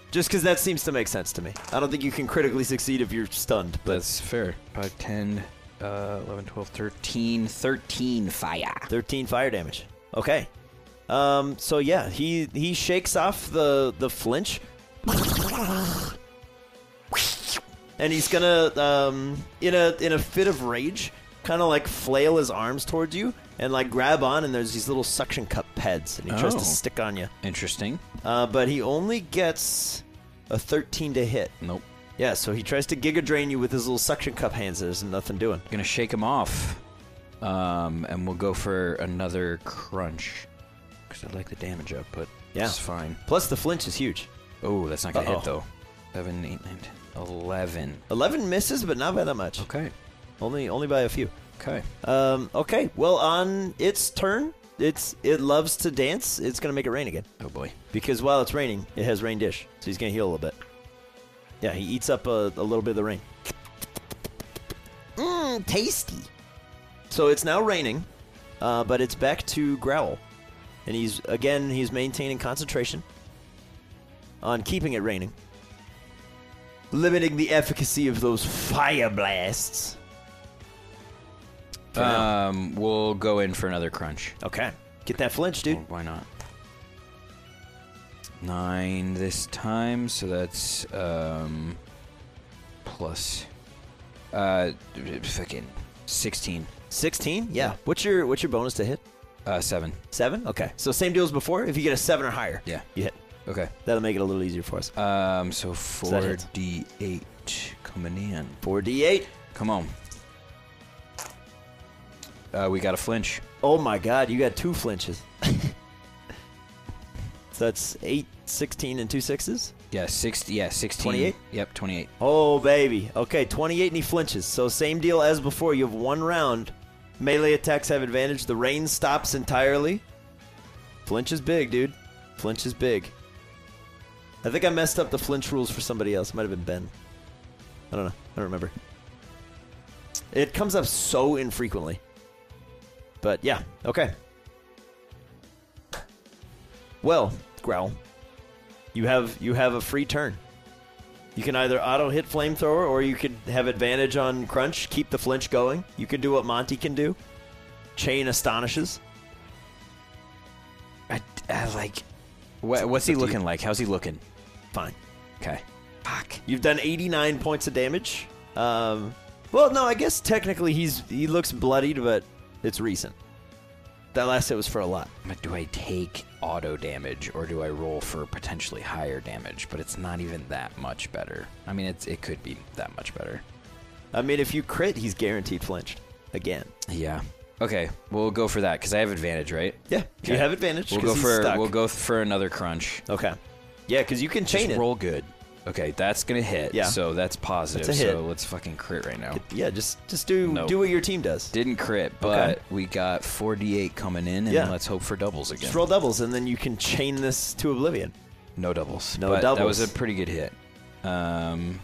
A: Just because that seems to make sense to me. I don't think you can critically succeed if you're stunned. But
B: That's fair. 5, 10, uh, 11, 12, 13. 13 fire.
A: 13 fire damage. Okay. Um, so yeah, he he shakes off the the flinch, and he's gonna um, in a in a fit of rage, kind of like flail his arms towards you and like grab on. And there's these little suction cup pads, and he tries
B: Oh.
A: to stick on you.
B: Interesting.
A: Uh, but he only gets a 13 to hit.
B: Nope.
A: Yeah, so he tries to giga drain you with his little suction cup hands. There's nothing doing.
B: Gonna shake him off. Um, and we'll go for another crunch. Because I like the damage up, but
A: Yeah.
B: it's fine.
A: Plus, the flinch is huge.
B: Oh, that's not gonna
A: Uh-oh.
B: hit though. 7, 8, 9, 10, 11.
A: 11 misses, but not by that much.
B: Okay.
A: Only, only by a few.
B: Okay.
A: Um, okay, well, on its turn, it's it loves to dance. It's gonna make it rain again
B: Oh boy.
A: because while it's raining, it has rain dish, so he's gonna heal a little bit. Yeah, he eats up a, a little bit of the rain. Mmm, tasty. So it's now raining, uh, but it's back to growl, and he's again he's maintaining concentration on keeping it raining, limiting the efficacy of those fire blasts. For now.
B: Um, we'll go in for another crunch.
A: Okay. Get that flinch, dude.
B: Well, why not? Nine this time, so that's um plus uh fucking sixteen.
A: 16? Yeah. What's your what's your bonus to hit?
B: Uh seven.
A: 7? Okay. So same deal as before. If you get a 7 or higher,
B: Yeah.
A: you hit.
B: Okay.
A: That'll make it a little easier for us.
B: Um so
A: that
B: four
A: hit?
B: D eight coming in.
A: 4d8.
B: Come on. Uh, we got a flinch.
A: Oh my god, you got two flinches. so that's 8, 16, and two sixes?
B: Yeah, six. Yeah, sixteen.
A: 28?
B: Yep, twenty-eight.
A: Oh, baby. Okay, 28 and he flinches. So same deal as before. You have one round. Melee attacks have advantage. The rain stops entirely. Flinch is big, dude. Flinch is big. I think I messed up the flinch rules for somebody else. Might have been Ben. I don't know. I don't remember. It comes up so infrequently. But yeah, okay. Well, Growl, you have you have a free turn. You can either auto hit flamethrower or you could have advantage on crunch, keep the flinch going. You can do what Monty can do. Chain astonishes.
B: I, I like. What, what's he looking like? How's he looking?
A: Fine.
B: Okay.
A: Fuck. You've done 89 points of damage. Um, well, no, I guess technically he's he looks bloodied, but it's recent. That last hit was for a lot.
B: But do I take auto damage or do I roll for potentially higher damage? But it's not even that much better. I mean, it's it could be that much better.
A: I mean, if you crit, he's guaranteed flinched again.
B: Yeah. Okay, we'll go for that because I have advantage, right?
A: Yeah, you
B: Okay.
A: have advantage.
B: We'll
A: 'cause
B: go
A: he's
B: for
A: stuck.
B: we'll go for another crunch.
A: Okay. Yeah, because you can chain
B: Just
A: it.
B: roll good. Okay, that's gonna hit.
A: Yeah.
B: So that's positive.
A: That's a hit.
B: So let's fucking crit right now.
A: Yeah, just just do
B: No.
A: do what your team does.
B: Didn't crit, but we got 48 coming in, and
A: Yeah.
B: let's hope for doubles again.
A: Just roll doubles, and then you can chain this to oblivion.
B: No doubles.
A: No
B: but That
A: doubles.
B: was a pretty good hit. Um,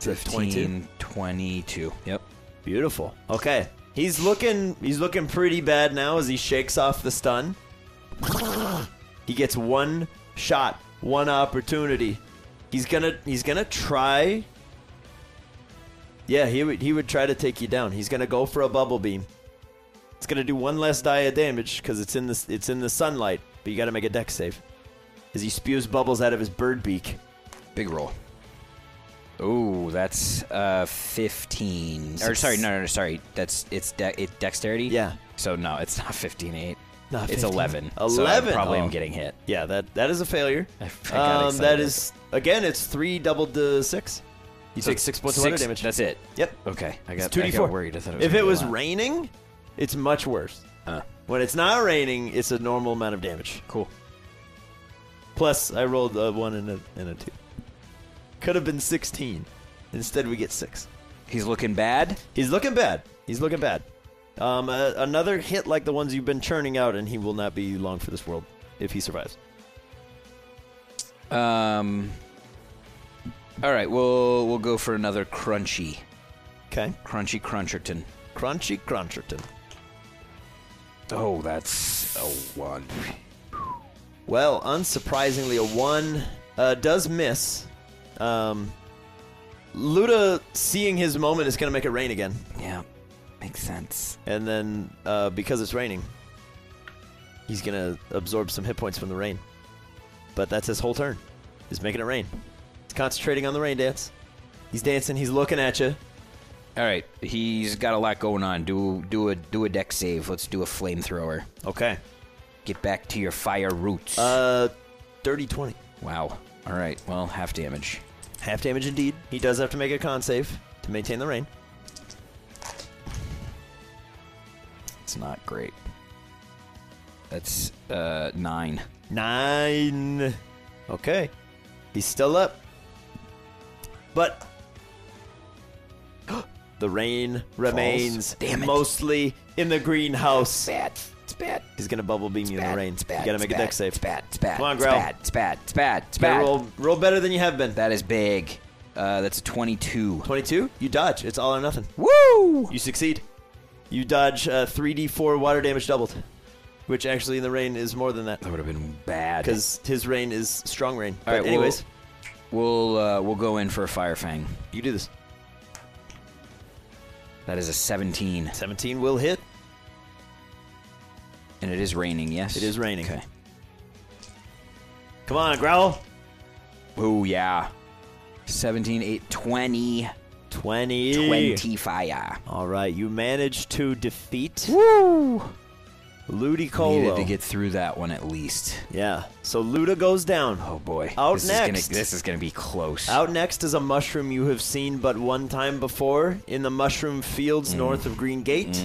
A: So 22?
B: 15, 22. Yep.
A: Beautiful. Okay, he's looking he's looking pretty bad now as he shakes off the stun. He gets one shot, one opportunity. He's gonna he's gonna try. Yeah, he would he would try to take you down. He's gonna go for a bubble beam. It's gonna do one less die of damage because it's in this it's in the sunlight. But you gotta make a deck save as he spews bubbles out of his bird beak.
B: Big roll. Ooh, that's uh 15. Or sorry, no, no, no, sorry. That's it's de- it dexterity.
A: Yeah.
B: So no, it's not 15 8.
A: Not
B: It's
A: 15.
B: 11. So I
A: 11.
B: probably
A: Oh.
B: am getting hit.
A: Yeah, that that is a failure.
B: I got
A: um, that
B: excited.
A: is again, it's three doubled to six. You take six points of water damage.
B: That's it.
A: yep.
B: Okay. I
A: It's
B: got,
A: two
B: I
A: d
B: got
A: four.
B: worried. I thought it was
A: if
B: gonna
A: it
B: be a
A: was
B: lot.
A: raining, it's much worse.
B: Uh,
A: When it's not raining, it's a normal amount of damage.
B: cool.
A: Plus, I rolled a one and a, and a two. Could have been sixteen. Instead, we get six.
B: He's looking bad.
A: He's looking bad. He's looking bad. Um, uh, another hit like the ones you've been churning out, and he will not be long for this world if he survives.
B: Um All right, we'll we'll go for another crunchy.
A: Okay.
B: Crunchy Cruncherton.
A: Crunchy Cruncherton.
B: Oh, that's a 1.
A: Well, unsurprisingly, a one uh, does miss. Um, Luda, seeing his moment, is going to make it rain again.
B: Yeah. Makes sense.
A: And then, uh, because it's raining, he's going to absorb some hit points from the rain. But that's his whole turn, is making it rain. He's concentrating on the rain dance. He's dancing, he's looking at you.
B: All right, he's got a lot going on. Do do a do a deck save. Let's do a flamethrower.
A: Okay.
B: Get back to your fire roots.
A: Uh, dirty 20.
B: wow. All right. Well, half damage.
A: Half damage indeed. He does have to make a con save to maintain the rain.
B: It's not great. That's uh 9.
A: Nine. Okay. He's still up. But the rain remains
B: Damn it.
A: mostly in the greenhouse.
B: bad. It's bad.
A: He's gonna bubble beam you in the rain.
B: It's bad.
A: You gotta
B: It's
A: make a
B: bad.
A: deck save.
B: It's bad. It's bad.
A: Come on,
B: it's
A: Growl.
B: Bad. It's bad. It's bad. It's
A: You gotta
B: bad.
A: Roll, roll better than you have been.
B: That is big. Uh, that's a 22.
A: 22. You dodge. It's all or nothing.
B: Woo!
A: You succeed. You dodge uh, 3d4 water damage doubled, which actually in the rain is more than that
B: That would have been bad.
A: because his rain is strong rain.
B: All right,
A: But anyways,
B: we'll uh, we'll go in for a fire fang.
A: you do this.
B: That is a 17,
A: 17 will hit.
B: and it is raining. Yes,
A: It is raining.
B: Okay.
A: Come on, growl.
B: Oh yeah. 17, 8, 20,
A: 20.
B: 20 fire.
A: All right, you managed to defeat
B: Woo!
A: Ludicolo.
B: Needed to get through that one at least.
A: yeah, so Luda goes down.
B: Oh boy.
A: Out
B: this Is
A: next.
B: gonna, this is gonna be close.
A: Out next is a mushroom you have
B: Mm.
A: seen
B: Mm-hmm.
A: but one time before in the mushroom fields north of Green Gate.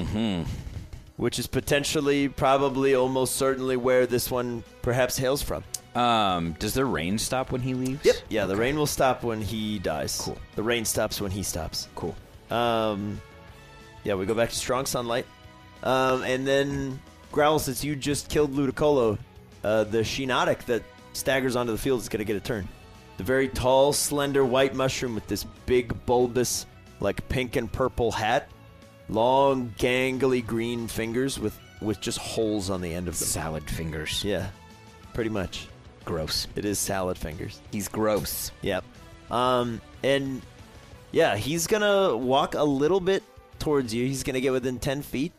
A: which is potentially, probably, almost certainly where this one perhaps hails from.
B: Um, does the rain stop when he leaves?
A: Yeah, the rain will stop when he dies.
B: Cool.
A: The rain stops when he stops.
B: Cool.
A: Um, yeah, we go back to strong sunlight, um, and then Growl, since you just killed Ludicolo, uh, the Shenotic that staggers onto the field is going to get a turn. The very tall, slender white mushroom with this big, bulbous, like pink and purple hat, long, gangly green fingers with with just holes on the end of them.
B: Salad fingers.
A: Yeah, pretty much.
B: Gross.
A: It is salad fingers.
B: He's gross.
A: Yep. Um, and yeah, he's gonna walk a little bit towards you. He's gonna get within ten feet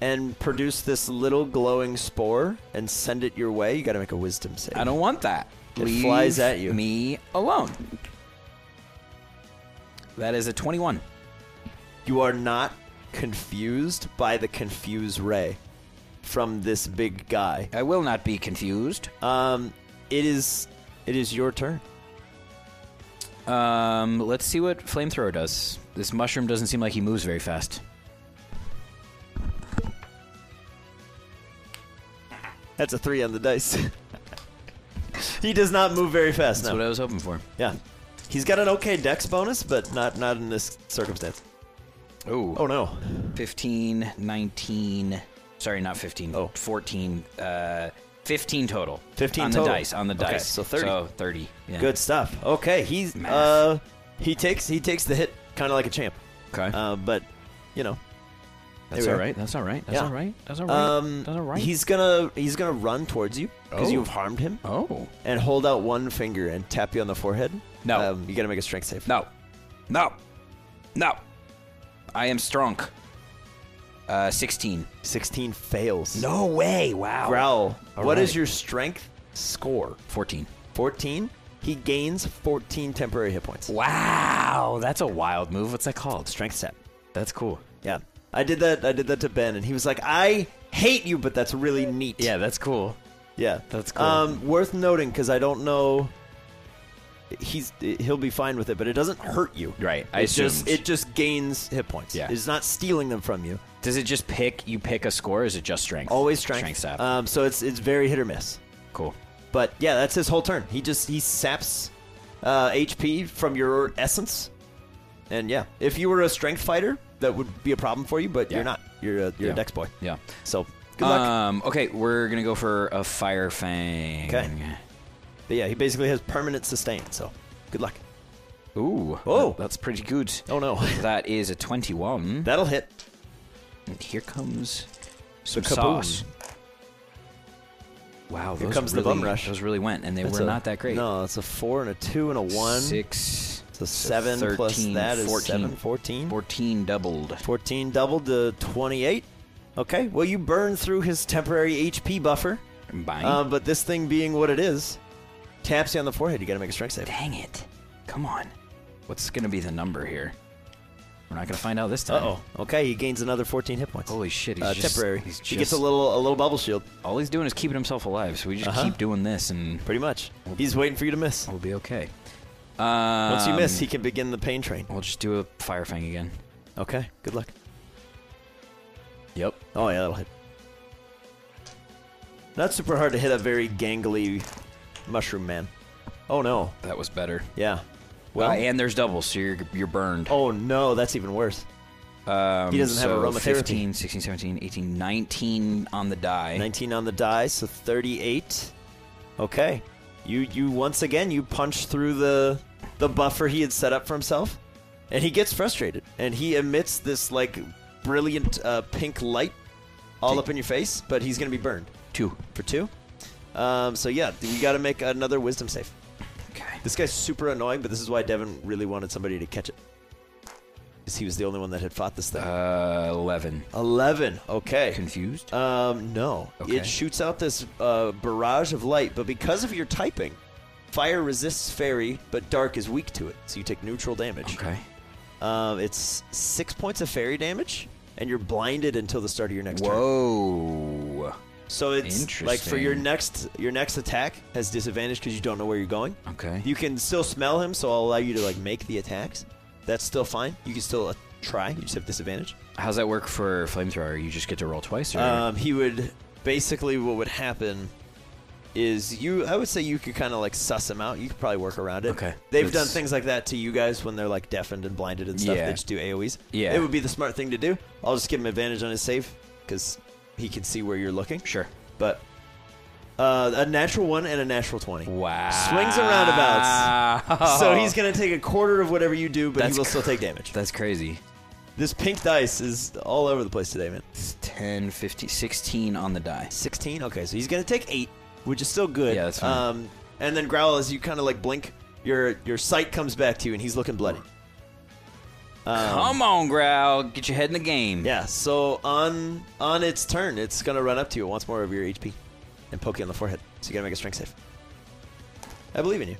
A: and produce this little glowing spore and send it your way. You gotta make a wisdom save.
B: I don't want that.
A: It flies at you.
B: Me alone. That is a 21.
A: You are not confused by the confuse ray from this big guy.
B: I will not be confused.
A: Um, it is it is your turn.
B: Um, let's see what flamethrower does. This mushroom doesn't seem like he moves very fast.
A: That's a three on the dice. he does not move very fast.
B: That's
A: no.
B: what I was hoping for.
A: Yeah. He's got an okay dex bonus, but not not in this circumstance.
B: Oh,
A: Oh no.
B: 15, 19. Sorry, not 15.
A: Oh.
B: 14. Uh, 15 total.
A: 15
B: on the
A: total.
B: dice. On the
A: Okay,
B: dice.
A: so 30.
B: So 30. Yeah.
A: Good stuff. Okay, he's
B: Math.
A: uh he takes he takes the hit kind of like a champ.
B: Okay.
A: Uh, but you know.
B: That's
A: there
B: all
A: we are.
B: right. That's all right. That's
A: Yeah.
B: all right. That's all right.
A: Um
B: That's all right.
A: he's going to he's going to run towards you cuz
B: Oh.
A: you've harmed him
B: oh
A: and hold out one finger and tap you on the forehead.
B: No.
A: Um, you got to make a strength save.
B: no, no, no! I am strong. Uh, sixteen.
A: 16 fails.
B: No way! Wow.
A: Growl. What is
B: right.
A: your strength score?
B: Fourteen.
A: 14. He gains 14 temporary hit points.
B: Wow, that's a wild move. What's that called?
A: Strength sap.
B: That's cool.
A: Yeah. I did that I did that to Ben and he was like, "I hate you, but that's really neat."
B: Yeah, that's cool.
A: Yeah.
B: That's cool.
A: Um worth noting cuz I don't know he's he'll be fine with it, but it doesn't hurt you.
B: Right, I
A: It just
B: assumed.
A: it just gains hit points.
B: Yeah.
A: It's not stealing them from you.
B: Does it just pick? You pick a score? Or is it just strength?
A: Always strength.
B: Strength sap.
A: Um so it's it's very hit or miss.
B: cool.
A: But yeah, that's his whole turn. He just he saps uh, HP from your essence. And yeah, if you were a strength fighter, that would be a problem for you, but
B: Yeah.
A: you're not. You're a, you're
B: Yeah.
A: a dex boy.
B: Yeah.
A: So, good luck.
B: Um. Okay, we're gonna go for a fire fang.
A: Okay. But yeah, he basically has permanent sustain, so good luck.
B: Ooh.
A: Oh.
B: that- that's pretty good.
A: Oh no.
B: That is a twenty-one.
A: That'll hit.
B: And here comes some
A: kaboom.
B: sauce. Wow,
A: Here
B: those
A: comes the
B: really,
A: bum rush.
B: Those really went, and they
A: That's
B: were
A: a-
B: not that great.
A: No, it's a four and a two and a one.
B: six,
A: It's a seven plus
B: 13,
A: that is
B: 14.
A: seven. 14.
B: 14 doubled.
A: 14 doubled to 28. Okay, well, you burn through his temporary HP buffer.
B: Bang.
A: Um, but this thing being what it is, taps you on the forehead. You gotta make a strength save.
B: Dang it! Come on. What's gonna be the number here? We're not gonna find out this
A: Uh
B: time.
A: oh. Okay, he gains another 14 hit points.
B: Holy shit! He's
A: uh,
B: just,
A: temporary.
B: He's just,
A: he gets a little a little bubble shield,
B: All he's doing is keeping himself alive. So we just
A: Uh-huh.
B: keep doing this, and
A: pretty much. He's waiting for you to miss.
B: we'll be okay.
A: Once you miss,
B: Um,
A: he can begin the pain train.
B: We'll just do a fire fang again.
A: Okay, good luck.
B: Yep.
A: Oh yeah, that'll hit. Not super hard to hit a very gangly mushroom man. Oh no.
B: That was better.
A: Yeah.
B: Well,
A: Well.
B: and there's doubles, so you're you're burned.
A: oh no, that's even worse.
B: Um,
A: He doesn't have
B: so
A: aromatherapy.
B: 15, 16, 17, 18, 19 on the die.
A: 19 on the die, so 38. Okay. You you once again you punch through the the buffer he had set up for himself, and he gets frustrated, and he emits this like brilliant uh, pink light all up in your face, but he's gonna be burned
B: Two.
A: for two. Um, so yeah, we got to make another wisdom save.
B: Okay.
A: This guy's super annoying, but this is why Devin really wanted somebody to catch it, because he was the only one that had fought this thing.
B: Uh, 11.
A: Eleven. Okay.
B: Confused?
A: Um, no.
B: Okay.
A: It shoots out this uh, barrage of light, but because of your typing, fire resists fairy, but dark is weak to it, so you take neutral damage.
B: okay.
A: Um, it's six points of fairy damage, and you're blinded until the start of your next turn.
B: Whoa.
A: So it's like for
B: Interesting.
A: your next your next attack has disadvantage because you don't know where you're going.
B: Okay.
A: You can still smell him, so I'll allow you to like make the attacks. That's still fine. You can still try. You just have disadvantage.
B: How's that work for flamethrower? You just get to roll twice, or
A: Um, he would basically what would happen is you. I would say you could kind of like suss him out. You could probably work around it.
B: Okay.
A: They've
B: It's-
A: done things like that to you guys when they're like deafened and blinded and stuff.
B: Yeah.
A: They just do AOE's.
B: Yeah.
A: It would be the smart thing to do. I'll just give him advantage on his save because he can see where you're looking.
B: sure.
A: But uh, a natural one and a natural twenty.
B: Wow.
A: Swings and roundabouts. So he's gonna take a quarter of whatever you do, but
B: That's
A: he will still
B: cr-
A: take damage.
B: That's crazy.
A: This pink dice is all over the place today, man.
B: It's 10, 15, 16 on the die.
A: 16. Okay, so he's gonna take eight, which is still good.
B: Yeah, that's fine.
A: Um, and then growl as you kind of like blink, your your sight comes back to you, and he's looking bloody. Um,
B: Come on, Growl. Get your head in the game.
A: Yeah. So on on its turn, it's gonna run up to you once more over your HP, and poke you on the forehead. So you gotta make a strength save. I believe in you.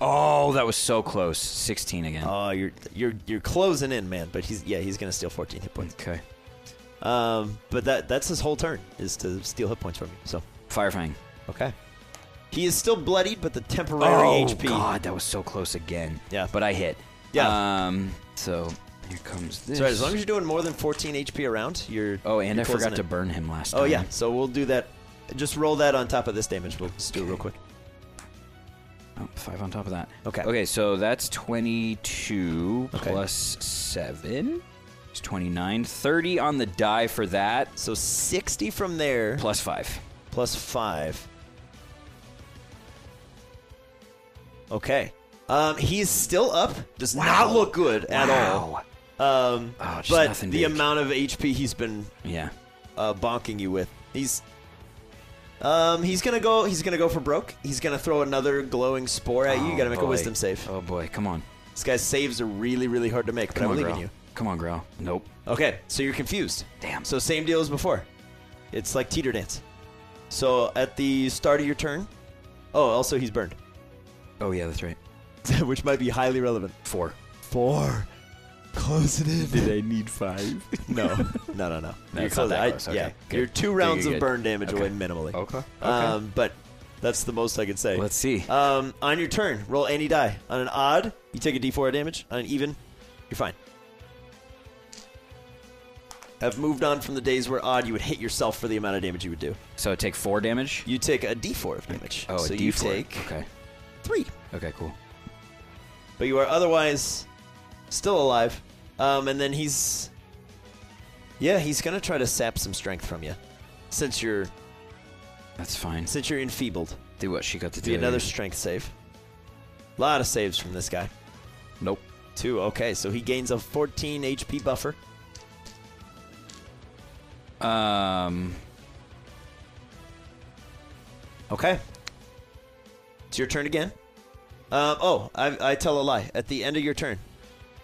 B: Oh, that was so close. 16 again.
A: Oh, you're you're you're closing in, man. But he's yeah, he's gonna steal 14 hit points.
B: Okay.
A: Um, but that that's his whole turn is to steal hit points from you. So
B: Firefang.
A: okay. He is still bloodied, but the temporary
B: oh,
A: HP.
B: God. That was so close again.
A: Yeah.
B: But I hit.
A: Yeah.
B: Um, so here comes this.
A: So as long as you're doing more than 14 HP a round, you're.
B: oh, and
A: you're
B: I forgot
A: closing
B: to
A: in.
B: burn him last time.
A: Oh yeah, so we'll do that. Just roll that on top of this damage. We'll just do it real quick.
B: Oh, five on top of that.
A: Okay.
B: Okay, so that's 22
A: Okay.
B: plus 7. It's 29. 30 on the die for that,
A: So 60 from there
B: plus 5.
A: plus five. Okay. Um, he's still up. Does not look good at all.
B: Wow.
A: Um,
B: Oh, just
A: but the
B: nothing big.
A: amount of HP he's been
B: Yeah.
A: uh, bonking you with. He's um, he's gonna go. He's gonna go for broke. He's gonna throw another glowing spore at you. You gotta make a
B: boy.
A: wisdom save.
B: Oh, boy. Come on.
A: This guy's saves are really, really hard to make, but
B: Come
A: I
B: on,
A: believe
B: growl.
A: in you.
B: Come on, growl. Nope.
A: Okay, so you're confused.
B: Damn.
A: So same deal as before. It's like teeter dance. So at the start of your turn, oh, also he's burned,
B: Oh, yeah, that's right.
A: which might be highly relevant.
B: Four.
A: Four. Close it in.
B: Did I need five?
A: No, no, no, no.
B: it's
A: close-
B: not that
A: I-
B: close, okay,
A: Yeah,
B: good.
A: you're two
B: Good,
A: rounds
B: good,
A: of
B: good.
A: burn damage
B: Okay. Oh,
A: away minimally.
B: Okay,
A: Um, but that's the most I could say.
B: Let's see.
A: Um, on your turn, roll any die. On an odd, you take a d4 damage. On an even, you're fine. I've moved on from the days where odd you would hit yourself for the amount of damage you would do.
B: So take four damage?
A: You take a d4 of damage.
B: oh,
A: so
B: a
A: you
B: D4.
A: take
B: Okay.
A: three,
B: Okay, cool.
A: but you are otherwise still alive. Um, and then he's, yeah, he's gonna try to sap some strength from you, since you're
B: That's fine.
A: since you're enfeebled.
B: Do what she got to
A: Be
B: do.
A: another strength save. Lot of saves from this guy.
B: Nope.
A: Two. Okay, so he gains a 14 HP buffer.
B: Um,
A: Okay. It's your turn again. Um, oh, I, I tell a lie. At the end of your turn,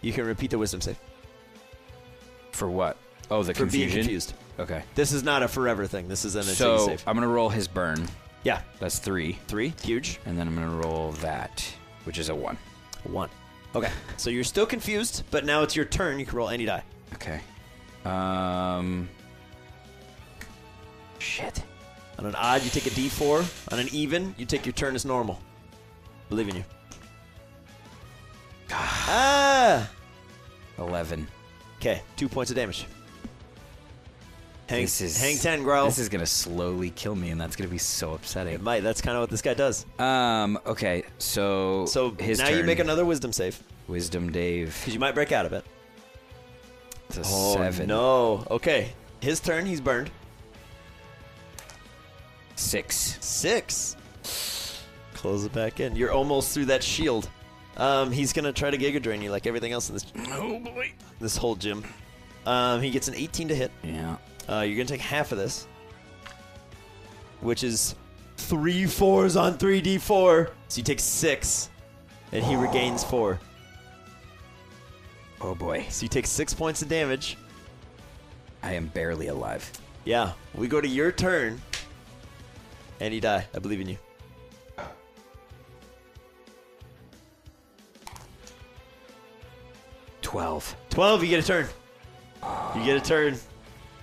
A: you can repeat the wisdom save
B: for what? Oh, the
A: for being
B: confusion?
A: confused.
B: Okay.
A: This is not a forever thing. This is an insane
B: So
A: save.
B: I'm going to roll his burn.
A: Yeah,
B: That's three.
A: three, huge,
B: And then I'm going to roll that, which is a one.
A: one. Okay, so you're still confused, but now it's your turn. You can roll any die.
B: Okay. Um. Shit.
A: On an odd, you take a D4. On an even, you take your turn as normal. Believe in you. ah.
B: 11.
A: Okay, two points of damage. Hang,
B: this is.
A: hang ten, growl.
B: This is going to slowly kill me, and that's going to be so
A: it
B: upsetting.
A: might. That's kind of what this guy does.
B: Um, okay. So.
A: So
B: his
A: now you
B: turn.
A: make another wisdom save
B: Wisdom Dave.
A: because you might break out of it.
B: It's a
A: Oh
B: seven.
A: no! Okay, his turn. He's burned.
B: Six.
A: Six. Close it back in. You're almost through that shield. Um, he's gonna try to giga drain you like everything else in this
B: Oh, boy.
A: this whole gym. Um, he gets an 18 to hit.
B: Yeah.
A: Uh, you're gonna take half of this, which is three fours on three d four. So you take six, and he regains four.
B: Oh, boy.
A: So you take six points of damage.
B: I am barely alive.
A: Yeah, we go to your turn, and you die. I believe in you.
B: Twelve.
A: Twelve, you get a turn. You get a turn.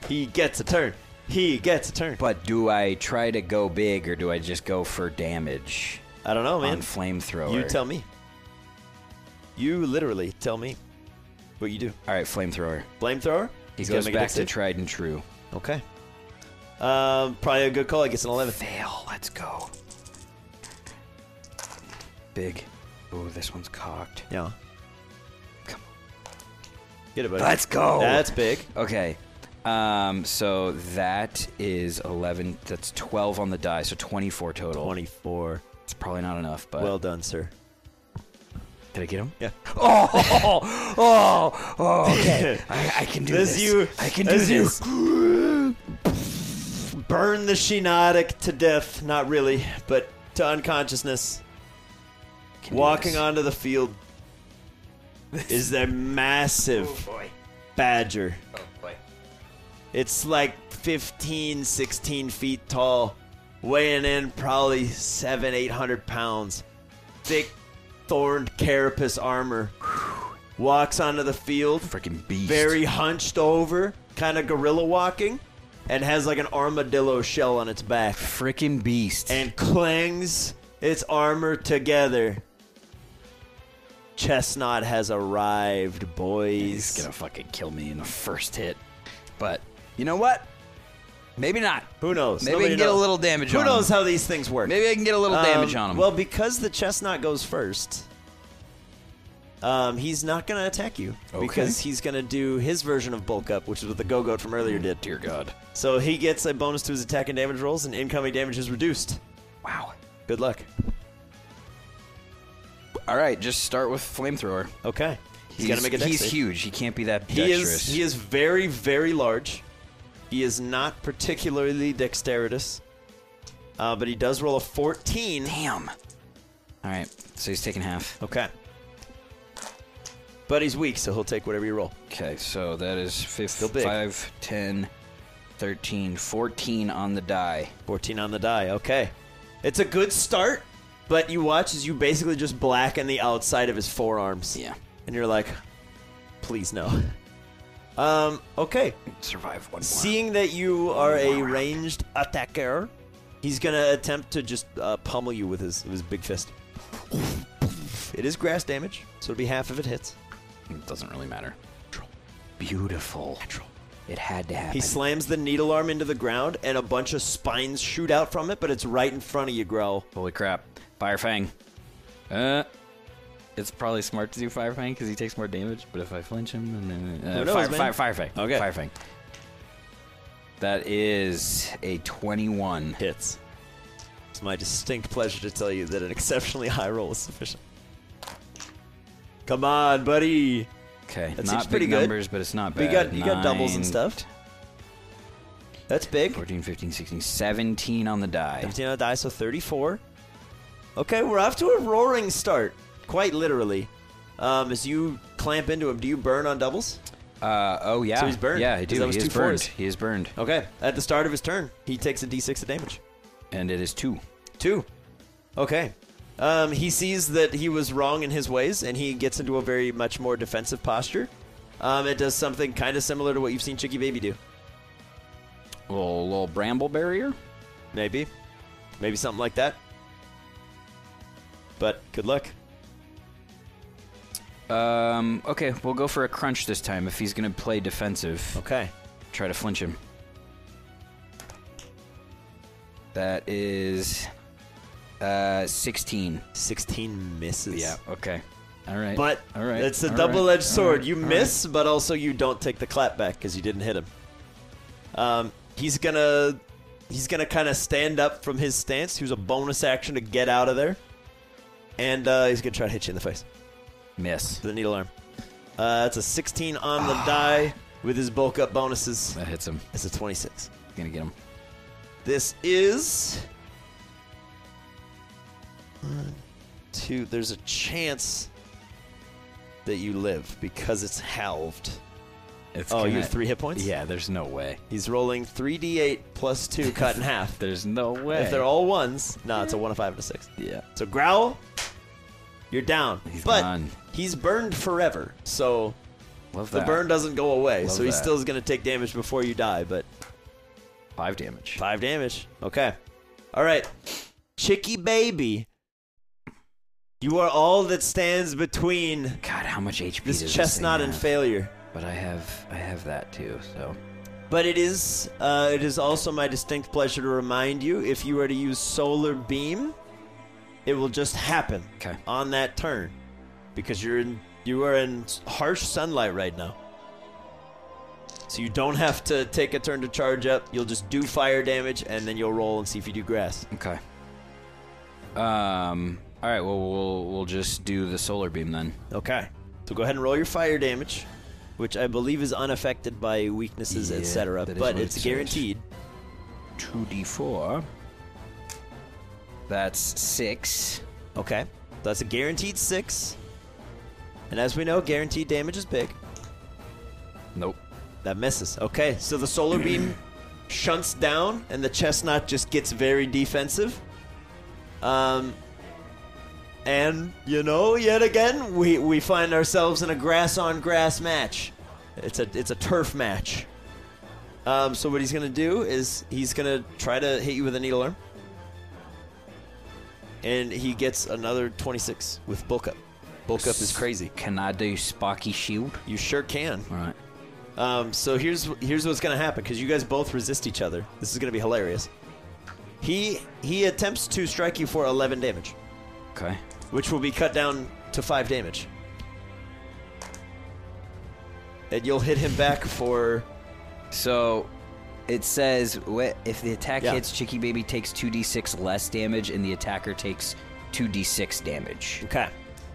A: He gets a turn. He gets a turn.
B: But do I try to go big, or do I just go for damage
A: I don't know, man.
B: on flamethrower?
A: You tell me. You literally tell me. What you do?
B: All right, flamethrower.
A: Flamethrower?
B: He
A: He's gonna
B: goes
A: make a
B: back
A: dex
B: to
A: save?
B: tried and true.
A: Okay. Um, probably a good call. I guess an 11.
B: Fail. Let's go. Big. Ooh, this one's cocked.
A: Yeah.
B: Come
A: Get it, buddy.
B: Let's go.
A: That's big.
B: okay. Um, so that is eleven. That's twelve on the die. So twenty-four total.
A: 24.
B: It's probably not enough, but
A: well done, sir.
B: did I get him?
A: Yeah.
B: Oh, oh, oh, oh, okay. I, I can do
A: As
B: this.
A: you-
B: I can do
A: as you-
B: this.
A: Burn the Shenotic to death. Not really, but to unconsciousness.
B: Can do
A: Walking
B: this.
A: onto the field is a massive
B: Oh, boy.
A: badger.
B: Oh boy.
A: It's like 15, 16 feet tall, weighing in probably seven, 800 pounds. Thick, thorned carapace armor. Walks onto the field,
B: Freaking beast.
A: very hunched over, kind of gorilla walking, and has like an armadillo shell on its back
B: freaking beast.
A: and clangs its armor together. Chestnut has arrived,
B: He's
A: boys.
B: gonna fucking kill me in the first hit. But you know what? Maybe not.
A: Who knows?
B: Maybe I
A: Nobody
B: can get a
A: knows.
B: little damage
A: Who
B: on
A: knows
B: him.
A: how these things work?
B: Maybe I can get a little
A: Um,
B: damage on him.
A: Well, because the chestnut goes first, um, he's not going to attack you
B: Okay.
A: because he's going to do his version of bulk up, which is what the go goat from earlier did.
B: dear God.
A: So he gets a bonus to his attack and damage rolls, and incoming damage is reduced.
B: Wow.
A: Good luck.
B: All right, just start with flamethrower.
A: Okay, he's, going to make a dex
B: He's
A: save.
B: huge. He can't be that
A: He is
B: dexterous.
A: he is very very large. He is not particularly dexterous, uh, but he does roll a fourteen.
B: Damn. All right, so he's taking half.
A: Okay, but he's weak, so he'll take whatever you roll.
B: Okay, so that is fif-
A: Still big.
B: 5, 10, 13, 14 on the die.
A: 14 on the die. Okay. It's a good start, but you watch as you basically just blacken the outside of his forearms.
B: Yeah.
A: And you're like, please no. Um, okay.
B: Survive one more.
A: Seeing that you are a ranged attacker, he's going to attempt to just uh, pummel you with his, with his big fist. It is grass damage, so it'll be half if it hits.
B: It doesn't really matter. Beautiful. It had to happen.
A: He slams the needle arm into the ground, and a bunch of spines shoot out from it, but it's right in front of you, Growl.
B: Holy crap. Fire Fang. Uh, it's probably smart to do Fire Fang because he takes more damage, but if I flinch him, then. Uh,
A: Who knows,
B: fire,
A: man?
B: fire, fire Fang.
A: Okay.
B: Fire Fang. That is a 21.
A: hits. It's my distinct pleasure to tell you that an exceptionally high roll is sufficient. Come on, buddy.
B: Okay.
A: That
B: not
A: seems
B: big
A: pretty good.
B: numbers, but it's not
A: But
B: bad.
A: you got you got doubles
B: Nine,
A: and stuff. That's big.
B: 14, 15, 16, 17 on the die.
A: 15 on the die, so 34. Okay, we're off to a roaring start, quite literally. Um, as you clamp into him, do you burn on doubles?
B: Uh, oh, yeah.
A: So he's burned,
B: Yeah, I
A: 'cause
B: do.
A: that was
B: He is
A: two
B: burned.
A: fours.
B: He is burned.
A: Okay. At the start of his turn, he takes a d6 of damage.
B: And it is two.
A: Two. Okay. Um, he sees that he was wrong in his ways, and he gets into a very much more defensive posture. Um, it does something kind of similar to what you've seen Chicky Baby do.
B: Little, little bramble barrier.
A: Maybe. Maybe something like that. But good luck.
B: Um, okay, we'll go for a crunch this time if he's going to play defensive.
A: Okay.
B: Try to flinch him. That is uh 16.
A: 16 misses.
B: Yeah, okay. All right.
A: But
B: all right.
A: it's a
B: all
A: double edged
B: right, all
A: sword.
B: right,
A: you
B: all
A: miss, but also you don't take the clap back because you didn't hit him. Um, he's gonna he's gonna kind of stand up from his stance. He was a bonus action to get out of there, and uh, he's gonna try to hit you in the face
B: right. miss.
A: with the needle arm. Uh, it's a 16 on
B: Ah.
A: the die with his bulk up bonuses.
B: That hits him.
A: It's a 26.
B: Going to get him.
A: This is One, two. There's a chance that you live because it's halved.
B: It's
A: Oh,
B: gonna-
A: you're three hit points?
B: Yeah, there's no way.
A: He's rolling 3d8 plus 2 cut in half.
B: There's no way.
A: if they're all ones, no, it's a 1, a 5, and a 6.
B: Yeah.
A: So growl, you're down.
B: He's
A: but
B: gone.
A: he's burned forever, so
B: Love
A: the
B: that.
A: burn doesn't go away.
B: Love
A: so he
B: that.
A: still is going to take damage before you die, but
B: 5 damage.
A: 5 damage. Okay. All right. Chicky Baby You are all that stands between
B: God, how much HP does
A: this
B: this
A: chestnut
B: thing
A: and
B: have?
A: failure.
B: But I have I have that too. So
A: But it is uh, it is also my distinct pleasure to remind you if you were to use solar beam, it will just happen
B: Okay.
A: on that turn because you're in you are in harsh sunlight right now. So you don't have to take a turn to charge up. You'll just do fire damage and then you'll roll and see if you do grass.
B: okay. Um. All right. Well, we'll we'll just do the solar beam then.
A: Okay. So go ahead and roll your fire damage, which I believe is unaffected by weaknesses,
B: Yeah,
A: etc.
B: that is
A: But
B: what it
A: it's
B: says.
A: guaranteed.
B: Two D four. That's six.
A: Okay. That's a guaranteed six. And as we know, guaranteed damage is big.
B: Nope.
A: That misses. Okay, so the solar beam shunts down, and the chestnut just gets very defensive. Um, and you know, yet again, we we find ourselves in a grass on grass match. It's a it's a turf match. Um, so what he's gonna do is he's gonna try to hit you with a needle arm, and he gets another twenty six with bulk up. Bulk up is crazy.
B: Can I do Spocky Shield?
A: You sure can.
B: All right.
A: Um, so here's here's what's gonna happen because you guys both resist each other. This is gonna be hilarious. He he attempts to strike you for 11 damage,
B: Okay.
A: which will be cut down to five damage, and you'll hit him back for
B: So it says wh- if the attack
A: Yeah.
B: hits, Chicky Baby takes 2d6 less damage and the attacker takes 2d6 damage.
A: okay.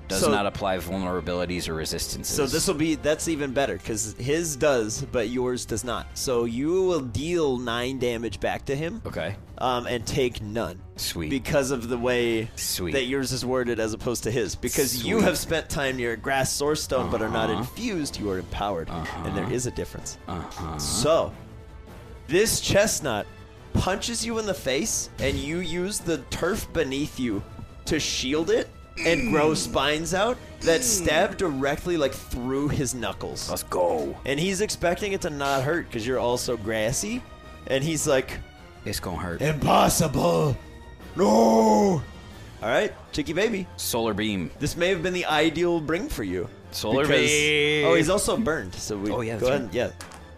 B: Does
A: so,
B: not apply vulnerabilities or resistances.
A: So this will be that's even better because his does, but yours does not. So you will deal nine damage back to him,
B: Okay.
A: um, and take none.
B: Sweet.
A: because of the way
B: Sweet.
A: that yours is worded as opposed to his. Because you
B: Sweet. Uh-huh.
A: have spent time near a grass source stone but are not infused, you are empowered. And there is a difference.
B: Uh-huh.
A: So, this chestnut punches you in the face, and you use the turf beneath you to shield it and grow spines out that stab directly like through his knuckles.
B: Let's go.
A: And he's expecting it to not hurt because you're also grassy. And he's like,
B: It's gonna hurt.
A: Impossible! No! Alright, Chicky Baby.
B: Solar beam.
A: This may have been the ideal bring for you.
B: Solar
A: because-
B: beam.
A: Oh, he's also burned, so we
B: Oh, yeah,
A: go
B: that's
A: ahead. and- Yeah.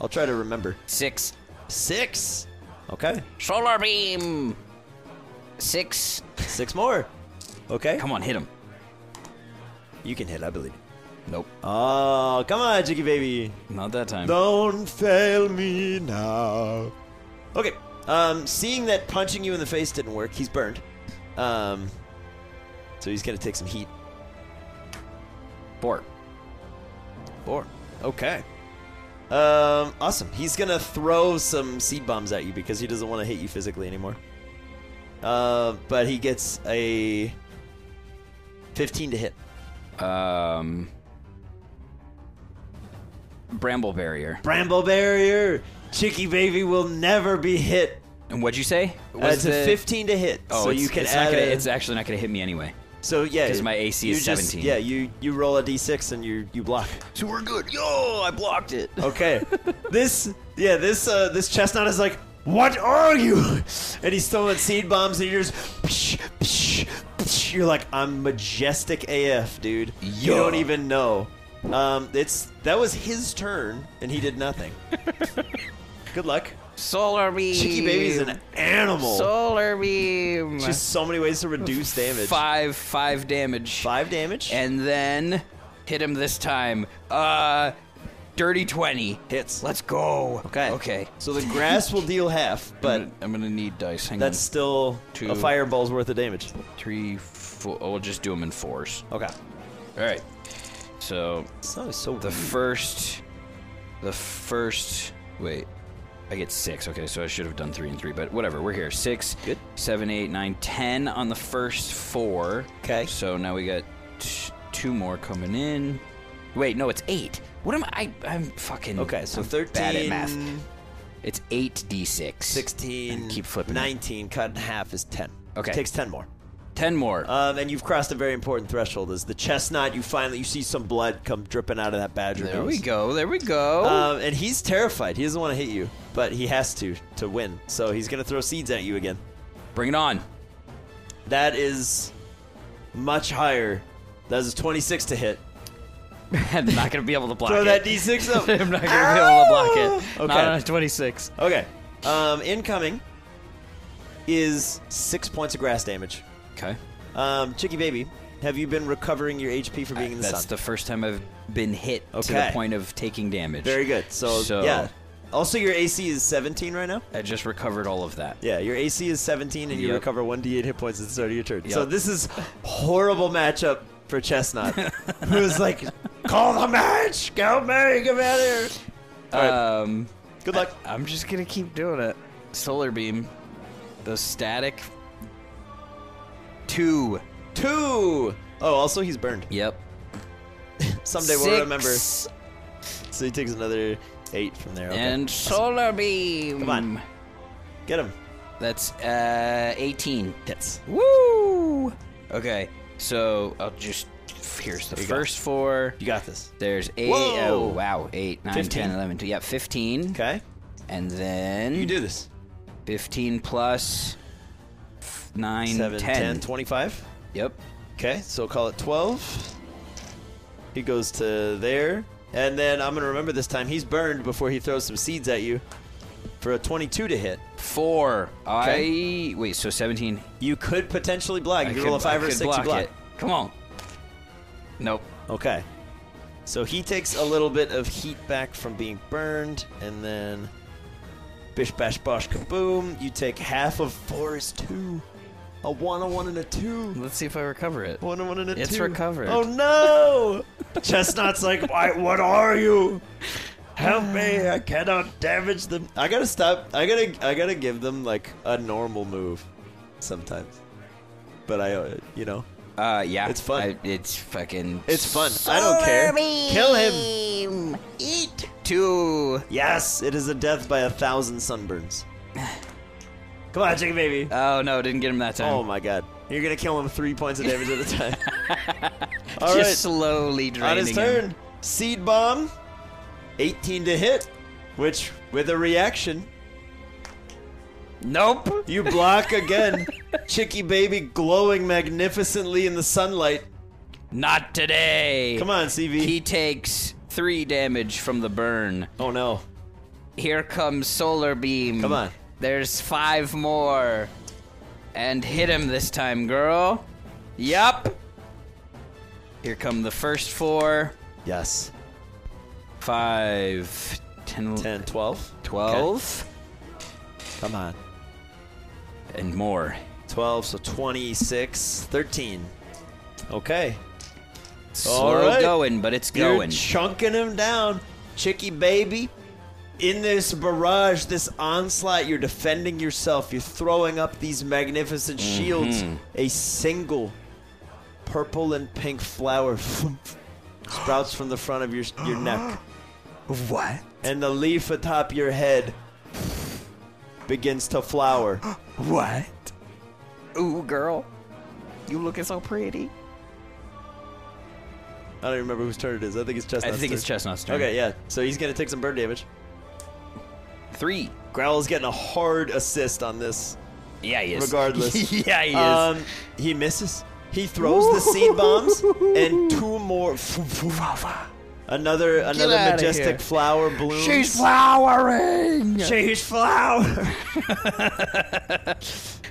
A: I'll try to remember.
B: Six.
A: Six. Okay.
B: Solar beam. Six.
A: Six more. Okay.
B: Come on, hit him.
A: You can hit, I believe.
B: Nope.
A: Oh, come on, Chicky Baby.
B: Not that time.
A: Don't fail me now. Okay. Um, seeing that punching you in the face didn't work, he's burned. Um, so he's gonna take some heat.
B: Four.
A: Four. Okay. Um, awesome. He's gonna throw some seed bombs at you because he doesn't want to hit you physically anymore. Uh, but he gets a 15 to hit.
B: Um. Bramble barrier.
A: Bramble barrier. Chicky baby will never be hit.
B: And what'd you say?
A: Uh,
B: Was
A: it's a
B: the-
A: 15 to hit.
B: Oh,
A: so
B: it's,
A: you can
B: it's
A: add
B: Not gonna,
A: a-
B: it's actually not gonna hit me anyway.
A: So yeah,
B: 'Cause my AC is
A: you just-
B: 17.
A: Yeah, you you roll a d6 and you you block.
B: So we're good. Yo, I blocked it.
A: Okay, this yeah this uh, this chestnut is like, what are you? And he's throwing seed bombs and you're just, psh, psh, psh. you're like, I'm majestic AF, dude. You
B: Yeah.
A: don't even know. Um, it's that was his turn and he did nothing. Good luck,
B: Solar beam.
A: Chicky Baby's an animal.
B: solar beam.
A: just so many ways to reduce damage.
B: five, five damage,
A: Five damage
B: and then hit him this time. Uh, dirty twenty.
A: hits.
B: Let's go.
A: Okay.
B: Okay.
A: So the grass will deal half,
B: But
A: but
B: I'm gonna need dice. Hang
A: that's still
B: Two.
A: a fireball's worth of damage.
B: on. Three, four. Oh, we'll just do them in fours.
A: Okay.
B: All right. So
A: It's not so
B: the first, the first. Wait. I get six. Okay, so I should have done three and three, but whatever. We're here. Six,
A: Good.
B: seven, eight, nine, ten on the first four.
A: Okay.
B: So now we got t- two more coming in. Wait, no, it's eight. What am I? I I'm fucking.
A: Okay, so
B: I'm
A: 13,
B: Bad at math. It's eight d6.
A: 16,
B: Keep flipping it.
A: 19, cut in half is 10.
B: Okay.
A: Takes 10 more.
B: Ten more.
A: Um, and you've crossed a very important threshold is the chestnut. You finally, you see some blood come dripping out of that badger
B: there
A: nose.
B: we go. There we go.
A: Um, and he's terrified. He doesn't want to hit you, but he has to to win. So he's going to throw seeds at you again.
B: Bring it on.
A: That is much higher. That is a 26 to hit.
B: I'm not gonna be able to block
A: Throw
B: it.
A: that d6 up.
B: I'm not gonna be able to block it.
A: Okay.
B: Not on a 26.
A: Okay. Um, incoming is six points of grass damage.
B: Okay.
A: Um, Chicky baby, have you been recovering your HP from being in the
B: That's
A: sun?
B: the first time I've been hit to the
A: Okay.
B: point of taking damage.
A: Very good. So,
B: So-
A: yeah. Also, your AC is 17 right now.
B: I just recovered all of that.
A: Yeah, your AC is 17, and you
B: Yep.
A: recover 1d8 hit points at the start of your turn. So
B: Yep.
A: this is horrible matchup for Chestnut, who's like, "Call the match, go Mary, get out of here."
B: Um,
A: Good luck.
B: I'm just gonna keep doing it. Solar beam, the static two.
A: Two. Oh, also he's burned.
B: Yep.
A: Someday we
B: Six.
A: we'll remember. So he takes another eight from there. Okay.
B: And solar beam.
A: Come on. get him.
B: That's uh 18.
A: Hits.
B: Woo! Okay, so I'll just. Here's the first four.
A: You got this.
B: There's eight.
A: Whoa!
B: Oh, wow. 8, 9, 10,
A: 15.
B: 11, 12. Yeah, 15.
A: Okay.
B: And then.
A: You do this.
B: 15 plus f- 9,
A: Seven,
B: 10.
A: 10, 25.
B: Yep.
A: Okay, so call it 12. He goes to there. And then I'm going to remember this time he's burned before he throws some seeds at you for a 22 to hit.
B: 4.
A: Okay.
B: I. Wait, so 17.
A: You could potentially block.
B: I
A: You
B: could-
A: could roll a 5
B: I
A: or
B: could
A: 6
B: block
A: you block.
B: It. Come on. Nope.
A: Okay. So he takes a little bit of heat back from being burned. And then bish bash bosh kaboom. You take half of 4 is 2. A 1, a 1, and a 2.
B: Let's see if I recover it.
A: One and one and a
B: It's
A: two.
B: recovered.
A: Oh no! Chestnut's like, Why, what are you? Help me! I cannot damage them. I gotta stop. I gotta. I gotta give them like a normal move, sometimes. But I, uh, you know,
B: Uh, yeah.
A: It's fun.
B: I- it's fucking.
A: it's fun. I don't care. Kill him.
B: Eat. 2.
A: Yes, it is a death by a thousand sunburns. Come on, chicken baby.
B: Oh, no. Didn't get him that time.
A: Oh my god, you're gonna kill him three points of damage at a time. All
B: Just
A: right.
B: slowly
A: On
B: draining
A: his
B: him.
A: turn, seed bomb, 18 to hit, which with a reaction,
B: Nope.
A: you block again. Chicky baby glowing magnificently in the sunlight.
B: Not today.
A: Come on, E. CV.
B: He takes three damage from the burn.
A: oh no.
B: Here comes solar beam.
A: Come on.
B: There's five more. And hit him this time, girl. Yup. Here come the first four.
A: Yes.
B: Five. Ten.
A: 10, 12.
B: Twelve.
A: Come on.
B: And more.
A: 12, so 26, 13. Okay. All
B: Slow
A: right.
B: going, but it's
A: You're
B: going.
A: chunking him down, Chicky baby. In this barrage, this onslaught, you're defending yourself. You're throwing up these magnificent shields.
B: Mm-hmm.
A: A single purple and pink flower sprouts from the front of your your neck,
B: what?
A: and the leaf atop your head begins to flower.
B: What? Ooh, girl. You looking so pretty.
A: I don't remember whose turn it is. I think it's
B: I
A: Chestnut.
B: think it's Chestnut's turn.
A: Okay, yeah. So he's gonna take some bird damage.
B: Three.
A: Growl's getting a hard assist on this.
B: Yeah, he is.
A: Regardless.
B: yeah, he is.
A: Um, he misses. He throws the seed bombs and two more. Another another
B: outta here.
A: majestic flower blooms.
B: flowering.
A: She's flower.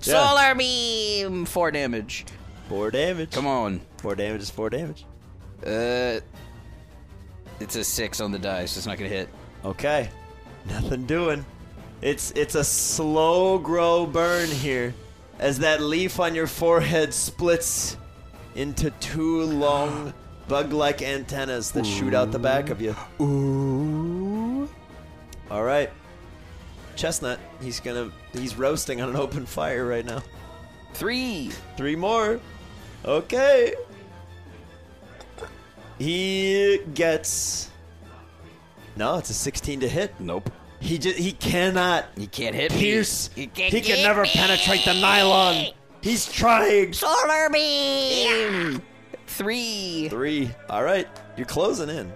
B: Solar beam. Four damage.
A: Four damage.
B: Come on.
A: Four damage is four damage.
B: Uh, it's a six on the dice. It's not gonna hit.
A: Okay, nothing doing. It's it's a slow grow burn here, as that leaf on your forehead splits into two long bug-like antennas that shoot out the back of you. Ooh. All right, chestnut. He's gonna he's roasting on an open fire right now.
B: Three.
A: Three more. Okay. He gets. No, it's a 16 to hit.
B: Nope.
A: He just he cannot
B: You can't hit me.
A: pierce.
B: You
A: He
B: can't
A: can
B: get
A: never
B: me.
A: penetrate the nylon. He's trying.
B: Solar beam. Three.
A: Three. All right, you're closing in.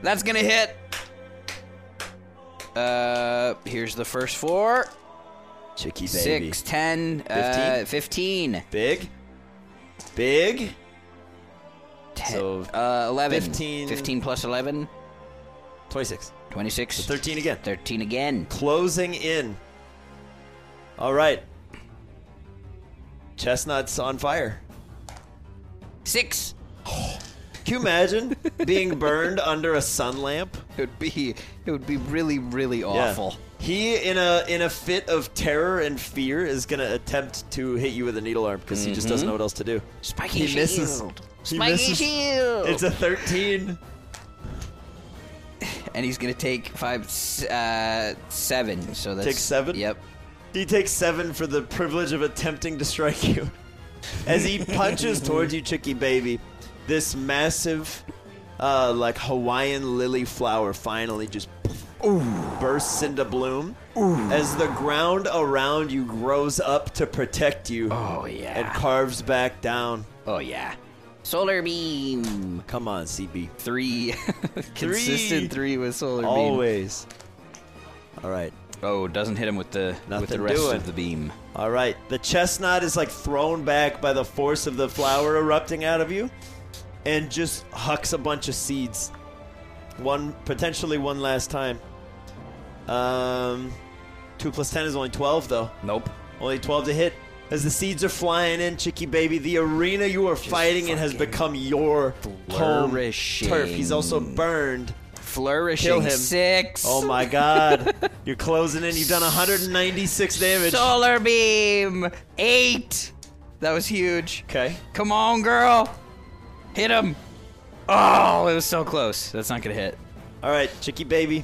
B: That's gonna hit. Uh, here's the first four.
A: Chicky baby.
B: Six, ten, uh, fifteen.
A: Big. Big.
B: So uh, 11.
A: 15.
B: 15 plus 11.
A: 26.
B: 26.
A: 13 again.
B: 13 again.
A: Closing in. All right. Chestnuts on fire.
B: 6.
A: Can you imagine being burned under a sun lamp?
B: It would be it would be really really
A: Yeah.
B: awful.
A: He, in a in a fit of terror and fear, is gonna attempt to hit you with a needle arm because he just doesn't know what else to do.
B: Mm-hmm. Spiky
A: He misses.
B: shield.
A: He
B: Spiky
A: misses.
B: shield.
A: It's a thirteen.
B: and he's going to take 5 s- uh 7. So that's
A: Take seven?
B: Yep.
A: He takes seven for the privilege of attempting to strike you. As he punches towards you, Chicky Baby, this massive, uh, like Hawaiian lily flower finally just bursts into bloom. As the ground around you grows up to protect you
B: Oh yeah.
A: and carves back down.
B: oh yeah. Solar beam.
A: Come on, CB.
B: 3. Consistent 3 with solar beam.
A: Always. All right.
B: Oh, doesn't hit him with the with the
A: Nothing
B: rest
A: doing.
B: of the beam.
A: All right. The chestnut is like thrown back by the force of the flower erupting out of you and just hucks a bunch of seeds. One, potentially one last time. Um, 2 plus 10 is only 12, though.
B: Nope.
A: Only 12 to hit. As the seeds are flying in, Chicky Baby, the arena you are fighting in has become your home
B: flourishing.
A: turf. He's also burned.
B: Flourishing
A: Kill him.
B: 6.
A: Oh my god. You're closing in. You've done 196 damage.
B: Solar beam. 8. That was huge.
A: Okay.
B: Come on, girl. Hit him. Oh, it was so close. That's not going to hit.
A: All right, Chicky baby.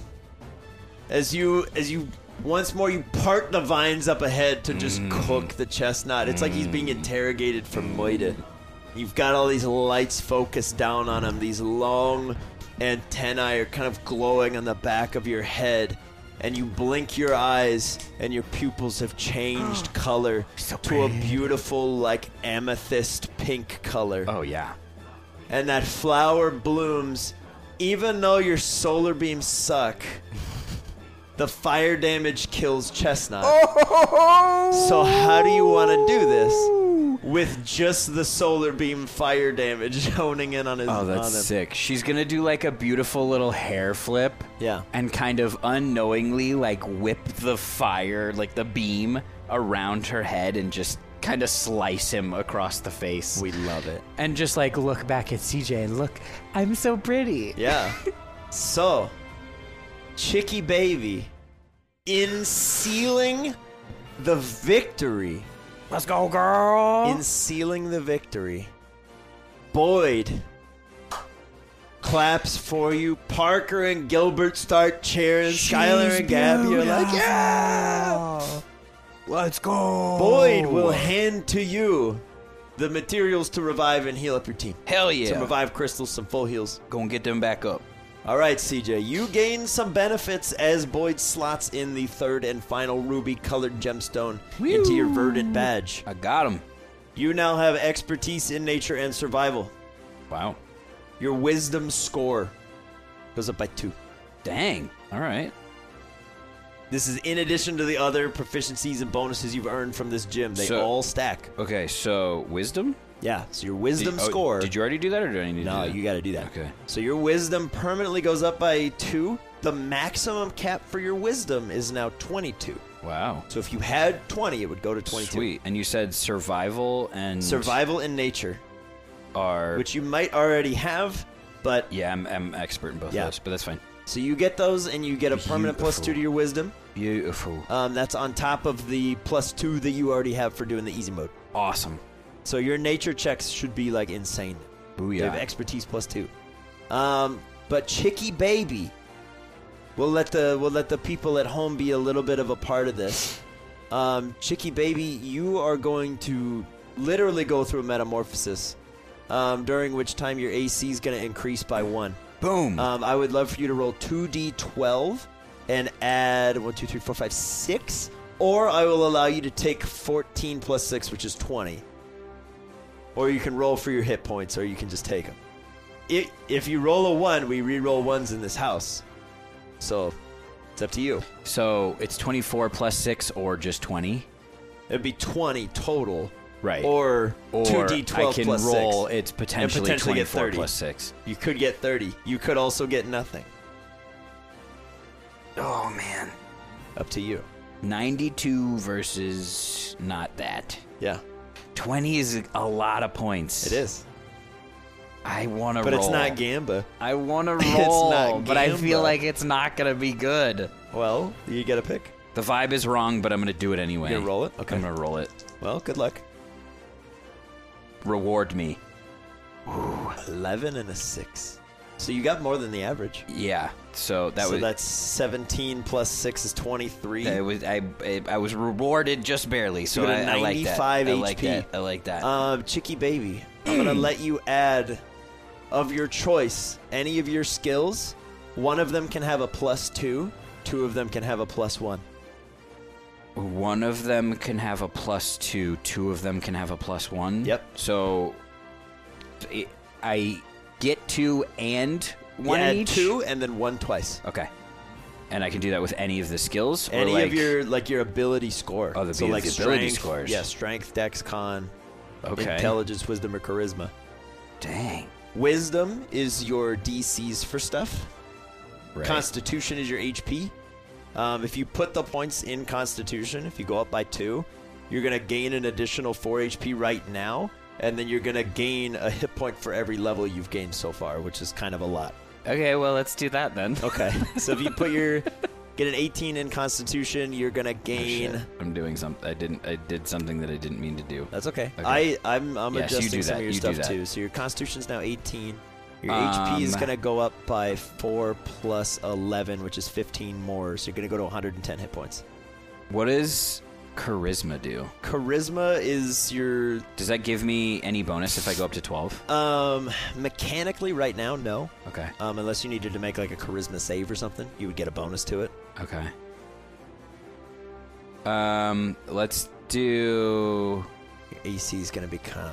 A: As you as you once more you part the vines up ahead to just cook the chestnut. It's like he's being interrogated for moida. You've got all these lights focused down on him. These long antennae are kind of glowing on the back of your head. And you blink your eyes, and your pupils have changed color to a beautiful, like amethyst pink color
B: Oh, yeah.
A: and that flower blooms, even though your solar beams suck, the fire damage kills Chestnut. So, how do you want to do this? With just the solar beam fire damage honing in on his
B: Oh,
A: on
B: that's
A: him.
B: sick. She's going to do like a beautiful little hair flip.
A: Yeah.
B: And kind of unknowingly, like, whip the fire, like the beam around her head and just kind of slice him across the face.
A: We love it.
B: and just like look back at CJ and look, I'm so pretty.
A: Yeah. so, Chicky Baby, in sealing the victory.
B: Let's go, girl.
A: In sealing the victory, Boyd claps for you. Parker and Gilbert start cheering. Skylar and Gabby are like, yeah!
B: Let's go.
A: Boyd will hand to you the materials to revive and heal up your team.
B: Hell yeah.
A: Some revive crystals, some full heals.
B: Gonna get them back up.
A: All right, CJ, you gain some benefits as Boyd slots in the third and final ruby colored gemstone into your verdant badge.
B: I got them.
A: You now have expertise in nature and survival.
B: Wow.
A: Your wisdom score goes up by two.
B: Dang. All right.
A: This is in addition to the other proficiencies and bonuses you've earned from this gym. They
B: So-
A: all stack.
B: Okay. So wisdom.
A: Yeah. So your wisdom
B: Did- oh,
A: score.
B: Did you already do that, or do I need to?
A: No,
B: do that?
A: you got to do that.
B: Okay.
A: So your wisdom permanently goes up by two. The maximum cap for your wisdom is now 22.
B: Wow.
A: So if you had 20, it would go to 22.
B: Sweet. And you said survival and
A: Survival in nature,
B: are
A: which you might already have, but
B: yeah, I'm, I'm expert in both
A: Yeah.
B: those, but that's fine.
A: so you get those and you get a permanent plus two to
B: Beautiful.
A: your wisdom.
B: Beautiful.
A: Um, that's on top of the plus two that you already have for doing the easy mode.
B: awesome.
A: So your nature checks should be like insane. They have
B: Booyah.
A: expertise plus two. Um, but Chicky Baby, we'll let the we'll let the people at home be a little bit of a part of this. Um, Chicky Baby, you are going to literally go through a metamorphosis, um, during which time your AC is going to increase by one.
B: Boom.
A: Um, I would love for you to roll 2d12 and add 1, 2, 3, 4, 5, 6. Or I will allow you to take 14 plus 6, which is 20. Or you can roll for your hit points, or you can just take them. If, if you roll a 1, we re roll 1s in this house. So it's up to you.
B: so it's 24 plus six or just 20.
A: It'd be 20 total
B: Right.
A: Or,
B: Or
A: 2d12
B: I can
A: plus
B: roll.
A: 6.
B: It's potentially,
A: potentially get
B: 24
A: 30.
B: plus six.
A: You could get 30. You could also get nothing.
B: Oh man.
A: Up to you.
B: 92 versus not that.
A: Yeah,
B: 20 is a lot of points.
A: it is.
B: I want to roll.
A: But it's not Gamba.
B: I want to roll,
A: It's not
B: but I feel
A: Gamba.
B: like it's not going to be good.
A: Well, you get a pick.
B: The vibe is wrong, but I'm going to do it anyway.
A: You gonna roll it?
B: Okay. I'm going to roll it.
A: Well, good luck.
B: Reward me.
A: 11 and a 6. So you got more than the average.
B: Yeah. So that
A: so
B: was
A: that's 17 plus 6 is 23.
B: that was I I was rewarded just barely. So
A: You got
B: I,
A: a
B: I like
A: 95
B: that. I like
A: HP.
B: that. I like that.
A: Um, Chicky Baby, I'm
B: Hmm.
A: gonna let you add of your choice any of your skills. One of them can have a plus two, two of them can have a plus one.
B: One of them can have a plus two. Two of them can have a plus one.
A: Yep.
B: So it, I get two and one
A: You add
B: each.
A: two, and then one twice.
B: Okay. And I can do that with any of the skills. or
A: Any
B: like,
A: of your like your ability score.
B: Oh, the-
A: so
B: the
A: like
B: ability
A: strength,
B: scores.
A: Yeah, strength, dex, con,
B: okay.
A: intelligence, wisdom, or charisma.
B: Dang.
A: Wisdom is your DCs for stuff.
B: Right.
A: Constitution is your HP. Um, if you put the points in Constitution, if you go up by two, you're going to gain an additional four HP right now, and then you're going to gain a hit point for every level you've gained so far, which is kind of a lot.
B: okay. Well, let's do that then.
A: Okay. so if you put your get an 18 in Constitution, you're going to gain.
B: Oh, Shit. I'm doing something. I didn't. I did something that I didn't mean to do.
A: That's okay.
B: Okay.
A: I I'm I'm
B: Yes, you
A: adjusting
B: do
A: some
B: that.
A: of your
B: You do
A: stuff
B: that.
A: too. So your Constitution's now 18. Your HP is
B: Um,
A: gonna go up by four plus 11, which is 15 more. So you're gonna go to 110 hit points.
B: What does charisma do?
A: Charisma is your
B: Does that give me any bonus if I go up to twelve?
A: um mechanically right now no.
B: Okay.
A: Um, unless you needed to make like a charisma save or something, you would get a bonus to it.
B: Okay. Um, let's do.
A: Your AC is gonna become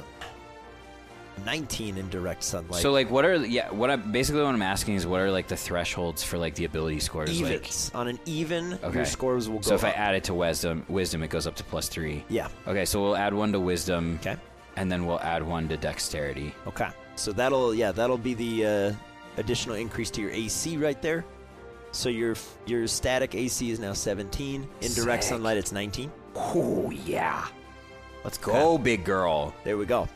A: 19 in direct sunlight.
B: so, like, what are yeah? What I basically what I'm asking is, what are like the thresholds for like the ability scores? Like,
A: evens on an even,
B: Okay.
A: your scores will go.
B: so if I
A: up.
B: add it to wisdom, wisdom it goes up to plus three.
A: yeah,
B: Okay, so we'll add one to wisdom,
A: okay.
B: and then we'll add one to dexterity.
A: Okay. So that'll yeah, that'll be the uh, additional increase to your AC right there. So your your static AC is now 17. In direct
B: Sick.
A: sunlight it's 19.
B: Oh yeah, let's go,
A: Okay.
B: big girl.
A: There we go.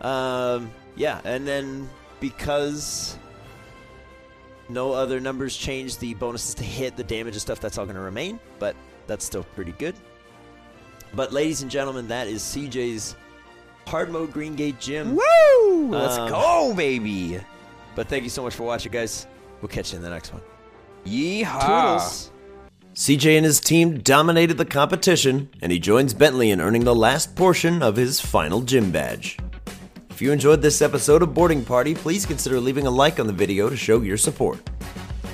A: Um yeah, and then because no other numbers change the bonuses to hit, the damage and stuff that's all going to remain, but that's still pretty good. But ladies and gentlemen, that is CJ's hard mode Green Gate gym.
B: Woo! Let's
A: Um,
B: go, baby.
A: But thank you so much for watching guys. We'll catch you in the next one.
B: Yeehaw!
A: Toodles.
E: CJ and his team dominated the competition, and he joins Bentley in earning the last portion of his final gym badge. If you enjoyed this episode of Boarding Party, please consider leaving a like on the video to show your support.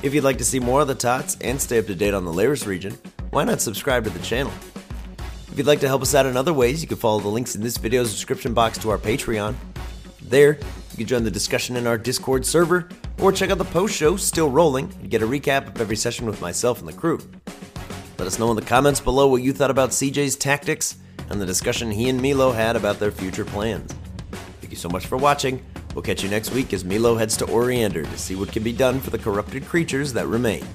E: If you'd like to see more of the tots and stay up to date on the Laris region, why not subscribe to the channel? If you'd like to help us out in other ways, you can follow the links in this video's description box to our Patreon. There, you can join the discussion in our Discord server, or check out the post show, Still Rolling, and get a recap of every session with myself and the crew. Let us know in the comments below what you thought about CJ's tactics and the discussion he and Milo had about their future plans. Thank you so much for watching. We'll catch you next week as Milo heads to Oriander to see what can be done for the corrupted creatures that remain.